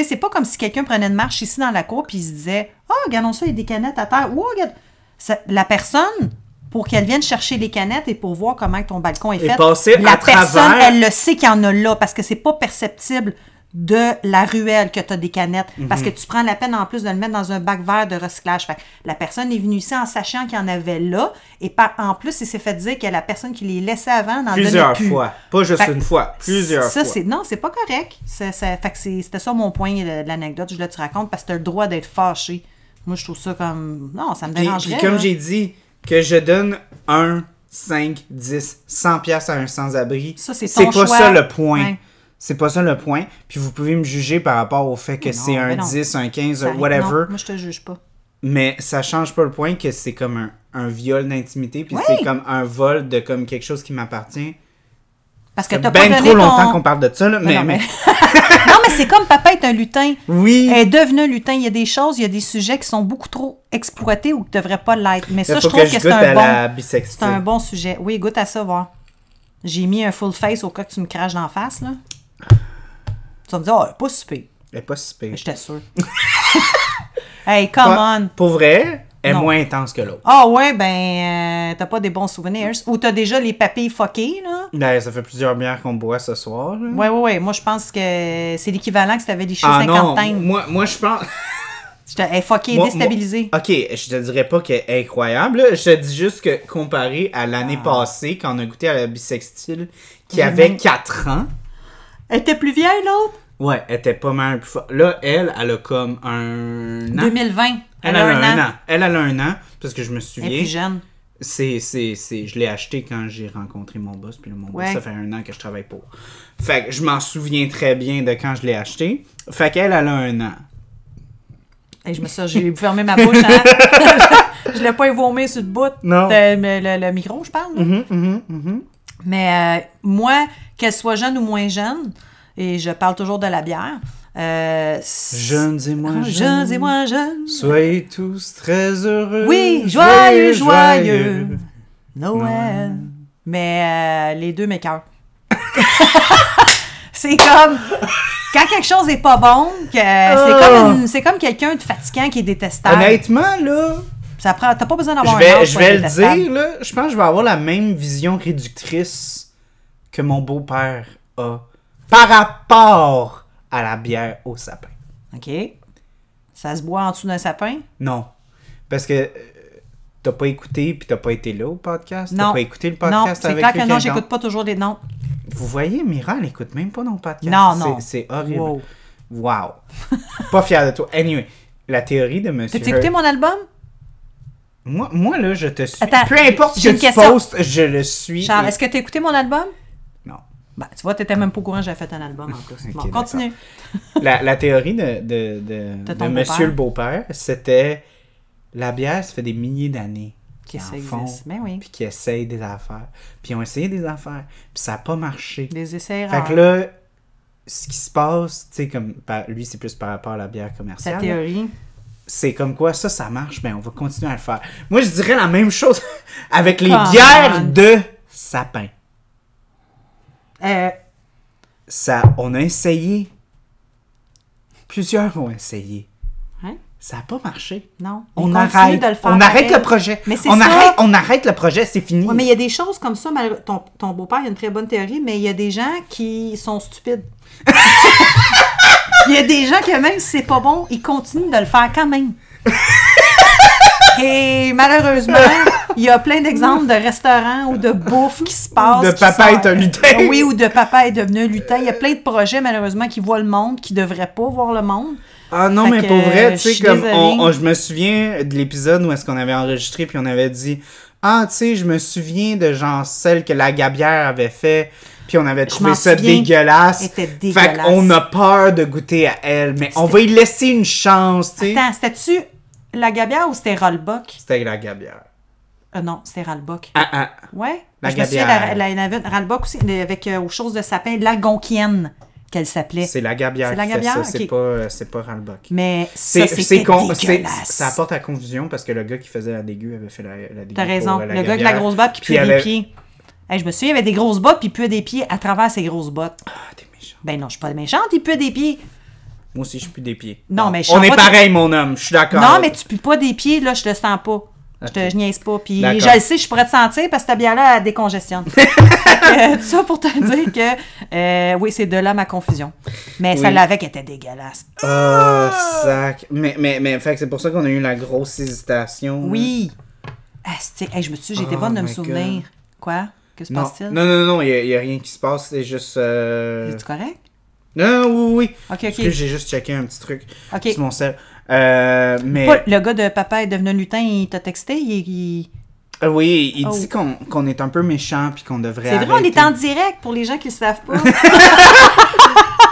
Speaker 2: sais, c'est pas comme si quelqu'un prenait une marche ici dans la cour puis il se disait Ah, regardons ça, il y a des canettes à terre. Ouh, regarde. Ça- la personne, pour qu'elle vienne chercher les canettes et pour voir comment ton balcon est
Speaker 1: Et
Speaker 2: fait,
Speaker 1: passer
Speaker 2: la
Speaker 1: à
Speaker 2: personne,
Speaker 1: travers.
Speaker 2: elle le sait qu'il y en a là parce que c'est pas perceptible de la ruelle que tu as des canettes.
Speaker 1: Mhm.
Speaker 2: Parce que tu prends la peine en plus de le mettre dans un bac vert de recyclage. Fait que la personne est venue ici en sachant qu'il y en avait là. Et par, en plus, il s'est fait dire que la personne qui les laissait avant n'en donnait
Speaker 1: Plusieurs
Speaker 2: plus.
Speaker 1: fois. Pas juste
Speaker 2: Fait que
Speaker 1: une fois, plusieurs
Speaker 2: ça,
Speaker 1: fois.
Speaker 2: c'est Non, c'est pas correct. Ça- ça- fait que c'est- C'était ça mon point de de l'anecdote. Je le te raconte parce que tu as le droit d'être fâché. Moi, je trouve ça comme. Non, ça me
Speaker 1: Puis,
Speaker 2: dérangerait.
Speaker 1: puis comme
Speaker 2: Ben, là.
Speaker 1: j'ai dit, que je donne 1, 5, 10, 100 pièces à un sans-abri,
Speaker 2: Ça, c'est
Speaker 1: c'est
Speaker 2: ton
Speaker 1: pas
Speaker 2: choix.
Speaker 1: ça le point.
Speaker 2: Ouais.
Speaker 1: C'est pas ça le point. Puis vous pouvez me juger par rapport au fait que
Speaker 2: Mais
Speaker 1: c'est
Speaker 2: non,
Speaker 1: un
Speaker 2: mais non.
Speaker 1: 10, un 15,
Speaker 2: Ça-
Speaker 1: un whatever.
Speaker 2: non, moi, je te juge pas.
Speaker 1: Mais ça change pas le point que c'est comme un, un viol d'intimité. Puis
Speaker 2: Oui.
Speaker 1: c'est comme un vol de comme quelque chose qui m'appartient.
Speaker 2: Parce que
Speaker 1: Ça
Speaker 2: t'as
Speaker 1: fait
Speaker 2: pas
Speaker 1: ben
Speaker 2: donné
Speaker 1: trop longtemps
Speaker 2: ton-
Speaker 1: qu'on parle de ça, là. Mais,
Speaker 2: non,
Speaker 1: mais-
Speaker 2: non, mais c'est comme papa est un lutin.
Speaker 1: Oui.
Speaker 2: Elle est devenue un lutin. Il y a des choses, il y a des sujets qui sont beaucoup trop exploités ou qui ne devraient pas l'être. Mais ça,
Speaker 1: Là, faut
Speaker 2: je trouve
Speaker 1: que
Speaker 2: que,
Speaker 1: je
Speaker 2: c'est
Speaker 1: goûte à
Speaker 2: un,
Speaker 1: la
Speaker 2: bon,
Speaker 1: bisextile.
Speaker 2: c'est un bon sujet. Oui, goûte à ça, voir. J'ai mis un full face au cas que tu me craches d'en face. Là. Tu vas me dire, oh, pas super.
Speaker 1: Elle est pas si pire.
Speaker 2: J'étais sûre. hey, come
Speaker 1: Pas-
Speaker 2: on.
Speaker 1: Pour vrai, elle est
Speaker 2: Non.
Speaker 1: moins intense que l'autre.
Speaker 2: Ah ouais, ben, euh, t'as pas des bons souvenirs. Ou t'as déjà les papilles fuckées, là.
Speaker 1: Ben, ça fait plusieurs bières qu'on boit ce soir. là.
Speaker 2: Ouais, ouais, ouais. Moi, je pense que c'est l'équivalent que si t'avais des cheveux
Speaker 1: Hmm. Ah non,
Speaker 2: cinquantaines.
Speaker 1: moi, moi je pense...
Speaker 2: J'étais hey, fuckée,
Speaker 1: Moi-
Speaker 2: déstabilisée.
Speaker 1: moi- ok, je te dirais pas qu'elle est incroyable. là. Je te dis juste que comparé à l'année passée, quand on a goûté à la bisextile, qui avait 4 ans,
Speaker 2: Elle était plus vieille, l'autre?
Speaker 1: ouais, elle était pas mal plus forte. Là, elle, elle a comme un an.
Speaker 2: 2020.
Speaker 1: Elle, a, un, an. Elle, elle a un an, parce que je me
Speaker 2: Elle est
Speaker 1: souviens.
Speaker 2: plus jeune.
Speaker 1: C'est, c'est, c'est, je l'ai acheté quand j'ai rencontré mon boss, puis là, mon boss,
Speaker 2: Ouais.
Speaker 1: ça fait un an que je travaille pour. Fait que je m'en souviens très bien de quand je l'ai acheté. Fait qu'elle, elle a un an.
Speaker 2: Et je me suis j'ai fermé ma bouche. Hein? je l'ai pas évoumé sur le bout.
Speaker 1: Non.
Speaker 2: de- mais le, le micro, je parle. là.
Speaker 1: Mhm,
Speaker 2: Mais euh, moi, qu'elle soit jeune ou moins jeune, et je parle toujours de la bière, Euh, c-
Speaker 1: Jeunes et moins
Speaker 2: Ah,
Speaker 1: jeunes.
Speaker 2: Jeunes et moins jeunes.
Speaker 1: Soyez tous très heureux.
Speaker 2: Oui, joyeux, joyeux. Noël. Mais euh, les deux m'écœurent. c'est comme. Quand quelque chose est pas bon, que euh, c'est
Speaker 1: Oh.
Speaker 2: comme, une- c'est comme quelqu'un de fatigant qui est détestable.
Speaker 1: Honnêtement, là,
Speaker 2: Ça prend, t'as pas besoin d'avoir
Speaker 1: je
Speaker 2: un
Speaker 1: vais,
Speaker 2: âge
Speaker 1: je
Speaker 2: pour
Speaker 1: vais
Speaker 2: être
Speaker 1: le
Speaker 2: détestable.
Speaker 1: dire, là, je pense que je vais avoir la même vision réductrice que mon beau-père a par rapport à la bière au sapin.
Speaker 2: OK. Ça se boit en dessous d'un sapin?
Speaker 1: Non. Parce que euh, t'as pas écouté puis t'as pas été là au podcast.
Speaker 2: Non.
Speaker 1: T'as pas écouté le
Speaker 2: non,
Speaker 1: podcast
Speaker 2: c'est
Speaker 1: avec
Speaker 2: clair que
Speaker 1: lui
Speaker 2: non,
Speaker 1: qui est
Speaker 2: j'écoute pas toujours les noms.
Speaker 1: dans- Vous voyez, Mira, elle écoute même pas nos podcasts.
Speaker 2: Non, non.
Speaker 1: C'est c'est horrible.
Speaker 2: Wow.
Speaker 1: Wow. pas fier de toi. Anyway, la théorie de monsieur.
Speaker 2: T'as-tu écouté mon album?
Speaker 1: Moi, moi, là, je te suis.
Speaker 2: Attends,
Speaker 1: Peu importe ce
Speaker 2: j'ai
Speaker 1: que
Speaker 2: une
Speaker 1: tu
Speaker 2: question.
Speaker 1: postes, je le suis.
Speaker 2: Charles,
Speaker 1: et-
Speaker 2: est-ce que t'as écouté mon album?
Speaker 1: Non.
Speaker 2: Ben, tu vois, t'étais même pas au courant, j'avais fait un album en plus.
Speaker 1: Ok,
Speaker 2: Bon,
Speaker 1: d'accord.
Speaker 2: continue.
Speaker 1: La, la théorie de, de, de,
Speaker 2: De
Speaker 1: de
Speaker 2: ton
Speaker 1: monsieur
Speaker 2: beau-père.
Speaker 1: le beau-père, c'était la bière, ça fait des milliers d'années qu'ils
Speaker 2: Que ça
Speaker 1: en font,
Speaker 2: existe. Ben oui.
Speaker 1: puis qu'ils essayent des affaires, puis ils ont essayé des affaires, puis ça n'a pas marché.
Speaker 2: Des
Speaker 1: Fait
Speaker 2: essais rares.
Speaker 1: que là, ce qui se passe, tu sais, comme par- lui, c'est plus par rapport à la bière
Speaker 2: Sa
Speaker 1: commerciale, là,
Speaker 2: théorie.
Speaker 1: c'est comme quoi ça, ça marche, ben on va continuer à le faire. Moi, je dirais la même chose avec les
Speaker 2: Come
Speaker 1: bières
Speaker 2: on.
Speaker 1: de sapin.
Speaker 2: Euh,
Speaker 1: Ça, on a essayé. Plusieurs ont essayé.
Speaker 2: hein?
Speaker 1: Ça n'a pas marché.
Speaker 2: Non.
Speaker 1: On
Speaker 2: Mais continue
Speaker 1: arrête,
Speaker 2: de le faire
Speaker 1: on arrête
Speaker 2: pareil.
Speaker 1: le projet.
Speaker 2: Mais c'est
Speaker 1: on,
Speaker 2: ça.
Speaker 1: Arrête, on arrête le projet, c'est fini.
Speaker 2: Ouais, mais il y a des choses comme ça. mal- Ton, ton beau-père, il a une très bonne théorie, mais il y a des gens qui sont stupides. Il y a des gens que même si c'est pas bon, ils continuent de le faire quand même. Et malheureusement, il y a plein d'exemples de restaurants ou de bouffe qui se passent.
Speaker 1: De
Speaker 2: qui
Speaker 1: papa
Speaker 2: sont-
Speaker 1: est un lutin.
Speaker 2: Oui, ou de papa est devenu un lutin. Il y a plein de projets, malheureusement, qui voient le monde, qui ne devraient pas voir le monde.
Speaker 1: Ah non,
Speaker 2: Fait
Speaker 1: mais
Speaker 2: que,
Speaker 1: pour vrai,
Speaker 2: je
Speaker 1: tu sais,
Speaker 2: suis
Speaker 1: comme
Speaker 2: désolée.
Speaker 1: on- on- je me souviens de l'épisode où est-ce qu'on avait enregistré puis on avait dit Ah, tu sais, je me souviens de genre celle que la gabière avait fait. Puis on avait trouvé
Speaker 2: m'en
Speaker 1: ça
Speaker 2: souviens.
Speaker 1: dégueulasse.
Speaker 2: Était
Speaker 1: Fait
Speaker 2: dégueulasse.
Speaker 1: qu'on a peur de goûter à elle, mais on va y laisser une chance, tu sais.
Speaker 2: Attends, c'était-tu la gabière ou c'était Rollbuck?
Speaker 1: C'était la gabière.
Speaker 2: Euh, non, c'était Rollbuck.
Speaker 1: Ah, ah.
Speaker 2: Ouais.
Speaker 1: La
Speaker 2: je me souviens,
Speaker 1: Gabière.
Speaker 2: la- la- il y en avait une Ralbock aussi, mais avec euh, aux choses de sapin, l'Algonquienne, qu'elle s'appelait.
Speaker 1: C'est la gabière.
Speaker 2: C'est la
Speaker 1: qui fait
Speaker 2: Gabière,
Speaker 1: ça, C'est
Speaker 2: ok.
Speaker 1: pas, euh, c'est pas Ralbock.
Speaker 2: Mais ça,
Speaker 1: C'est
Speaker 2: c'était
Speaker 1: c'est con, c'est-
Speaker 2: dégueulasse.
Speaker 1: ça apporte à confusion parce que le gars qui faisait la dégue avait fait la, la dégue
Speaker 2: T'as
Speaker 1: pour,
Speaker 2: raison.
Speaker 1: euh,
Speaker 2: Le gars avec la
Speaker 1: gabière.
Speaker 2: grosse botte qui
Speaker 1: Puis
Speaker 2: pue
Speaker 1: il
Speaker 2: des
Speaker 1: avait-
Speaker 2: pieds. Hey, je me souviens, il avait des grosses bottes puis il puait des pieds à travers ses grosses bottes.
Speaker 1: Ah, t'es méchant.
Speaker 2: Ben non, je suis pas méchante, il pue des pieds.
Speaker 1: Moi aussi, je pue des pieds.
Speaker 2: Non, mais je
Speaker 1: On
Speaker 2: sens
Speaker 1: est
Speaker 2: pas-
Speaker 1: pareil, mon homme. Je suis d'accord.
Speaker 2: Non, mais tu pues pas des pieds, là, je le sens pas. Je te
Speaker 1: Ok.
Speaker 2: je niaise pas. Puis
Speaker 1: D'accord.
Speaker 2: je le sais, je pourrais te sentir parce que ta bière-là, elle décongestionne. Fait que, euh, tout ça pour te dire que, euh, oui, c'est de là ma confusion. Mais
Speaker 1: Oui.
Speaker 2: celle-là avec était dégueulasse.
Speaker 1: Oh, sac. Mais, mais, mais, fait que c'est pour ça qu'on a eu la grosse hésitation.
Speaker 2: Oui. Asti, hey, je me suis, j'étais
Speaker 1: Mm. Oh
Speaker 2: bonne de me
Speaker 1: my
Speaker 2: souvenir. Quoi? Que se
Speaker 1: Non,
Speaker 2: passe-t-il?
Speaker 1: non, non, non, il n'y a, rien qui se passe. C'est juste. euh,
Speaker 2: Es-tu correct?
Speaker 1: Non, non, oui, oui.
Speaker 2: Ok, ok.
Speaker 1: Parce que j'ai juste checké un petit truc
Speaker 2: Ok.
Speaker 1: sur mon sel. Euh, mais.
Speaker 2: Pas- le gars de papa est devenu un lutin, il t'a texté, il. il-
Speaker 1: Euh, Oui, il
Speaker 2: Oh.
Speaker 1: dit qu'on qu'on est un peu méchant puis qu'on devrait.
Speaker 2: C'est vrai, on est
Speaker 1: arrêter.
Speaker 2: en direct pour les gens qui le savent pas.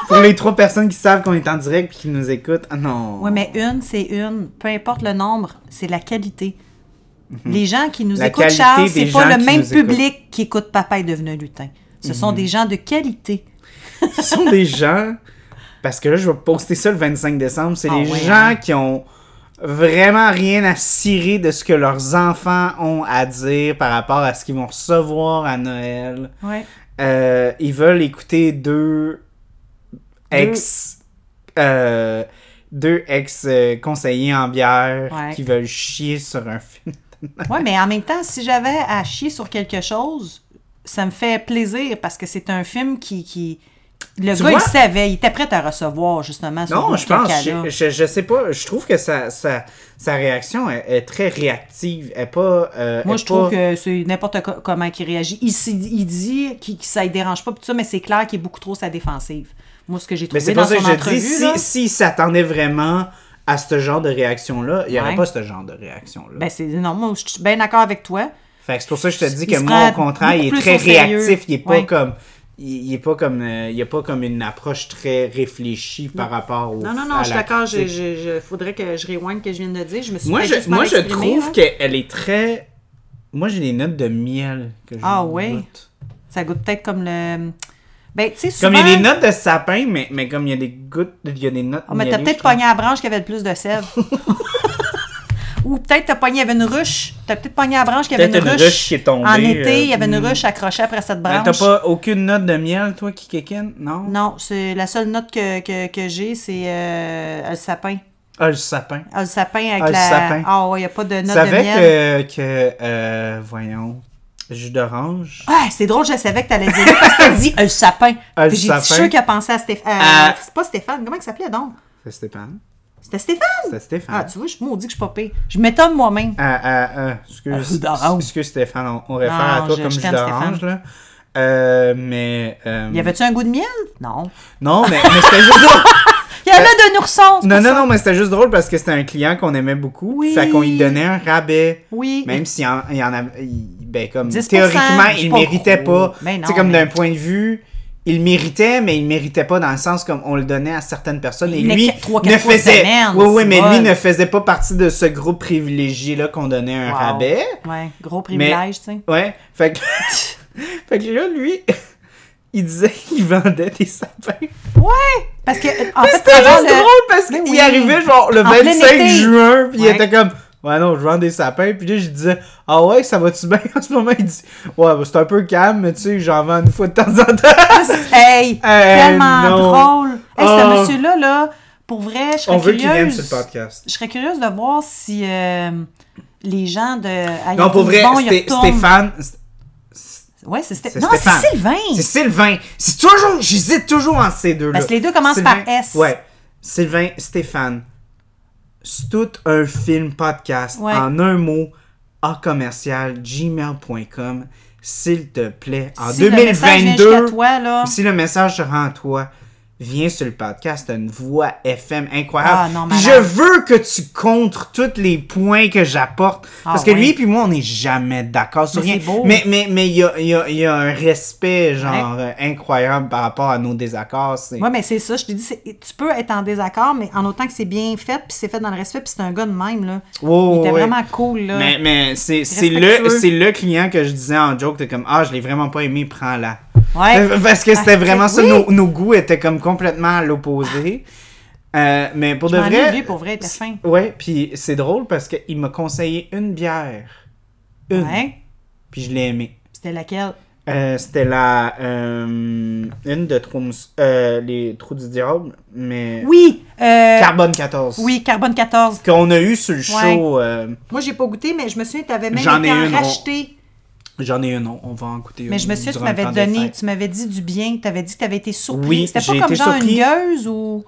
Speaker 1: Pour les trois personnes qui savent qu'on est en direct puis qui nous écoutent. Ah non.
Speaker 2: oui, mais une, c'est une. Peu importe le nombre, c'est la qualité. Les gens qui nous
Speaker 1: Mhm. La
Speaker 2: écoutent,
Speaker 1: qualité
Speaker 2: Charles,
Speaker 1: des
Speaker 2: c'est pas
Speaker 1: gens
Speaker 2: le
Speaker 1: qui
Speaker 2: même
Speaker 1: nous écoutent. Mhm.
Speaker 2: public qui écoute Papa est devenu un lutin. Ce sont des gens de qualité.
Speaker 1: Ce sont des gens. Parce que là, je vais poster ça le 25 décembre. C'est
Speaker 2: Ah
Speaker 1: les
Speaker 2: ouais,
Speaker 1: gens
Speaker 2: hein?
Speaker 1: qui ont vraiment rien à cirer de ce que leurs enfants ont à dire par rapport à ce qu'ils vont recevoir à Noël.
Speaker 2: Ouais.
Speaker 1: Euh, ils veulent écouter deux ex. euh, deux ex-conseillers en bière
Speaker 2: Ouais.
Speaker 1: qui veulent chier sur un film.
Speaker 2: Ouais, mais en même temps, si j'avais à chier sur quelque chose, ça me fait plaisir parce que c'est un film qui. qui... Le
Speaker 1: Tu
Speaker 2: gars,
Speaker 1: vois?
Speaker 2: il savait, il était prêt à recevoir, justement. ce
Speaker 1: Non,
Speaker 2: beau
Speaker 1: je pense,
Speaker 2: caca-là.
Speaker 1: je, je, je sais pas, je trouve que sa, sa, sa réaction est, est très réactive, elle est pas... euh,
Speaker 2: Moi,
Speaker 1: est
Speaker 2: je trouve
Speaker 1: pas-
Speaker 2: que c'est n'importe co- comment qu'il réagit. Il, s'y- il dit qu'il- que ça ne dérange pas, pis tout ça, mais c'est clair qu'il est beaucoup trop sa défensive. Moi, ce que j'ai
Speaker 1: Mais
Speaker 2: trouvé
Speaker 1: c'est
Speaker 2: dans
Speaker 1: pour ça
Speaker 2: son
Speaker 1: que je dis,
Speaker 2: entrevue, là,
Speaker 1: si, s'il s'attendait vraiment à ce genre de réaction-là, il n'y aurait
Speaker 2: Ouais.
Speaker 1: pas ce genre de réaction-là.
Speaker 2: ben c'est non, moi, je suis bien d'accord avec toi.
Speaker 1: fait que c'est pour ça que je te dis
Speaker 2: il
Speaker 1: que
Speaker 2: se
Speaker 1: moi, au
Speaker 2: prend
Speaker 1: contraire, il
Speaker 2: beaucoup
Speaker 1: est
Speaker 2: plus
Speaker 1: très
Speaker 2: au sérieux.
Speaker 1: réactif, il n'est pas
Speaker 2: Ouais.
Speaker 1: comme... Il il est pas comme euh, il y a pas comme une approche très réfléchie par rapport au
Speaker 2: Non, non,
Speaker 1: à
Speaker 2: non, je suis
Speaker 1: la
Speaker 2: d'accord.
Speaker 1: critique.
Speaker 2: Il faudrait que je rewind que je viens de dire. Je me suis
Speaker 1: Moi je moi je trouve qu'elle est très moi j'ai des notes de miel que je
Speaker 2: Ah ouais?
Speaker 1: goûte.
Speaker 2: Ça goûte peut-être comme le Ben, tu sais,
Speaker 1: Comme
Speaker 2: souvent...
Speaker 1: il y a des notes de sapin, mais, mais comme il y a des gouttes, il y a des notes.
Speaker 2: Ah, mais t'as
Speaker 1: mielleuses,
Speaker 2: peut-être
Speaker 1: je pense.
Speaker 2: pogné à la branche qui avait le plus de sève. Ou peut-être t'as pogné, il y avait une ruche. T'as peut-être pogné à la branche qui avait une,
Speaker 1: Peut-être une
Speaker 2: ruche.
Speaker 1: ruche qui est tombée,
Speaker 2: En été, il y avait
Speaker 1: euh,
Speaker 2: une ruche accrochée après cette
Speaker 1: Ben,
Speaker 2: branche.
Speaker 1: T'as pas aucune note de miel, toi, qui kékine? Non?
Speaker 2: Non, c'est la seule note que, que, que j'ai, c'est euh, le sapin.
Speaker 1: Ah, le sapin.
Speaker 2: Ah, le sapin avec
Speaker 1: Ah, le
Speaker 2: la.
Speaker 1: sapin.
Speaker 2: Ah ouais, il n'y a pas de note
Speaker 1: Tu
Speaker 2: de
Speaker 1: savais
Speaker 2: miel.
Speaker 1: que, que euh, voyons, jus d'orange.
Speaker 2: Ah, c'est drôle, je savais que t'allais dire ça parce que t'as dit euh, le sapin.
Speaker 1: Ah, le
Speaker 2: Puis j'ai
Speaker 1: sapin.
Speaker 2: dit sûr qu'il a pensé à Stéphane. Euh,
Speaker 1: Ah.
Speaker 2: C'est pas Stéphane, comment il s'appelait donc?
Speaker 1: C'est Stéphane.
Speaker 2: C'était Stéphane?
Speaker 1: C'était Stéphane.
Speaker 2: Ah, tu vois, je suis maudit que je suis pas pire. Je m'étonne moi-même.
Speaker 1: Ah, ah, ah,
Speaker 2: Ah,
Speaker 1: excuse,
Speaker 2: jus d'orange.
Speaker 1: excuse Stéphane, on, on réfère
Speaker 2: Non,
Speaker 1: à toi
Speaker 2: Ah, je-
Speaker 1: comme
Speaker 2: je
Speaker 1: jus
Speaker 2: t'aime,
Speaker 1: d'orange, là. Euh, mais. euh,
Speaker 2: Y avait-tu un goût de miel? Non.
Speaker 1: Non, mais, mais c'était juste drôle.
Speaker 2: Il y avait d'un ourson! c'est
Speaker 1: Ben, Non, non,
Speaker 2: pour ça.
Speaker 1: non, mais c'était juste drôle parce que c'était un client qu'on aimait beaucoup.
Speaker 2: Oui.
Speaker 1: Fait qu'on lui donnait un rabais.
Speaker 2: Oui.
Speaker 1: Même s'il y en, il y en avait. il- ben, comme.
Speaker 2: 10%,
Speaker 1: Théoriquement,
Speaker 2: c'est
Speaker 1: il
Speaker 2: pas
Speaker 1: méritait
Speaker 2: gros.
Speaker 1: pas.
Speaker 2: Mais
Speaker 1: Tu sais,
Speaker 2: non,
Speaker 1: comme
Speaker 2: mais-
Speaker 1: d'un point de vue. Il méritait, mais il méritait pas dans le sens comme on le donnait à certaines personnes. Et
Speaker 2: Il venait
Speaker 1: lui,
Speaker 2: quatre- trois,
Speaker 1: ne
Speaker 2: quatre fois
Speaker 1: faisait.
Speaker 2: semaine,
Speaker 1: oui, oui,
Speaker 2: c'est
Speaker 1: mais
Speaker 2: bon.
Speaker 1: lui ne faisait pas partie de ce groupe privilégié-là qu'on donnait un
Speaker 2: Wow.
Speaker 1: rabais.
Speaker 2: Ouais, gros privilège, tu sais.
Speaker 1: Ouais. Fait que. fait que là, lui, il disait qu'il vendait des sapins.
Speaker 2: Ouais! Parce que, euh, en fait,
Speaker 1: C'était
Speaker 2: avant
Speaker 1: juste
Speaker 2: le-
Speaker 1: drôle parce qu'il
Speaker 2: Mais oui.
Speaker 1: arrivait genre le
Speaker 2: En plein
Speaker 1: 25
Speaker 2: été.
Speaker 1: juin, puis il
Speaker 2: Ouais.
Speaker 1: était comme Ouais, non, je vends des sapins. Puis là, je disais Ah ouais, ça va-tu bien en ce moment Il dit Ouais, bah, c'est un peu calme, mais tu sais, j'en vends une fois de temps en temps.
Speaker 2: Hey! tellement
Speaker 1: non.
Speaker 2: drôle! Hey,
Speaker 1: Oh.
Speaker 2: ce monsieur-là, là, pour vrai, je serais
Speaker 1: On veut
Speaker 2: curieuse.
Speaker 1: qu'il vienne sur le podcast.
Speaker 2: Je serais curieuse de voir si euh, les gens de. à
Speaker 1: Non, pour vrai,
Speaker 2: Yvon, ils
Speaker 1: c'était
Speaker 2: retournent.
Speaker 1: Stéphane.
Speaker 2: Ouais, c'est Stéphane.
Speaker 1: c'est
Speaker 2: Non, c'est
Speaker 1: Stéphane.
Speaker 2: Sylvain!
Speaker 1: C'est Sylvain. C'est toujours, j'hésite toujours entre ces deux-là.
Speaker 2: Parce que les deux commencent
Speaker 1: Sylvain-
Speaker 2: par S.
Speaker 1: Ouais. Sylvain, Stéphane. C'est tout un film podcast
Speaker 2: Ouais.
Speaker 1: en un mot en commercial gmail.com. S'il te plaît, en
Speaker 2: Si le message vient
Speaker 1: 2022,
Speaker 2: jusqu'à toi, là.
Speaker 1: si le message se rend à toi, viens sur le podcast. T'as une voix FM
Speaker 2: Ah,
Speaker 1: incroyable.
Speaker 2: non,
Speaker 1: Puis je
Speaker 2: malade.
Speaker 1: veux que tu contres tous les points que j'apporte. parce que
Speaker 2: Ah, ouais.
Speaker 1: lui et moi, on n'est jamais d'accord sur
Speaker 2: Mais
Speaker 1: rien.
Speaker 2: c'est beau.
Speaker 1: Mais mais mais il y a, il y a- il y a un respect genre euh, incroyable par rapport à nos désaccords. C'est...
Speaker 2: Oui, mais c'est ça, je te dis, c'est- tu peux être en désaccord, mais en autant que c'est bien fait, puis c'est fait dans le respect, puis c'est un gars de même, là.
Speaker 1: Oh,
Speaker 2: il était
Speaker 1: ouais.
Speaker 2: vraiment cool, là.
Speaker 1: Mais, mais c'est, c'est le,
Speaker 2: Respectueux.
Speaker 1: c'est le client que je disais en joke, t'es comme Ah, je l'ai vraiment pas aimé, prends-la.
Speaker 2: Ouais.
Speaker 1: Euh, Parce que c'était
Speaker 2: Ah,
Speaker 1: vraiment ça,
Speaker 2: oui.
Speaker 1: nos, nos goûts étaient comme complètement à l'opposé. Euh, mais pour
Speaker 2: Je
Speaker 1: de
Speaker 2: m'en
Speaker 1: vrai.
Speaker 2: ai oublié, pour vrai, il était fin.
Speaker 1: Ouais, puis c'est drôle parce qu'il m'a conseillé une bière. Une.
Speaker 2: Ouais.
Speaker 1: Puis je l'ai aimée.
Speaker 2: C'était laquelle?
Speaker 1: Euh, c'était la. euh, une de Trous, euh, les Trous du Diable, mais.
Speaker 2: Oui! euh,
Speaker 1: Carbone 14.
Speaker 2: Oui, Carbone 14.
Speaker 1: Qu'on a eu sur le
Speaker 2: Ouais.
Speaker 1: show. euh,
Speaker 2: Moi, j'ai pas goûté, mais je me souviens, tu avais même
Speaker 1: J'en ai
Speaker 2: été en
Speaker 1: une, on-
Speaker 2: racheter.
Speaker 1: J'en ai une, on on va en goûter une.
Speaker 2: Mais je me souviens, tu
Speaker 1: durant le
Speaker 2: m'avais
Speaker 1: temps des
Speaker 2: donné,
Speaker 1: fêtes.
Speaker 2: tu m'avais dit du bien, tu avais dit que tu avais été surpris.
Speaker 1: Oui,
Speaker 2: C'était
Speaker 1: j'ai
Speaker 2: pas comme
Speaker 1: été
Speaker 2: genre
Speaker 1: surpris.
Speaker 2: une gueuse ou.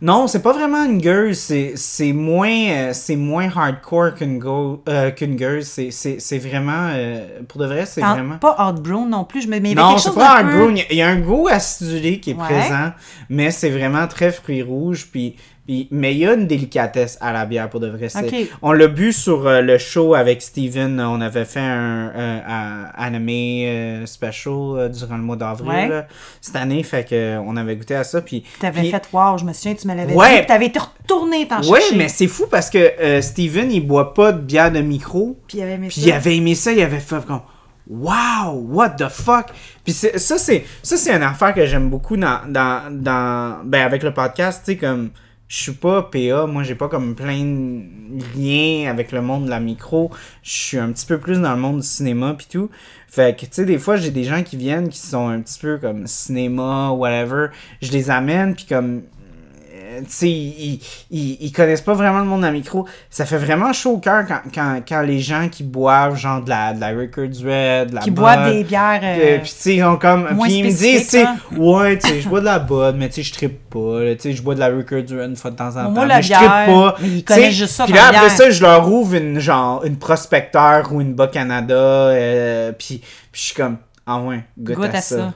Speaker 1: Non, c'est pas vraiment une gueule, c'est c'est moins euh, c'est moins hardcore qu'une go- euh, qu'une gueule, c'est c'est c'est vraiment euh, pour de vrai, c'est
Speaker 2: Pas-
Speaker 1: vraiment
Speaker 2: Pas Hard Brown non plus, je me- mais il y avait
Speaker 1: Non,
Speaker 2: quelque
Speaker 1: c'est
Speaker 2: chose
Speaker 1: pas
Speaker 2: d'un
Speaker 1: un
Speaker 2: peu-
Speaker 1: goût, il y a- il y a un goût acidulé qui est
Speaker 2: Ouais.
Speaker 1: présent, mais c'est vraiment très fruits rouges puis puis- mais il y a une délicatesse à la bière pour de vrai. c'est-
Speaker 2: Ok.
Speaker 1: On l'a bu sur euh, le show avec Steven. On avait fait un, euh, un anime euh, special euh, durant le mois d'avril
Speaker 2: Ouais.
Speaker 1: là, cette année. Fait que euh, on avait goûté à ça. Puis
Speaker 2: T'avais
Speaker 1: puis-
Speaker 2: fait wow, je me souviens, tu me l'avais
Speaker 1: Ouais.
Speaker 2: dit. Tu avais été retourné t'en
Speaker 1: Ouais,
Speaker 2: chercher.
Speaker 1: mais c'est fou parce que euh, Steven, il boit pas de bière de micro.
Speaker 2: Puis il avait aimé
Speaker 1: Puis
Speaker 2: ça.
Speaker 1: il avait aimé ça, il avait fait comme Wow, what the fuck? Puis c'est- ça, c'est ça c'est une affaire que j'aime beaucoup dans, dans, dans- ben avec le podcast, tu sais comme je suis pas PA, moi j'ai pas comme plein de liens avec le monde de la micro, je suis un petit peu plus dans le monde du cinéma puis tout. Fait que tu sais des fois j'ai des gens qui viennent qui sont un petit peu comme cinéma whatever, je les amène puis comme euh, tu sais, ils, ils, ils connaissent pas vraiment le monde à micro. Ça fait vraiment chaud au cœur quand, quand, quand les gens qui boivent, genre de la, de la Rickards Red, de la
Speaker 2: Qui
Speaker 1: Bud,
Speaker 2: boivent des bières. euh,
Speaker 1: euh, puis tu sais, ils ont comme.
Speaker 2: moins hein.
Speaker 1: Puis ils me disent, tu sais,
Speaker 2: spécifiques,
Speaker 1: ouais, tu sais, je bois de la Bud, mais tu sais, je trippe pas. là. Tu sais, je bois de la Rickards Red une fois de temps en temps.
Speaker 2: moi, la
Speaker 1: mais je trippe
Speaker 2: bière,
Speaker 1: pas.
Speaker 2: mais ils
Speaker 1: Tu sais,
Speaker 2: connaissent juste ça
Speaker 1: Puis
Speaker 2: comme
Speaker 1: là, après
Speaker 2: bière.
Speaker 1: ça, je leur ouvre une, genre, une prospecteur ou une Bas Canada. Euh, puis, puis je suis comme, ah ouais, goûte,
Speaker 2: Goûte
Speaker 1: à,
Speaker 2: à
Speaker 1: ça.
Speaker 2: ça.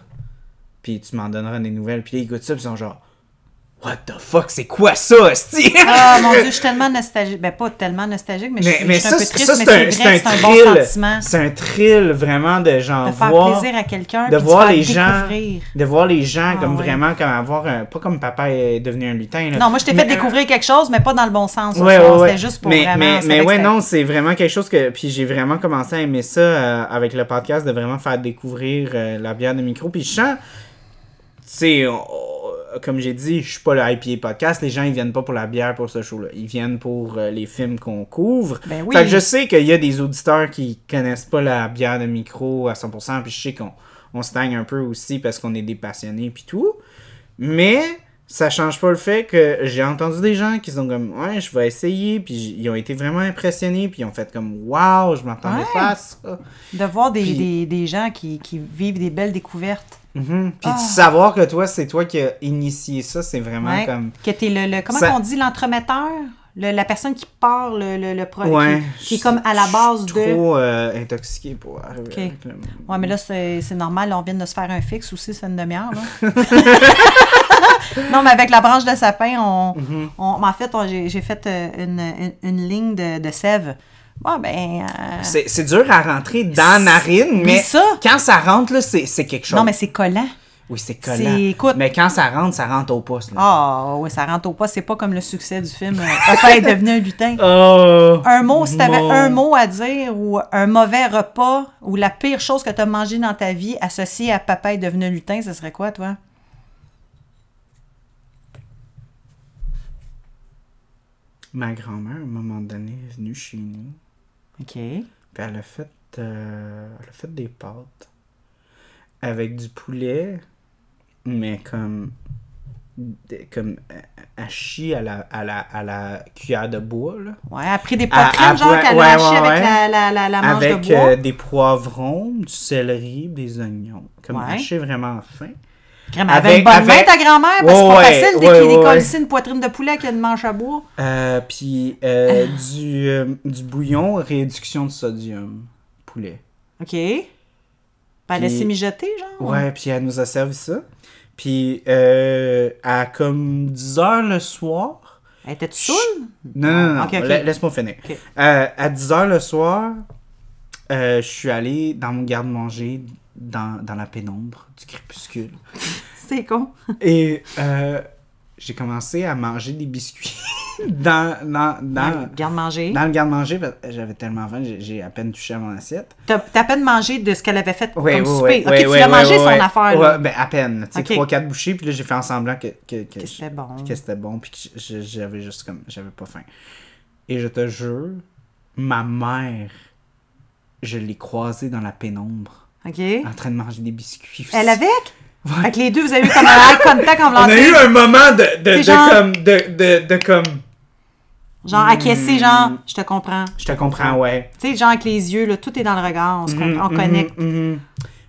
Speaker 1: Puis tu m'en donneras des nouvelles. Puis là, ils goûtent ça, puis ils sont genre, what the fuck, c'est quoi ça, Sti?
Speaker 2: Ah mon dieu, je suis tellement nostalgique. Ben pas tellement nostalgique, mais, je
Speaker 1: Mais,
Speaker 2: suis,
Speaker 1: mais
Speaker 2: je suis
Speaker 1: ça,
Speaker 2: un peu
Speaker 1: c'est- ça,
Speaker 2: triste, mais
Speaker 1: c'est un,
Speaker 2: c'est
Speaker 1: c'est un
Speaker 2: vrai que c'est un bon
Speaker 1: thrill.
Speaker 2: sentiment
Speaker 1: C'est un thrill vraiment de genre
Speaker 2: de faire
Speaker 1: voir.
Speaker 2: plaisir à quelqu'un,
Speaker 1: de
Speaker 2: puis
Speaker 1: voir
Speaker 2: faire
Speaker 1: les gens
Speaker 2: découvrir.
Speaker 1: de voir les gens
Speaker 2: Ah,
Speaker 1: comme
Speaker 2: ouais.
Speaker 1: vraiment comme avoir un pas comme papa est devenu un lutin là.
Speaker 2: Non, moi je t'ai
Speaker 1: Mais- euh,
Speaker 2: fait découvrir quelque chose, mais pas dans le bon sens.
Speaker 1: Ouais, ouais, ouais.
Speaker 2: C'était juste pour
Speaker 1: mais,
Speaker 2: vraiment.
Speaker 1: mais,
Speaker 2: on
Speaker 1: mais
Speaker 2: savait que
Speaker 1: ouais,
Speaker 2: c'était-
Speaker 1: non, c'est vraiment quelque chose que. Puis j'ai vraiment commencé à aimer ça euh, avec le podcast, de vraiment faire découvrir euh, la bière de micro. Puis je sens sais, on- on- comme j'ai dit, je suis pas le IPA podcast. Les gens, ils viennent pas pour la bière pour ce show-là. Ils viennent pour euh, les films qu'on couvre.
Speaker 2: Ben oui.
Speaker 1: Fait que je sais qu'il y a des auditeurs qui connaissent pas la bière de micro à 100%, puis je sais qu'on on se tagne un peu aussi parce qu'on est des passionnés puis tout. Mais ça change pas le fait que j'ai entendu des gens qui sont comme ouais, je vais essayer, puis j- ils ont été vraiment impressionnés, puis ils ont fait comme waouh, je m'attendais
Speaker 2: Ouais.
Speaker 1: pas à ça.
Speaker 2: De voir des,
Speaker 1: Puis-
Speaker 2: des, des gens qui, qui vivent des belles découvertes.
Speaker 1: Mhm.
Speaker 2: Ah.
Speaker 1: Puis de savoir que toi, c'est toi qui as initié ça, c'est vraiment
Speaker 2: Ouais.
Speaker 1: comme
Speaker 2: Que t'es le, le- comment
Speaker 1: Ça-
Speaker 2: on dit, l'entremetteur? Le- la personne qui part le, le, le pro-
Speaker 1: ouais,
Speaker 2: qui, qui est comme à la base
Speaker 1: je suis
Speaker 2: de...
Speaker 1: trop euh, intoxiqué pour arriver
Speaker 2: Ok.
Speaker 1: avec le monde.
Speaker 2: Ouais, mais là, c'est c'est normal. là, on vient de se faire un fixe aussi, c'est une demi-heure. là. non, mais avec la branche de sapin, on,
Speaker 1: Mm-hmm.
Speaker 2: on- mais en fait, on- j'ai j'ai fait euh, une, une- une ligne de, de sève. Bon, ben. euh,
Speaker 1: C'est c'est dur à rentrer dans la narine, mais
Speaker 2: Mais ça-
Speaker 1: quand ça rentre, là, c'est c'est quelque chose.
Speaker 2: non, mais c'est collant.
Speaker 1: Oui, c'est collant.
Speaker 2: c'est- écoute-
Speaker 1: Mais quand ça rentre, ça rentre au poste. Là.
Speaker 2: Ah, oui, ça rentre au pas. C'est pas comme le succès du film. euh, Papa est devenu un lutin.
Speaker 1: Oh,
Speaker 2: Un mot, si t'avais
Speaker 1: mon-
Speaker 2: un mot à dire ou un mauvais repas ou la pire chose que t'as mangé dans ta vie associée à Papa est devenu un lutin, ce serait quoi, toi?
Speaker 1: Ma grand-mère, à un moment donné, est venue chez nous.
Speaker 2: OK.
Speaker 1: Puis elle a fait, euh, elle a fait des pâtes avec du poulet, mais comme de- comme haché à la, à, la, à la cuillère de bois, là.
Speaker 2: Ouais, elle a pris des
Speaker 1: À- à
Speaker 2: poitrines, genre,
Speaker 1: voi-
Speaker 2: qu'elle
Speaker 1: ouais,
Speaker 2: a hachées
Speaker 1: ouais,
Speaker 2: avec
Speaker 1: ouais.
Speaker 2: la, la, la, la manche
Speaker 1: avec
Speaker 2: de bois.
Speaker 1: euh, des poivrons, du céleri, des oignons. Comme
Speaker 2: Ouais.
Speaker 1: haché vraiment fin.
Speaker 2: Crème, elle avait
Speaker 1: avec-
Speaker 2: une bonne main,
Speaker 1: avec-
Speaker 2: ta grand-mère, parce que c'est
Speaker 1: Ouais,
Speaker 2: pas
Speaker 1: ouais,
Speaker 2: facile dès
Speaker 1: ouais,
Speaker 2: qu'il
Speaker 1: ouais,
Speaker 2: décolle
Speaker 1: ouais.
Speaker 2: ici une poitrine de poulet qui a une manche à bois.
Speaker 1: Euh, puis euh,
Speaker 2: Ah.
Speaker 1: du, euh, du bouillon, réduction de sodium, poulet.
Speaker 2: OK. Puis elle a
Speaker 1: Puis-
Speaker 2: laissé mijoter, genre.
Speaker 1: Ouais, puis elle nous a servi ça. Puis euh, à comme 10 heures le soir,
Speaker 2: Elle était saoule?
Speaker 1: Non, non, non,
Speaker 2: Ok, ok.
Speaker 1: la- laisse-moi finir.
Speaker 2: Ok.
Speaker 1: Euh, à 10h le soir, euh, je suis allé dans mon garde-manger dans, dans la pénombre du crépuscule.
Speaker 2: C'est con.
Speaker 1: Et euh, j'ai commencé à manger des biscuits dans, dans, dans,
Speaker 2: Garde-manger.
Speaker 1: dans le garde-manger parce que j'avais tellement faim, j'ai- j'ai à peine touché à mon assiette.
Speaker 2: T'as t'as à peine mangé de ce qu'elle avait fait
Speaker 1: Ouais,
Speaker 2: comme
Speaker 1: ouais,
Speaker 2: souper.
Speaker 1: ouais,
Speaker 2: OK,
Speaker 1: ouais,
Speaker 2: tu
Speaker 1: ouais,
Speaker 2: l'as
Speaker 1: ouais,
Speaker 2: mangé son
Speaker 1: ouais.
Speaker 2: affaire,
Speaker 1: Ouais,
Speaker 2: là.
Speaker 1: ben, à peine. Tu sais,
Speaker 2: Ok.
Speaker 1: 3-4 bouchées, puis là, j'ai fait en semblant que, que, que, je-
Speaker 2: c'était bon.
Speaker 1: que c'était bon, puis que je- je- j'avais juste comme. J'avais pas faim. Et je te jure, ma mère, je l'ai croisée dans la pénombre,
Speaker 2: OK.
Speaker 1: en train de manger des biscuits.
Speaker 2: Elle avec? Avec les deux, vous avez eu comme un eye contact en
Speaker 1: On
Speaker 2: voulant
Speaker 1: a
Speaker 2: dire,
Speaker 1: eu un moment de, de,
Speaker 2: C'est
Speaker 1: de
Speaker 2: genre-
Speaker 1: comme. De, de, de comme.
Speaker 2: Genre,
Speaker 1: Hmm.
Speaker 2: acquiescer, genre, je te comprends.
Speaker 1: Je te comprends, ouais.
Speaker 2: Tu sais, genre, avec les yeux, là, tout est dans le regard. On, se
Speaker 1: Hmm,
Speaker 2: comprend, on connecte.
Speaker 1: Mhm.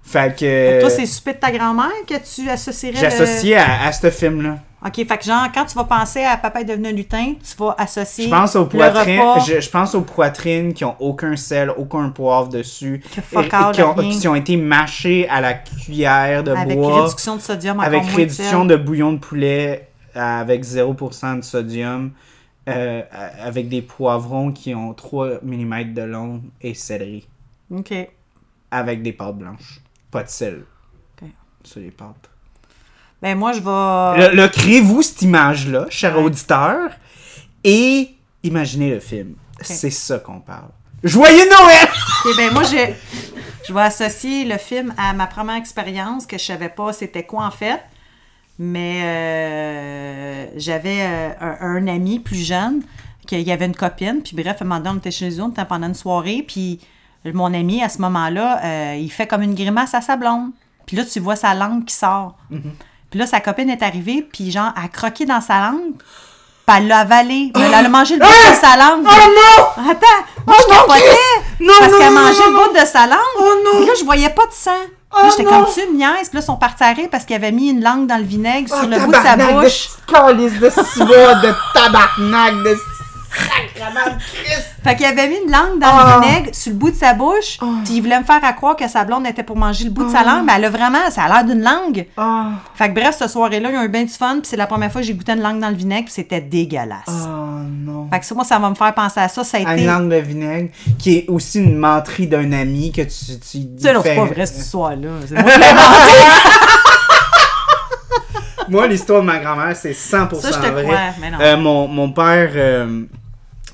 Speaker 1: Fait
Speaker 2: Mm-hmm. Fait
Speaker 1: que.
Speaker 2: que Toi, c'est souper de ta grand-mère que tu associerais le...
Speaker 1: J'associais à, à ce film-là.
Speaker 2: OK, fait que genre, quand tu vas penser à Papa est devenu un lutin, tu vas associer
Speaker 1: Je pense aux
Speaker 2: le
Speaker 1: poitrines,
Speaker 2: repas.
Speaker 1: je, je pense aux poitrines qui ont aucun sel, aucun poivre dessus,
Speaker 2: Que fuck
Speaker 1: et- et
Speaker 2: all,
Speaker 1: qui, ont,
Speaker 2: rien.
Speaker 1: qui ont été mâchées à la cuillère de
Speaker 2: Avec
Speaker 1: bois,
Speaker 2: réduction de sodium, encore
Speaker 1: avec
Speaker 2: moins
Speaker 1: réduction
Speaker 2: de...
Speaker 1: de bouillon de poulet euh, avec 0% de sodium, euh, euh, avec des poivrons qui ont 3 mm de long et céleri,
Speaker 2: sel. OK.
Speaker 1: avec des pâtes blanches, pas de sel
Speaker 2: Ok.
Speaker 1: sur les pâtes.
Speaker 2: Ben moi, je vais...
Speaker 1: Le, le- créez-vous cette image-là, cher
Speaker 2: Ouais.
Speaker 1: auditeur, et imaginez le film. C'est ça qu'on parle. Joyeux Noël!
Speaker 2: OK, ben moi, je... je vais associer le film à ma première expérience que je savais pas c'était quoi, en fait. Mais euh, j'avais euh, un, un ami plus jeune, qu'il y avait une copine, puis bref, un moment donné, on était chez eux, on était pendant une soirée, puis mon ami, à ce moment-là, euh, il fait comme une grimace à sa blonde. Puis là, tu vois sa langue qui sort.
Speaker 1: Mm-hmm.
Speaker 2: Puis là, sa copine est arrivée, puis genre, elle a croqué dans sa langue, puis elle l'a avalée, mais elle a mangé le bout de sa langue.
Speaker 1: Hein? Oh non!
Speaker 2: Attends, moi,
Speaker 1: Oh
Speaker 2: je
Speaker 1: non,
Speaker 2: capotais
Speaker 1: Chris! Non,
Speaker 2: parce
Speaker 1: non,
Speaker 2: qu'elle
Speaker 1: non,
Speaker 2: mangeait
Speaker 1: non,
Speaker 2: le bout de sa langue.
Speaker 1: Oh non!
Speaker 2: Puis là, je voyais pas de sang. Puis
Speaker 1: Oh
Speaker 2: là, j'étais
Speaker 1: non!
Speaker 2: comme tu me niaises. Puis là, ils sont partis à rire parce qu'il avait mis une langue dans le vinaigre sur Oh, le bout de sa
Speaker 1: Oh, tabarnak
Speaker 2: bouche.
Speaker 1: De calice de soie, de tabarnak, de sacrement de Christ!
Speaker 2: Fait qu'il avait mis une langue dans
Speaker 1: Ah.
Speaker 2: le vinaigre sur le bout de sa bouche.
Speaker 1: Oh.
Speaker 2: Puis il voulait me faire à croire que sa blonde était pour manger le bout de sa langue. Mais elle a vraiment, ça a l'air d'une langue.
Speaker 1: Ah,
Speaker 2: Fait que bref, ce soir-là, ils ont eu bien du fun. Puis c'est la première fois que j'ai goûté une langue dans le vinaigre. Puis c'était dégueulasse.
Speaker 1: ah non.
Speaker 2: Fait que ça, moi, ça va me faire penser à ça. Ça a
Speaker 1: Une
Speaker 2: été.
Speaker 1: langue de vinaigre, qui est aussi une menterie d'un ami que tu, tu
Speaker 2: Tu sais, non,
Speaker 1: fais-
Speaker 2: c'est pas vrai cette histoire-là. C'est moi
Speaker 1: Moi, l'histoire de ma grand-mère, c'est 100%
Speaker 2: Ça, je te
Speaker 1: vrai.
Speaker 2: crois, mais non.
Speaker 1: Euh, mon, mon père... euh,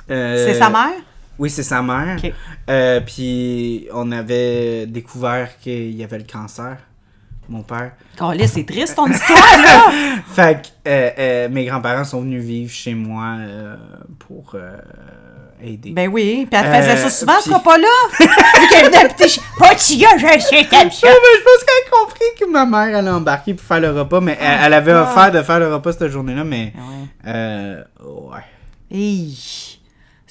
Speaker 1: euh,
Speaker 2: C'est sa mère?
Speaker 1: Oui, c'est sa mère.
Speaker 2: Ok.
Speaker 1: Euh, puis on avait découvert qu'il y avait le cancer. mon père.
Speaker 2: Calais, c'est triste ton histoire, là!
Speaker 1: Fait que euh, euh, mes grands-parents sont venus vivre chez moi euh, pour euh, aider.
Speaker 2: Ben oui, puis elle faisait
Speaker 1: Euh,
Speaker 2: ça souvent,
Speaker 1: puis-
Speaker 2: ce repas-là! Vu qu'elle venait, petit chien. Oh, petit gars, je sais comme ça!
Speaker 1: Ouais, mais Ah, ben, je pense qu'elle a compris que ma mère allait embarquer pour faire le repas, mais elle, elle avait
Speaker 2: God.
Speaker 1: offert de faire le repas cette journée-là, mais.
Speaker 2: Ah ouais.
Speaker 1: Euh, ouais.
Speaker 2: Hey.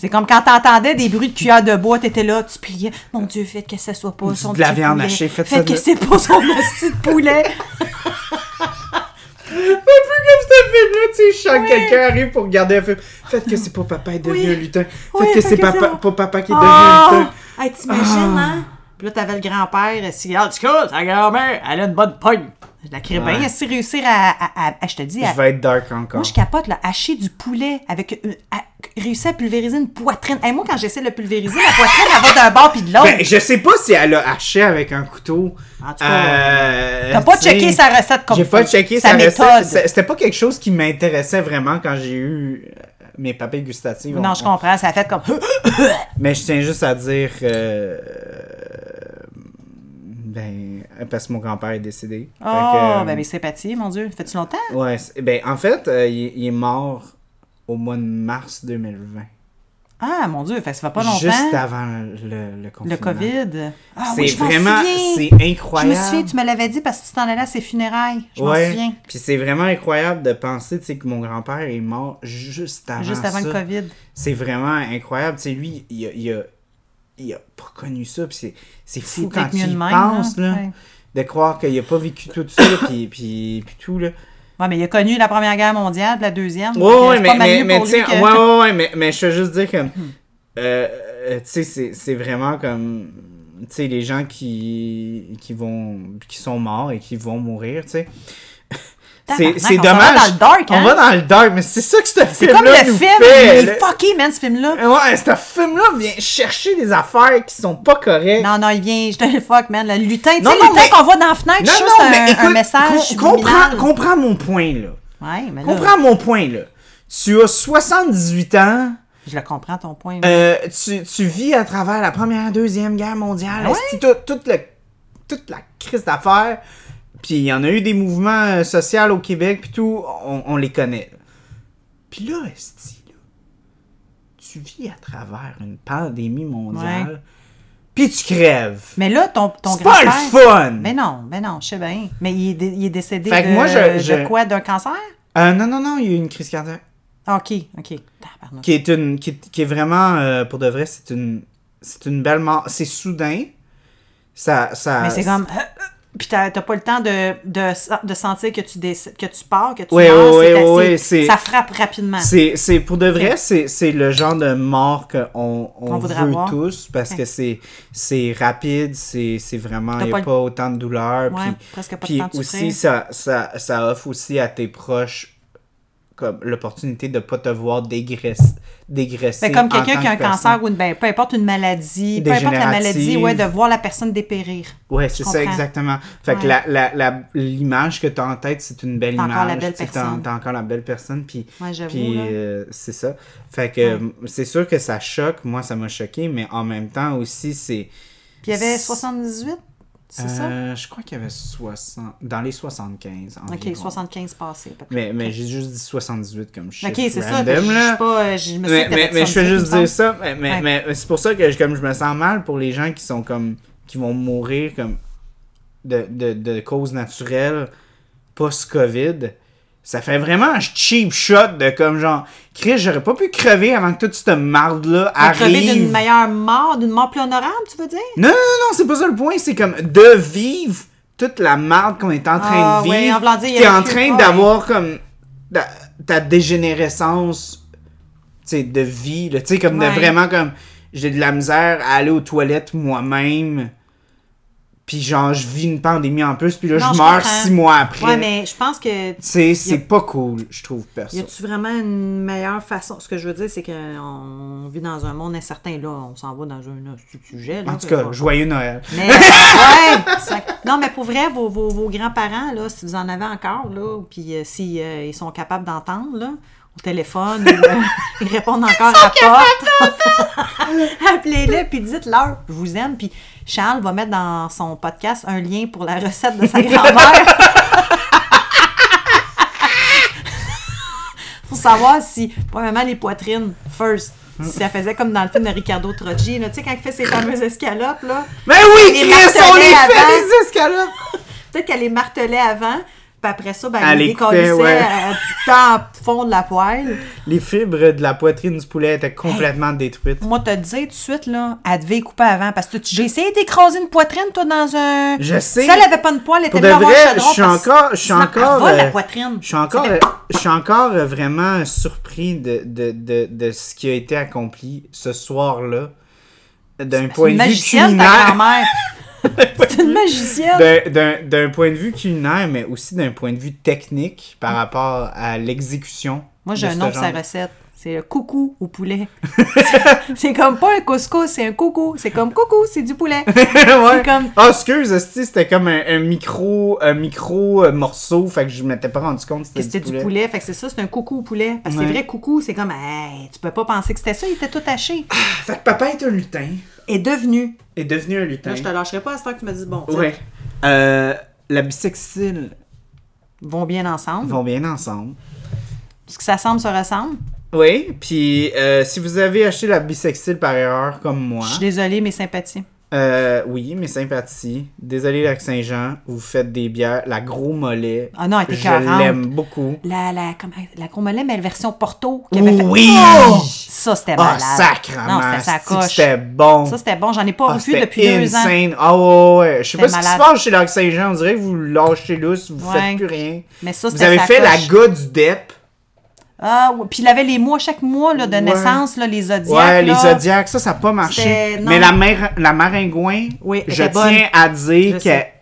Speaker 2: C'est comme quand t'entendais des bruits de cuillère de bois, t'étais là, tu priais, mon Dieu, faites que ça soit pas son
Speaker 1: de la
Speaker 2: petit
Speaker 1: viande
Speaker 2: poulet.
Speaker 1: hachée, faites ça
Speaker 2: Faites
Speaker 1: de-
Speaker 2: que c'est pas son petit poulet.
Speaker 1: Un peu comme ce film-là, tu sais, chaque
Speaker 2: Oui.
Speaker 1: quelqu'un arrive pour regarder un film. Faites que c'est pas papa qui est devenu
Speaker 2: Oui.
Speaker 1: un lutin. Faites
Speaker 2: Oui,
Speaker 1: que
Speaker 2: faites
Speaker 1: c'est
Speaker 2: que
Speaker 1: papa,
Speaker 2: c'est-
Speaker 1: pas papa qui est devenu un
Speaker 2: Oh!
Speaker 1: lutin.
Speaker 2: Hey, t'imagines,
Speaker 1: Ah.
Speaker 2: hein? Puis là, t'avais le grand-père, euh, elle dit, en tout cas, ta grand-mère, elle a une bonne pogne. Je la crée bien,
Speaker 1: Ouais.
Speaker 2: elle sait réussir à, à- à- à- je te dis, à-
Speaker 1: Je vais être dark encore.
Speaker 2: moi, je capote, là, hacher du poulet avec, une- à- réussir à pulvériser une poitrine. Hey, moi, quand j'essaie de le pulvériser, la poitrine, elle va d'un bord puis de l'autre.
Speaker 1: Ben, je sais pas si elle a haché avec un couteau.
Speaker 2: Oh! En tout cas,
Speaker 1: Euh,
Speaker 2: T'as pas
Speaker 1: tu sais,
Speaker 2: checké sa recette comme
Speaker 1: J'ai pas checké
Speaker 2: sa
Speaker 1: sa
Speaker 2: méthode.
Speaker 1: recette. C'est- C'était pas quelque chose qui m'intéressait vraiment quand j'ai eu euh, mes papilles gustatives.
Speaker 2: Non,
Speaker 1: On-
Speaker 2: je comprends, ça a fait comme.
Speaker 1: Mais je tiens juste à dire. euh, Ben, parce que mon grand-père est décédé. Fait que,
Speaker 2: Oh,
Speaker 1: euh,
Speaker 2: ben mes sympathies, mon Dieu. Fais-tu longtemps?
Speaker 1: Ouais, c'est- ben, en fait, euh, il, est- il est mort au mois de mars 2020.
Speaker 2: Ah, mon Dieu, fait que ça va pas longtemps.
Speaker 1: Juste avant le, le confinement.
Speaker 2: Le COVID. Ah,
Speaker 1: C'est
Speaker 2: oui, je m'en
Speaker 1: vraiment.
Speaker 2: souviens.
Speaker 1: C'est
Speaker 2: Je me
Speaker 1: incroyable.
Speaker 2: souviens, tu me l'avais dit parce que tu t'en allais à ses funérailles. Je m'en souviens.
Speaker 1: Puis c'est vraiment incroyable de penser tu sais, que mon grand-père est mort juste avant
Speaker 2: Juste avant
Speaker 1: ça.
Speaker 2: le COVID.
Speaker 1: C'est vraiment incroyable. Tu sais, lui, il a, il, a, il a pas connu ça. Puis c'est, c'est
Speaker 2: C'est
Speaker 1: fou quand
Speaker 2: peut-être
Speaker 1: tu
Speaker 2: mieux
Speaker 1: y
Speaker 2: de même,
Speaker 1: penses,
Speaker 2: là.
Speaker 1: là,
Speaker 2: Ouais.
Speaker 1: de croire qu'il a pas vécu tout ça, puis, puis, puis tout, là.
Speaker 2: Ouais, mais il a connu la Première Guerre mondiale, puis la Deuxième.
Speaker 1: Ouais,
Speaker 2: donc, euh,
Speaker 1: ouais,
Speaker 2: c'est pas
Speaker 1: mais,
Speaker 2: mal
Speaker 1: mais,
Speaker 2: mieux
Speaker 1: mais
Speaker 2: pour
Speaker 1: tu
Speaker 2: lui
Speaker 1: sais,
Speaker 2: que- Hmm.
Speaker 1: ouais, ouais, ouais, mais, mais je veux juste dire comme, euh, euh, tu sais, c'est, c'est vraiment comme, tu sais, les gens qui, qui vont, qui sont morts et qui vont mourir, tu sais. C'est,
Speaker 2: Tabarnak,
Speaker 1: c'est
Speaker 2: on s'en va
Speaker 1: dommage.
Speaker 2: dans le dark, hein?
Speaker 1: On va dans le dark, mais c'est ça que ce
Speaker 2: C'est comme
Speaker 1: film-là
Speaker 2: le
Speaker 1: nous
Speaker 2: film.
Speaker 1: fait,
Speaker 2: Il
Speaker 1: là.
Speaker 2: est fucké, man, ce film-là.
Speaker 1: Ouais, ce film-là vient chercher des affaires qui sont pas correctes.
Speaker 2: Non, non, il vient, je te le fuck, man. Le lutin, tu sais,
Speaker 1: Non,
Speaker 2: le
Speaker 1: non,
Speaker 2: lutin
Speaker 1: mais-
Speaker 2: qu'on voit dans la fenêtre, je suis sûre que c'est un, un message.
Speaker 1: com- comprends,
Speaker 2: subliminal.
Speaker 1: comprends mon point, là.
Speaker 2: Ouais, mais là,
Speaker 1: Comprends mon point, là. Tu as 78 ans.
Speaker 2: je le comprends, ton point.
Speaker 1: Euh, tu, tu vis à travers la première, deuxième guerre mondiale,
Speaker 2: Ah ouais?
Speaker 1: esti, tout- toute, le- toute la crise d'affaires. Puis il y en a eu des mouvements euh, sociaux au Québec, puis tout, on, on les connaît. là. Puis là, esti, là, tu vis à travers une pandémie mondiale, puis tu crèves.
Speaker 2: mais là, ton, ton
Speaker 1: C'est pas le
Speaker 2: grand-père-
Speaker 1: fun!
Speaker 2: Mais non, mais non, je sais bien. Mais il est, dé- il est décédé
Speaker 1: Fait que
Speaker 2: de,
Speaker 1: moi, je-
Speaker 2: de
Speaker 1: je-
Speaker 2: quoi? D'un cancer?
Speaker 1: Euh, non, non, non, il y a eu une crise cardiaque.
Speaker 2: Ah, OK, OK. Tabarnak.
Speaker 1: Qui est, une, qui, est- qui est vraiment, euh, pour de vrai, c'est une, c'est une belle mort. C'est soudain. Ça, ça,
Speaker 2: Mais c'est comme... euh, Puis t'as t'as pas le temps de, de, de sentir que tu, décè- que tu pars, que tu
Speaker 1: Ouais,
Speaker 2: meurs.
Speaker 1: ouais,
Speaker 2: c'est
Speaker 1: ouais,
Speaker 2: assez-
Speaker 1: ouais, c'est-
Speaker 2: Ça frappe rapidement.
Speaker 1: C'est, c'est- pour de vrai, c'est, c'est le genre de mort qu'on on
Speaker 2: Qu'on
Speaker 1: veut
Speaker 2: voudrait avoir.
Speaker 1: tous parce que c'est, c'est rapide, c'est, c'est vraiment, il
Speaker 2: T'as
Speaker 1: n'y a
Speaker 2: pas
Speaker 1: pas,
Speaker 2: le-
Speaker 1: autant de douleur.
Speaker 2: Ouais,
Speaker 1: puis
Speaker 2: presque pas de
Speaker 1: puis
Speaker 2: temps de
Speaker 1: aussi,
Speaker 2: souffrir.
Speaker 1: ça, ça, ça offre aussi à tes proches comme l'opportunité de ne pas te voir dégraisser. dégraisser
Speaker 2: Fait Ben, comme
Speaker 1: en tant
Speaker 2: quelqu'un qui a un
Speaker 1: que
Speaker 2: cancer ou une, ben, peu importe une maladie, peu importe la maladie,
Speaker 1: Dégénérative.
Speaker 2: ouais, de voir la personne dépérir.
Speaker 1: Ouais,
Speaker 2: Je
Speaker 1: c'est ça,
Speaker 2: comprends.
Speaker 1: exactement. Fait que
Speaker 2: Ouais.
Speaker 1: la, la, la- l'image que tu as en tête, c'est une belle
Speaker 2: T'as
Speaker 1: image.
Speaker 2: encore la belle
Speaker 1: tu sais, t'as-
Speaker 2: personne.
Speaker 1: T'as encore la belle personne, puis,
Speaker 2: Ouais, j'avoue,
Speaker 1: puis
Speaker 2: là.
Speaker 1: euh, c'est ça. Fait que
Speaker 2: Ouais.
Speaker 1: euh, c'est sûr que ça choque. Moi, ça m'a choqué, mais en même temps aussi, c'est...
Speaker 2: Puis il y avait 78, c'est ça?
Speaker 1: Euh, Je crois qu'il y avait 60... Dans les 75, environ.
Speaker 2: OK, 75 passés, à peu près.
Speaker 1: Mais, mais j'ai juste dit 78 comme chiffre
Speaker 2: OK, c'est ça.
Speaker 1: random,
Speaker 2: je-
Speaker 1: là.
Speaker 2: Je, sais pas, euh, je me souviens
Speaker 1: mais,
Speaker 2: que
Speaker 1: mais,
Speaker 2: t'avais
Speaker 1: mais je fais
Speaker 2: 78,
Speaker 1: juste
Speaker 2: il me
Speaker 1: dire
Speaker 2: semble.
Speaker 1: ça. Mais, mais,
Speaker 2: Ouais.
Speaker 1: mais c'est pour ça que je, comme je me sens mal pour les gens qui sont comme qui vont mourir comme de, de, de causes naturelles post-Covid. Ça fait vraiment un cheap shot de comme genre Chris, j'aurais pas pu crever avant que toute cette marde-là
Speaker 2: Pour crever
Speaker 1: arrive.
Speaker 2: d'une meilleure mort, d'une mort plus honorable, tu veux dire?
Speaker 1: Non, non, non, c'est pas ça le point, c'est comme de vivre toute la marde qu'on est en train
Speaker 2: Ah,
Speaker 1: de
Speaker 2: ouais, en
Speaker 1: vivre.
Speaker 2: voulant dire, il y
Speaker 1: T'es
Speaker 2: a
Speaker 1: en
Speaker 2: plus-
Speaker 1: train
Speaker 2: ouais.
Speaker 1: d'avoir comme ta, ta dégénérescence tu sais, de vie, là, tu sais, comme
Speaker 2: Ouais.
Speaker 1: de vraiment comme j'ai de la misère à aller aux toilettes moi-même. Puis genre je vis une pandémie en plus, puis là
Speaker 2: Non,
Speaker 1: je
Speaker 2: je
Speaker 1: meurs
Speaker 2: comprends.
Speaker 1: six mois après.
Speaker 2: Ouais, mais je pense que.
Speaker 1: Tu sais, c'est pas cool, je trouve
Speaker 2: Y
Speaker 1: perso.
Speaker 2: a-tu vraiment une meilleure façon? Ce que je veux dire, c'est qu'on vit dans un monde incertain. Là, on s'en va dans un autre sujet. Là,
Speaker 1: En tout cas, joyeux Noël.
Speaker 2: Mais, ouais, ça- non, mais pour vrai, vos, vos, vos grands-parents, là, si vous en avez encore, là, puis euh, si, euh, ils sont capables d'entendre, là, au téléphone ou euh, ils répondent encore à la porte. Appelez-le puis dites-leur je vous aime puis Charles va mettre dans son podcast un lien pour la recette de sa grand-mère. pour savoir si premièrement les poitrines first si ça faisait comme dans le film de Ricardo Troggi, là, tu sais, quand il fait ses fameuses escalopes, là.
Speaker 1: Mais oui,
Speaker 2: Les
Speaker 1: Chris, on
Speaker 2: martelait
Speaker 1: les fait
Speaker 2: avant.
Speaker 1: des escalades!
Speaker 2: Peut-être qu'elle les martelait avant, puis après ça, ben,
Speaker 1: Elle
Speaker 2: elle
Speaker 1: les
Speaker 2: les décollissait
Speaker 1: coupait, ouais.
Speaker 2: euh, dans le fond de la poêle.
Speaker 1: Les fibres de la poitrine du poulet étaient complètement détruites.
Speaker 2: Moi, te dire tout de suite, là, elle devait y couper avant, parce que tu- j'ai essayé d'écraser une poitrine, toi, dans un...
Speaker 1: Je sais.
Speaker 2: Ça, elle avait pas une poêle, elle
Speaker 1: Pour
Speaker 2: était
Speaker 1: de
Speaker 2: venue avoir
Speaker 1: vrai,
Speaker 2: un
Speaker 1: je
Speaker 2: chaudron,
Speaker 1: suis
Speaker 2: parce que
Speaker 1: encore, je suis
Speaker 2: sinon, elle
Speaker 1: encore,
Speaker 2: vole, la
Speaker 1: euh,
Speaker 2: poitrine.
Speaker 1: je suis encore,
Speaker 2: Ça
Speaker 1: euh,
Speaker 2: fait-
Speaker 1: je suis encore euh, vraiment surpris de, de, de, de ce qui a été accompli ce soir-là, d'un
Speaker 2: C'est
Speaker 1: point
Speaker 2: une
Speaker 1: de vue
Speaker 2: magicienne, ta
Speaker 1: culinaire, Ben,
Speaker 2: grand-mère. C'est une magicienne.
Speaker 1: d'un- d'un d'un point de vue culinaire, mais aussi d'un point de vue technique par rapport à l'exécution.
Speaker 2: Moi, j'ai
Speaker 1: de
Speaker 2: un
Speaker 1: ce
Speaker 2: nom pour sa
Speaker 1: genre.
Speaker 2: recette. C'est le coucou au poulet. c'est comme pas un couscous, c'est un coucou. C'est comme coucou, c'est du poulet.
Speaker 1: ouais.
Speaker 2: C'est comme-
Speaker 1: Ah, excuse, hostie, c'était comme un, un micro, un micro euh, morceau, fait que je m'étais pas rendu compte
Speaker 2: que c'était du poulet. Fait que c'est ça, c'est un coucou au poulet. Parce que
Speaker 1: Ouais.
Speaker 2: c'est vrai, coucou, c'est comme, hey, tu peux pas penser que c'était ça, il était tout haché.
Speaker 1: Fait que papa est un lutin.
Speaker 2: Est devenu.
Speaker 1: Est devenu un lutin.
Speaker 2: Là, je te lâcherai pas à ce temps que tu me dis, bon, tu sais,
Speaker 1: Ouais. Euh, la bisextile
Speaker 2: vont bien ensemble.
Speaker 1: vont bien ensemble.
Speaker 2: Parce que ça semble se ressemble.
Speaker 1: Oui, puis euh, si vous avez acheté la bisextile par erreur comme moi,
Speaker 2: Je suis désolée, mes sympathies.
Speaker 1: euh, oui, mes sympathies. Désolé, Lac Saint-Jean, vous faites des bières. La gros mollet.
Speaker 2: Ah non, elle était
Speaker 1: Je
Speaker 2: écœurante.
Speaker 1: l'aime beaucoup.
Speaker 2: La, la, comme, la gros mollet, mais la version Porto. qui avait fait-
Speaker 1: Oui!
Speaker 2: Oh! ça, c'était
Speaker 1: Ah,
Speaker 2: malade.
Speaker 1: sacrement!
Speaker 2: Non, c'était sa
Speaker 1: c'est-tu que
Speaker 2: coche.
Speaker 1: C'était bon.
Speaker 2: Ça, c'était bon. J'en ai pas
Speaker 1: Ah,
Speaker 2: revu
Speaker 1: c'était
Speaker 2: depuis deux ans.
Speaker 1: insane. Ah ouais, ouais, ouais. Je sais pas
Speaker 2: C'était
Speaker 1: ce qui se
Speaker 2: malade.
Speaker 1: passe chez Lac Saint-Jean. On dirait que vous lâchez lousse, vous
Speaker 2: Ouais.
Speaker 1: faites plus rien.
Speaker 2: Mais ça,
Speaker 1: vous
Speaker 2: c'était
Speaker 1: avez
Speaker 2: sa
Speaker 1: fait
Speaker 2: coche.
Speaker 1: la gars du DEP.
Speaker 2: Ah, ouais. Puis il avait les mois, chaque mois là, de
Speaker 1: Ouais.
Speaker 2: naissance, là, les zodiacs.
Speaker 1: Ouais, les
Speaker 2: là.
Speaker 1: Zodiacs, ça, ça n'a pas marché.
Speaker 2: C'était- non.
Speaker 1: Mais la, mer, la maringouin,
Speaker 2: Oui, elle
Speaker 1: je
Speaker 2: était bonne.
Speaker 1: tiens à dire
Speaker 2: Je
Speaker 1: qu'elle
Speaker 2: sais.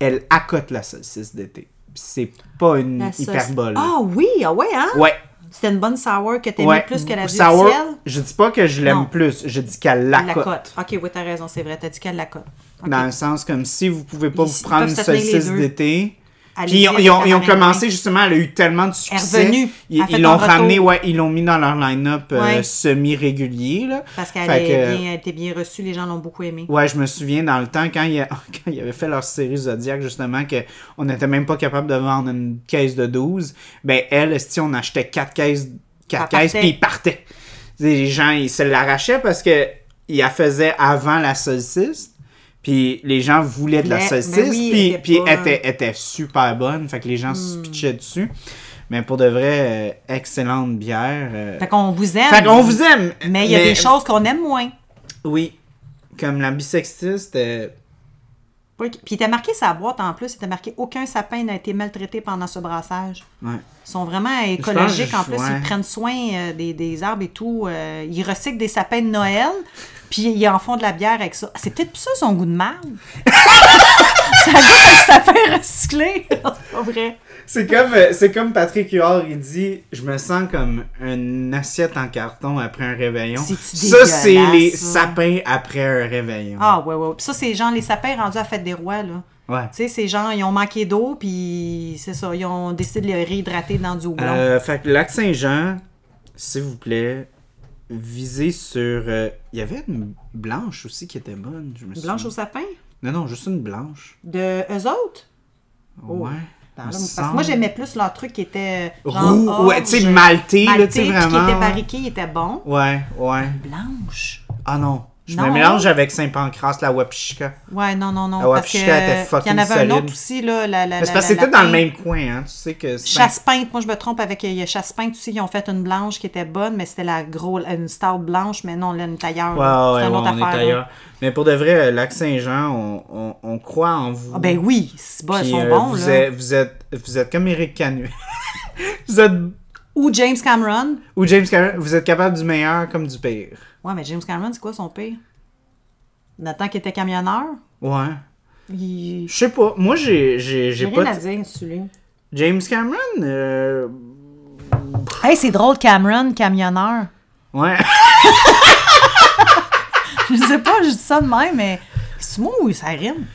Speaker 1: elle accote la saucisse d'été. Puis C'est pas une
Speaker 2: La sauce-
Speaker 1: hyperbole.
Speaker 2: Ah oui, ah ouais, hein?
Speaker 1: Ouais.
Speaker 2: C'était une bonne sour que t'aimais
Speaker 1: ouais.
Speaker 2: plus que la vie
Speaker 1: Sour,
Speaker 2: du ciel?
Speaker 1: Je dis pas que je l'aime
Speaker 2: Non.
Speaker 1: plus, je dis qu'elle
Speaker 2: La
Speaker 1: l'accote.
Speaker 2: cote. Ok, oui, t'as raison, c'est vrai. T'as dit qu'elle la cote. Ok.
Speaker 1: Dans le sens comme si vous pouvez pas
Speaker 2: Ils-
Speaker 1: vous
Speaker 2: ils
Speaker 1: prendre
Speaker 2: peuvent
Speaker 1: une
Speaker 2: se tenir les
Speaker 1: saucisse
Speaker 2: deux.
Speaker 1: d'été.
Speaker 2: Allez-y
Speaker 1: Puis ils ont,
Speaker 2: avec
Speaker 1: ils ont-
Speaker 2: la
Speaker 1: ils ont
Speaker 2: maringouin.
Speaker 1: commencé justement, elle a eu tellement de
Speaker 2: Elle est
Speaker 1: succès.
Speaker 2: revenue. Elle
Speaker 1: Ils
Speaker 2: a fait
Speaker 1: ils l'ont
Speaker 2: un retour.
Speaker 1: ramené, ouais, ils l'ont mis dans leur line-up euh,
Speaker 2: Ouais.
Speaker 1: semi-régulier. là.
Speaker 2: Parce qu'elle
Speaker 1: Fait
Speaker 2: est
Speaker 1: que-
Speaker 2: bien- elle était bien reçue, les gens l'ont beaucoup aimée.
Speaker 1: Ouais, je me souviens dans le temps quand ils quand il avaient fait leur série Zodiac, justement, qu'on n'était même pas capable de vendre une caisse de 12. Ben, elle, si on achetait 4 caisses, quatre
Speaker 2: Elle
Speaker 1: caisses
Speaker 2: partait.
Speaker 1: puis ils partaient. Les gens, ils se l'arrachaient parce que ils la faisaient avant la saucisse. Puis les gens voulaient de la
Speaker 2: Mais-
Speaker 1: saucisse.
Speaker 2: mais oui,
Speaker 1: puis
Speaker 2: elle était
Speaker 1: puis
Speaker 2: bonne. Hmm.
Speaker 1: elle était, elle était super bonne. Fait que les gens se pitchaient dessus. Mais pour de vrai, euh, excellente bière. euh.
Speaker 2: Fait qu'on vous aime.
Speaker 1: Fait qu'on vous aime!
Speaker 2: Mais il y a des choses qu'on aime moins.
Speaker 1: Oui. Comme la euh, bisextile, c'était.
Speaker 2: Puis il était marqué sa boîte en plus, il était marqué aucun sapin n'a été maltraité pendant ce brassage.
Speaker 1: Ouais.
Speaker 2: Ils sont vraiment écologiques.
Speaker 1: je-
Speaker 2: En plus,
Speaker 1: ouais.
Speaker 2: ils prennent soin euh, des, des arbres et tout. Euh, ils recyclent des sapins de Noël, puis ils en font de la bière avec ça. Ah, C'est peut-être pour ça son goût de merde. ça goûte à le sapin recyclé. Non, C'est pas vrai.
Speaker 1: C'est comme, euh, c'est comme Patrick Huard, il dit Je me sens comme une assiette en carton après un réveillon.
Speaker 2: C'est-tu
Speaker 1: Ça, c'est
Speaker 2: dégueulasse,
Speaker 1: les
Speaker 2: ça?
Speaker 1: sapins après un réveillon.
Speaker 2: Ah, ouais, ouais. Puis ça, c'est genre les sapins rendus à Fête des Rois, là.
Speaker 1: Ouais.
Speaker 2: Tu sais, ces gens, ils ont manqué d'eau, puis c'est ça, ils ont décidé de les réhydrater dans du houblon.
Speaker 1: Euh, fait que Lac Saint-Jean, s'il vous plaît, visez sur. euh, Il y avait une blanche aussi qui était bonne. Je me
Speaker 2: Blanche
Speaker 1: souviens.
Speaker 2: au sapin?
Speaker 1: Non, non, juste une blanche.
Speaker 2: De eux autres? Oh.
Speaker 1: Ouais.
Speaker 2: Dans
Speaker 1: Il me
Speaker 2: l'homme. Parce
Speaker 1: Ah, semble.
Speaker 2: que moi, j'aimais plus leur truc qui était. genre
Speaker 1: Roux, ouais, tu sais,
Speaker 2: orge,
Speaker 1: maltais, là, tu sais,
Speaker 2: maltais, puis
Speaker 1: vraiment,
Speaker 2: Qui
Speaker 1: ouais.
Speaker 2: était barriqué, il était bon.
Speaker 1: Ouais, ouais.
Speaker 2: Blanche.
Speaker 1: Ah non. Je me
Speaker 2: Non.
Speaker 1: mélange avec Saint-Pancras, la Wapchika.
Speaker 2: Ouais, non, non, non.
Speaker 1: Ah ouais,
Speaker 2: parce
Speaker 1: puis
Speaker 2: que.
Speaker 1: Chica était
Speaker 2: puis Il y en
Speaker 1: fucking
Speaker 2: avait
Speaker 1: solide.
Speaker 2: un autre aussi, là. La, la,
Speaker 1: Mais
Speaker 2: la-
Speaker 1: c'est parce que
Speaker 2: la-
Speaker 1: c'était
Speaker 2: la
Speaker 1: dans le
Speaker 2: pinte.
Speaker 1: même coin, hein. Tu sais que. Saint-
Speaker 2: Chasse-peinte, moi je me trompe avec il y a Chasse-peinte aussi, ils ont fait une blanche qui était bonne, mais c'était la grosse, une star blanche, mais non, là, une tailleur.
Speaker 1: Ouais,
Speaker 2: là.
Speaker 1: ouais,
Speaker 2: c'est une
Speaker 1: ouais,
Speaker 2: autre
Speaker 1: on est
Speaker 2: affaire. là.
Speaker 1: ailleurs. Mais pour de vrai, euh, Lac Saint-Jean, on, on- on croit en vous.
Speaker 2: Ah, ben oui, c'est bon, ils
Speaker 1: Puis,
Speaker 2: sont
Speaker 1: euh,
Speaker 2: bons,
Speaker 1: vous
Speaker 2: là.
Speaker 1: Êtes, vous, êtes, vous êtes comme Eric Canu. vous êtes.
Speaker 2: Ou James Cameron.
Speaker 1: Ou James Cameron, vous êtes capable du meilleur comme du pire.
Speaker 2: Ouais, mais James Cameron, c'est quoi son pire? Nathan qui était camionneur.
Speaker 1: Ouais.
Speaker 2: Il.
Speaker 1: Je sais pas. Moi, j'ai, j'ai, j'ai
Speaker 2: J'ai
Speaker 1: pas.
Speaker 2: rien à
Speaker 1: de-
Speaker 2: dire sur lui.
Speaker 1: James Cameron. euh,
Speaker 2: Hey, c'est drôle, Cameron, camionneur.
Speaker 1: Ouais.
Speaker 2: Je sais pas, je dis ça de même, mais c'est moi ou ça rime?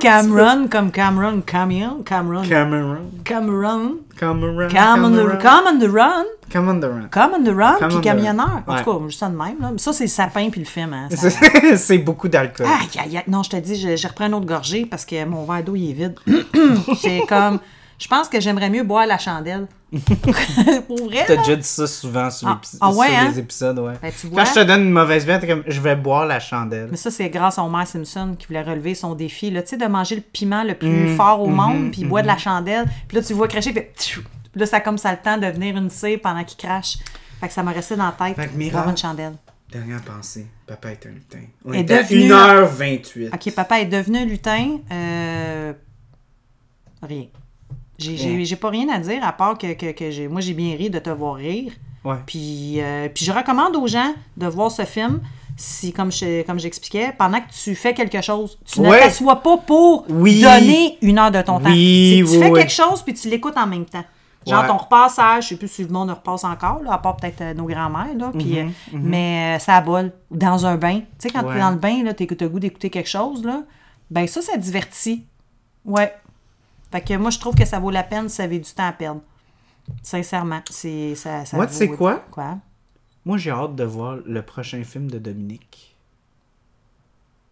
Speaker 2: Cameron comme Cameron, camion, Cameron,
Speaker 1: Cameron.
Speaker 2: Cameron, Ah.
Speaker 1: Come around.
Speaker 2: Come on, the,
Speaker 1: around.
Speaker 2: come on the run.
Speaker 1: Come on the run.
Speaker 2: Come on the run,
Speaker 1: Come
Speaker 2: puis
Speaker 1: on the
Speaker 2: camionneur. En
Speaker 1: run.
Speaker 2: tout cas, on dit ça de même. Là. Mais Ça, c'est le sapin puis le film. Hein, ça-
Speaker 1: C'est c'est beaucoup d'alcool.
Speaker 2: Aïe, aïe, aïe. Non, je te dis, je, je reprends une autre gorgée parce que mon verre d'eau, il est vide. c'est comme, je pense que j'aimerais mieux boire la chandelle. Pour vrai,
Speaker 1: T'as
Speaker 2: là.
Speaker 1: déjà dit ça souvent sur,
Speaker 2: Ah,
Speaker 1: l'épi-
Speaker 2: ah ouais,
Speaker 1: sur
Speaker 2: hein?
Speaker 1: les épisodes, ouais.
Speaker 2: Ben, tu vois.
Speaker 1: Quand je te donne une mauvaise bière, t'es comme, je vais boire la chandelle.
Speaker 2: Mais ça, c'est grâce à Homer Simpson qui voulait relever son défi, là, tu sais, de manger le piment le
Speaker 1: Mm.
Speaker 2: plus fort
Speaker 1: Mm-hmm,
Speaker 2: au monde, puis il boit de la chandelle. Puis là, tu le vois cracher, puis tchou! Puis là, ça a comme ça le temps de venir une cire pendant qu'il crache. Fait que ça m'a resté dans la tête.
Speaker 1: Fait que
Speaker 2: boire
Speaker 1: miracle.
Speaker 2: une chandelle.
Speaker 1: Dernière pensée, papa est un lutin. On
Speaker 2: Est
Speaker 1: est à
Speaker 2: devenu-
Speaker 1: 1h28.
Speaker 2: OK, papa est devenu un lutin. Euh... Rien. J'ai- J'ai
Speaker 1: Rien.
Speaker 2: j'ai pas rien à dire à part que, que, que j'ai- moi, j'ai bien ri de te voir rire.
Speaker 1: Ouais.
Speaker 2: Puis, euh, puis je recommande aux gens de voir ce film si, comme je- comme j'expliquais, pendant que tu fais quelque chose, tu ne
Speaker 1: Ouais.
Speaker 2: t'assois pas pour
Speaker 1: Oui.
Speaker 2: donner une heure de ton temps.
Speaker 1: Oui,
Speaker 2: C'est que tu
Speaker 1: oui,
Speaker 2: fais
Speaker 1: oui.
Speaker 2: quelque chose puis tu l'écoutes en même temps. Genre
Speaker 1: Ouais.
Speaker 2: ton repassage, je sais plus si le monde repasse encore, là, à part peut-être euh, nos grands-mères, là,
Speaker 1: Mhm,
Speaker 2: puis, euh, mais euh, ça abole. Ou dans un bain. Tu sais, quand tu
Speaker 1: Ouais.
Speaker 2: es dans le bain, là, t'as t'as le goût d'écouter quelque chose, là, ben ça, ça divertit. Ouais. Fait que moi, je trouve que ça vaut la peine si ça avait du temps à perdre. Sincèrement, c'est ça. ça
Speaker 1: Moi, tu sais
Speaker 2: vaut-
Speaker 1: quoi?
Speaker 2: Quoi?
Speaker 1: Moi, j'ai hâte de voir le prochain film de Dominique.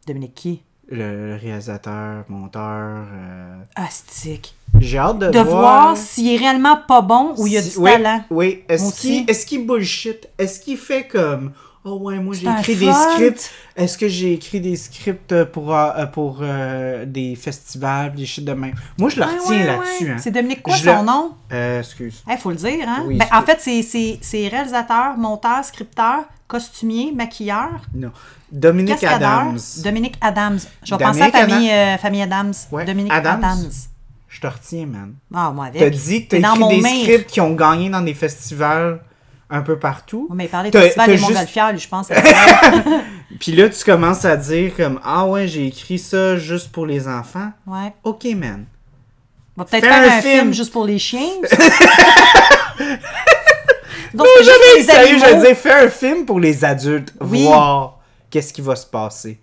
Speaker 2: Dominique qui?
Speaker 1: Le réalisateur, monteur. euh,
Speaker 2: Astique.
Speaker 1: J'ai hâte de,
Speaker 2: Ah, De voir s'il est réellement pas bon ou il y a
Speaker 1: si-
Speaker 2: du
Speaker 1: oui,
Speaker 2: talent.
Speaker 1: Oui,
Speaker 2: Moi
Speaker 1: est-ce
Speaker 2: aussi.
Speaker 1: qu'il est qu'il bullshit? Est-ce qu'il fait comme Oh ouais, moi j'ai
Speaker 2: un
Speaker 1: écrit des
Speaker 2: front.
Speaker 1: scripts. Est-ce que j'ai écrit des scripts pour, euh, pour euh, des festivals, des shit de même? Moi je le
Speaker 2: Ouais,
Speaker 1: retiens
Speaker 2: ouais,
Speaker 1: là-dessus.
Speaker 2: ouais.
Speaker 1: hein.
Speaker 2: C'est Dominique quoi
Speaker 1: Je
Speaker 2: son
Speaker 1: le-
Speaker 2: nom?
Speaker 1: Euh, excuse.
Speaker 2: Il faut le dire, hein?
Speaker 1: Oui,
Speaker 2: Ben, en
Speaker 1: c'est-
Speaker 2: fait, c'est- c'est c'est réalisateur, monteur, scripteur, costumier, maquilleur,
Speaker 1: Non. Dominique
Speaker 2: cascadeur.
Speaker 1: Adams.
Speaker 2: Dominique Adams. Je vais penser à
Speaker 1: Dominique
Speaker 2: famille, euh, famille Adams.
Speaker 1: Ouais,
Speaker 2: Dominique Adams.
Speaker 1: Adams. Je te retiens, man.
Speaker 2: Ah, moi, avec.
Speaker 1: T'as dit que
Speaker 2: T'es
Speaker 1: t'as
Speaker 2: dans
Speaker 1: écrit
Speaker 2: mon
Speaker 1: des
Speaker 2: mire.
Speaker 1: scripts qui ont gagné dans des festivals un peu partout.
Speaker 2: Oui, mais il parlait de
Speaker 1: T'as-
Speaker 2: festival
Speaker 1: t'as
Speaker 2: des
Speaker 1: juste-
Speaker 2: Montgolfières, lui, je pense.
Speaker 1: Puis là, tu commences à dire comme Ah ouais, j'ai écrit ça juste pour les enfants.
Speaker 2: ouais.
Speaker 1: Ok, man.
Speaker 2: On va peut-être
Speaker 1: Faire
Speaker 2: faire un,
Speaker 1: un
Speaker 2: film.
Speaker 1: film.
Speaker 2: juste pour les chiens. ou ça? Donc, c'est juste pour les
Speaker 1: Sérieux,
Speaker 2: animaux.
Speaker 1: je veux dire, fais un film pour les adultes,
Speaker 2: Oui.
Speaker 1: voir qu'est-ce qui va se passer.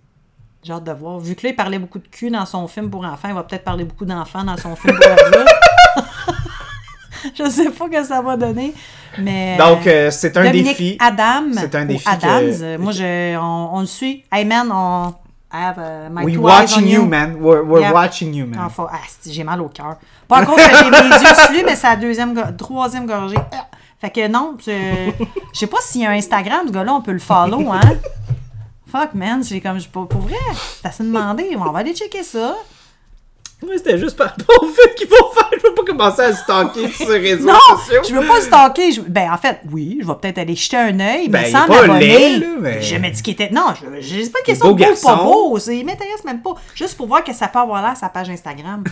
Speaker 2: J'ai hâte de voir. Vu que là, il parlait beaucoup de cul dans son film pour enfants, il va peut-être parler beaucoup d'enfants dans son film pour adultes. je sais pas que ça va donner, mais...
Speaker 1: Donc, euh, c'est un
Speaker 2: Dominique
Speaker 1: défi.
Speaker 2: Adam.
Speaker 1: C'est un
Speaker 2: ou
Speaker 1: défi
Speaker 2: Adams.
Speaker 1: que-
Speaker 2: euh, Moi, je, on, on le suit. Hey, man, on... I have uh, my
Speaker 1: We
Speaker 2: two eyes on
Speaker 1: watching you,
Speaker 2: you.
Speaker 1: man. We're, we're
Speaker 2: Yeah.
Speaker 1: watching you, man.
Speaker 2: Enfin, ah, c'est- j'ai mal au cœur. Pas à cause que j'ai mes yeux sulus, mais c'est la deuxième, go- troisième gorgée. Ah! Fait que non, je je sais pas s'il y a un Instagram, ce gars-là, on peut le follow, hein? Fuck, man, j'ai comme, j'ai pas- pour vrai, c'est assez demandé. On va aller checker ça.
Speaker 1: Moi, c'était juste par rapport au film qu'ils vont faire. Je veux pas commencer à stalker sur les réseaux
Speaker 2: Non, je veux pas le stalker. Je- Ben, en fait, oui, je vais peut-être aller jeter un œil,
Speaker 1: Ben,
Speaker 2: mais
Speaker 1: il
Speaker 2: sans
Speaker 1: est pas
Speaker 2: m'abonner.
Speaker 1: laid, là, mais-
Speaker 2: Je me dis qu'il était. Non, je, je c'est pas une question de
Speaker 1: beau
Speaker 2: beau ou pas
Speaker 1: garçon.
Speaker 2: beau. c'est- Il m'intéresse même pas. Juste pour voir que ça peut avoir l'air sa page Instagram.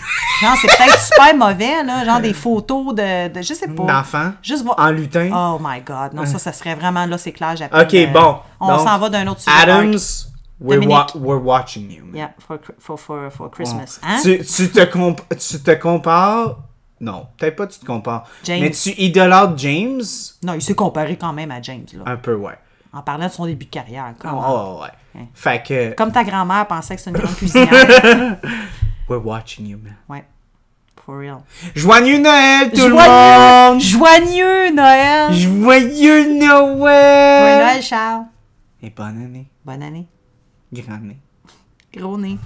Speaker 2: Genre, c'est peut-être super mauvais, là. Genre des photos de. de- je sais pas.
Speaker 1: D'enfants,
Speaker 2: Juste voir.
Speaker 1: en lutin.
Speaker 2: Oh my God. Non, ça, ça serait vraiment. Là, c'est clair, j'appelle.
Speaker 1: Ok,
Speaker 2: euh,
Speaker 1: bon.
Speaker 2: On
Speaker 1: Donc,
Speaker 2: s'en va d'un autre sujet.
Speaker 1: Adams, we're,
Speaker 2: Dominique.
Speaker 1: wa- we're watching you, man.
Speaker 2: Yeah, for, for, for, for
Speaker 1: Bon.
Speaker 2: Christmas. Hein?
Speaker 1: Tu, tu te comp- tu te compares. Non, peut-être pas tu te compares.
Speaker 2: James.
Speaker 1: Mais tu idolâtres James
Speaker 2: Non, il s'est comparé quand même à James, là.
Speaker 1: un peu, ouais.
Speaker 2: En parlant de son début de carrière. comment-
Speaker 1: Ah. Oh, ouais. Fait que.
Speaker 2: Ah, Comme ta grand-mère pensait que c'est une grande cuisinière.
Speaker 1: We're watching you, man.
Speaker 2: Ouais. For real.
Speaker 1: Joyeux Noël, tout le
Speaker 2: Joigneux,
Speaker 1: monde!
Speaker 2: joigneux Noël! Joyeux
Speaker 1: Joyeux Noël!
Speaker 2: Noël, Charles!
Speaker 1: Et bonne année,
Speaker 2: Bonne année.
Speaker 1: grande année.
Speaker 2: Gros nez.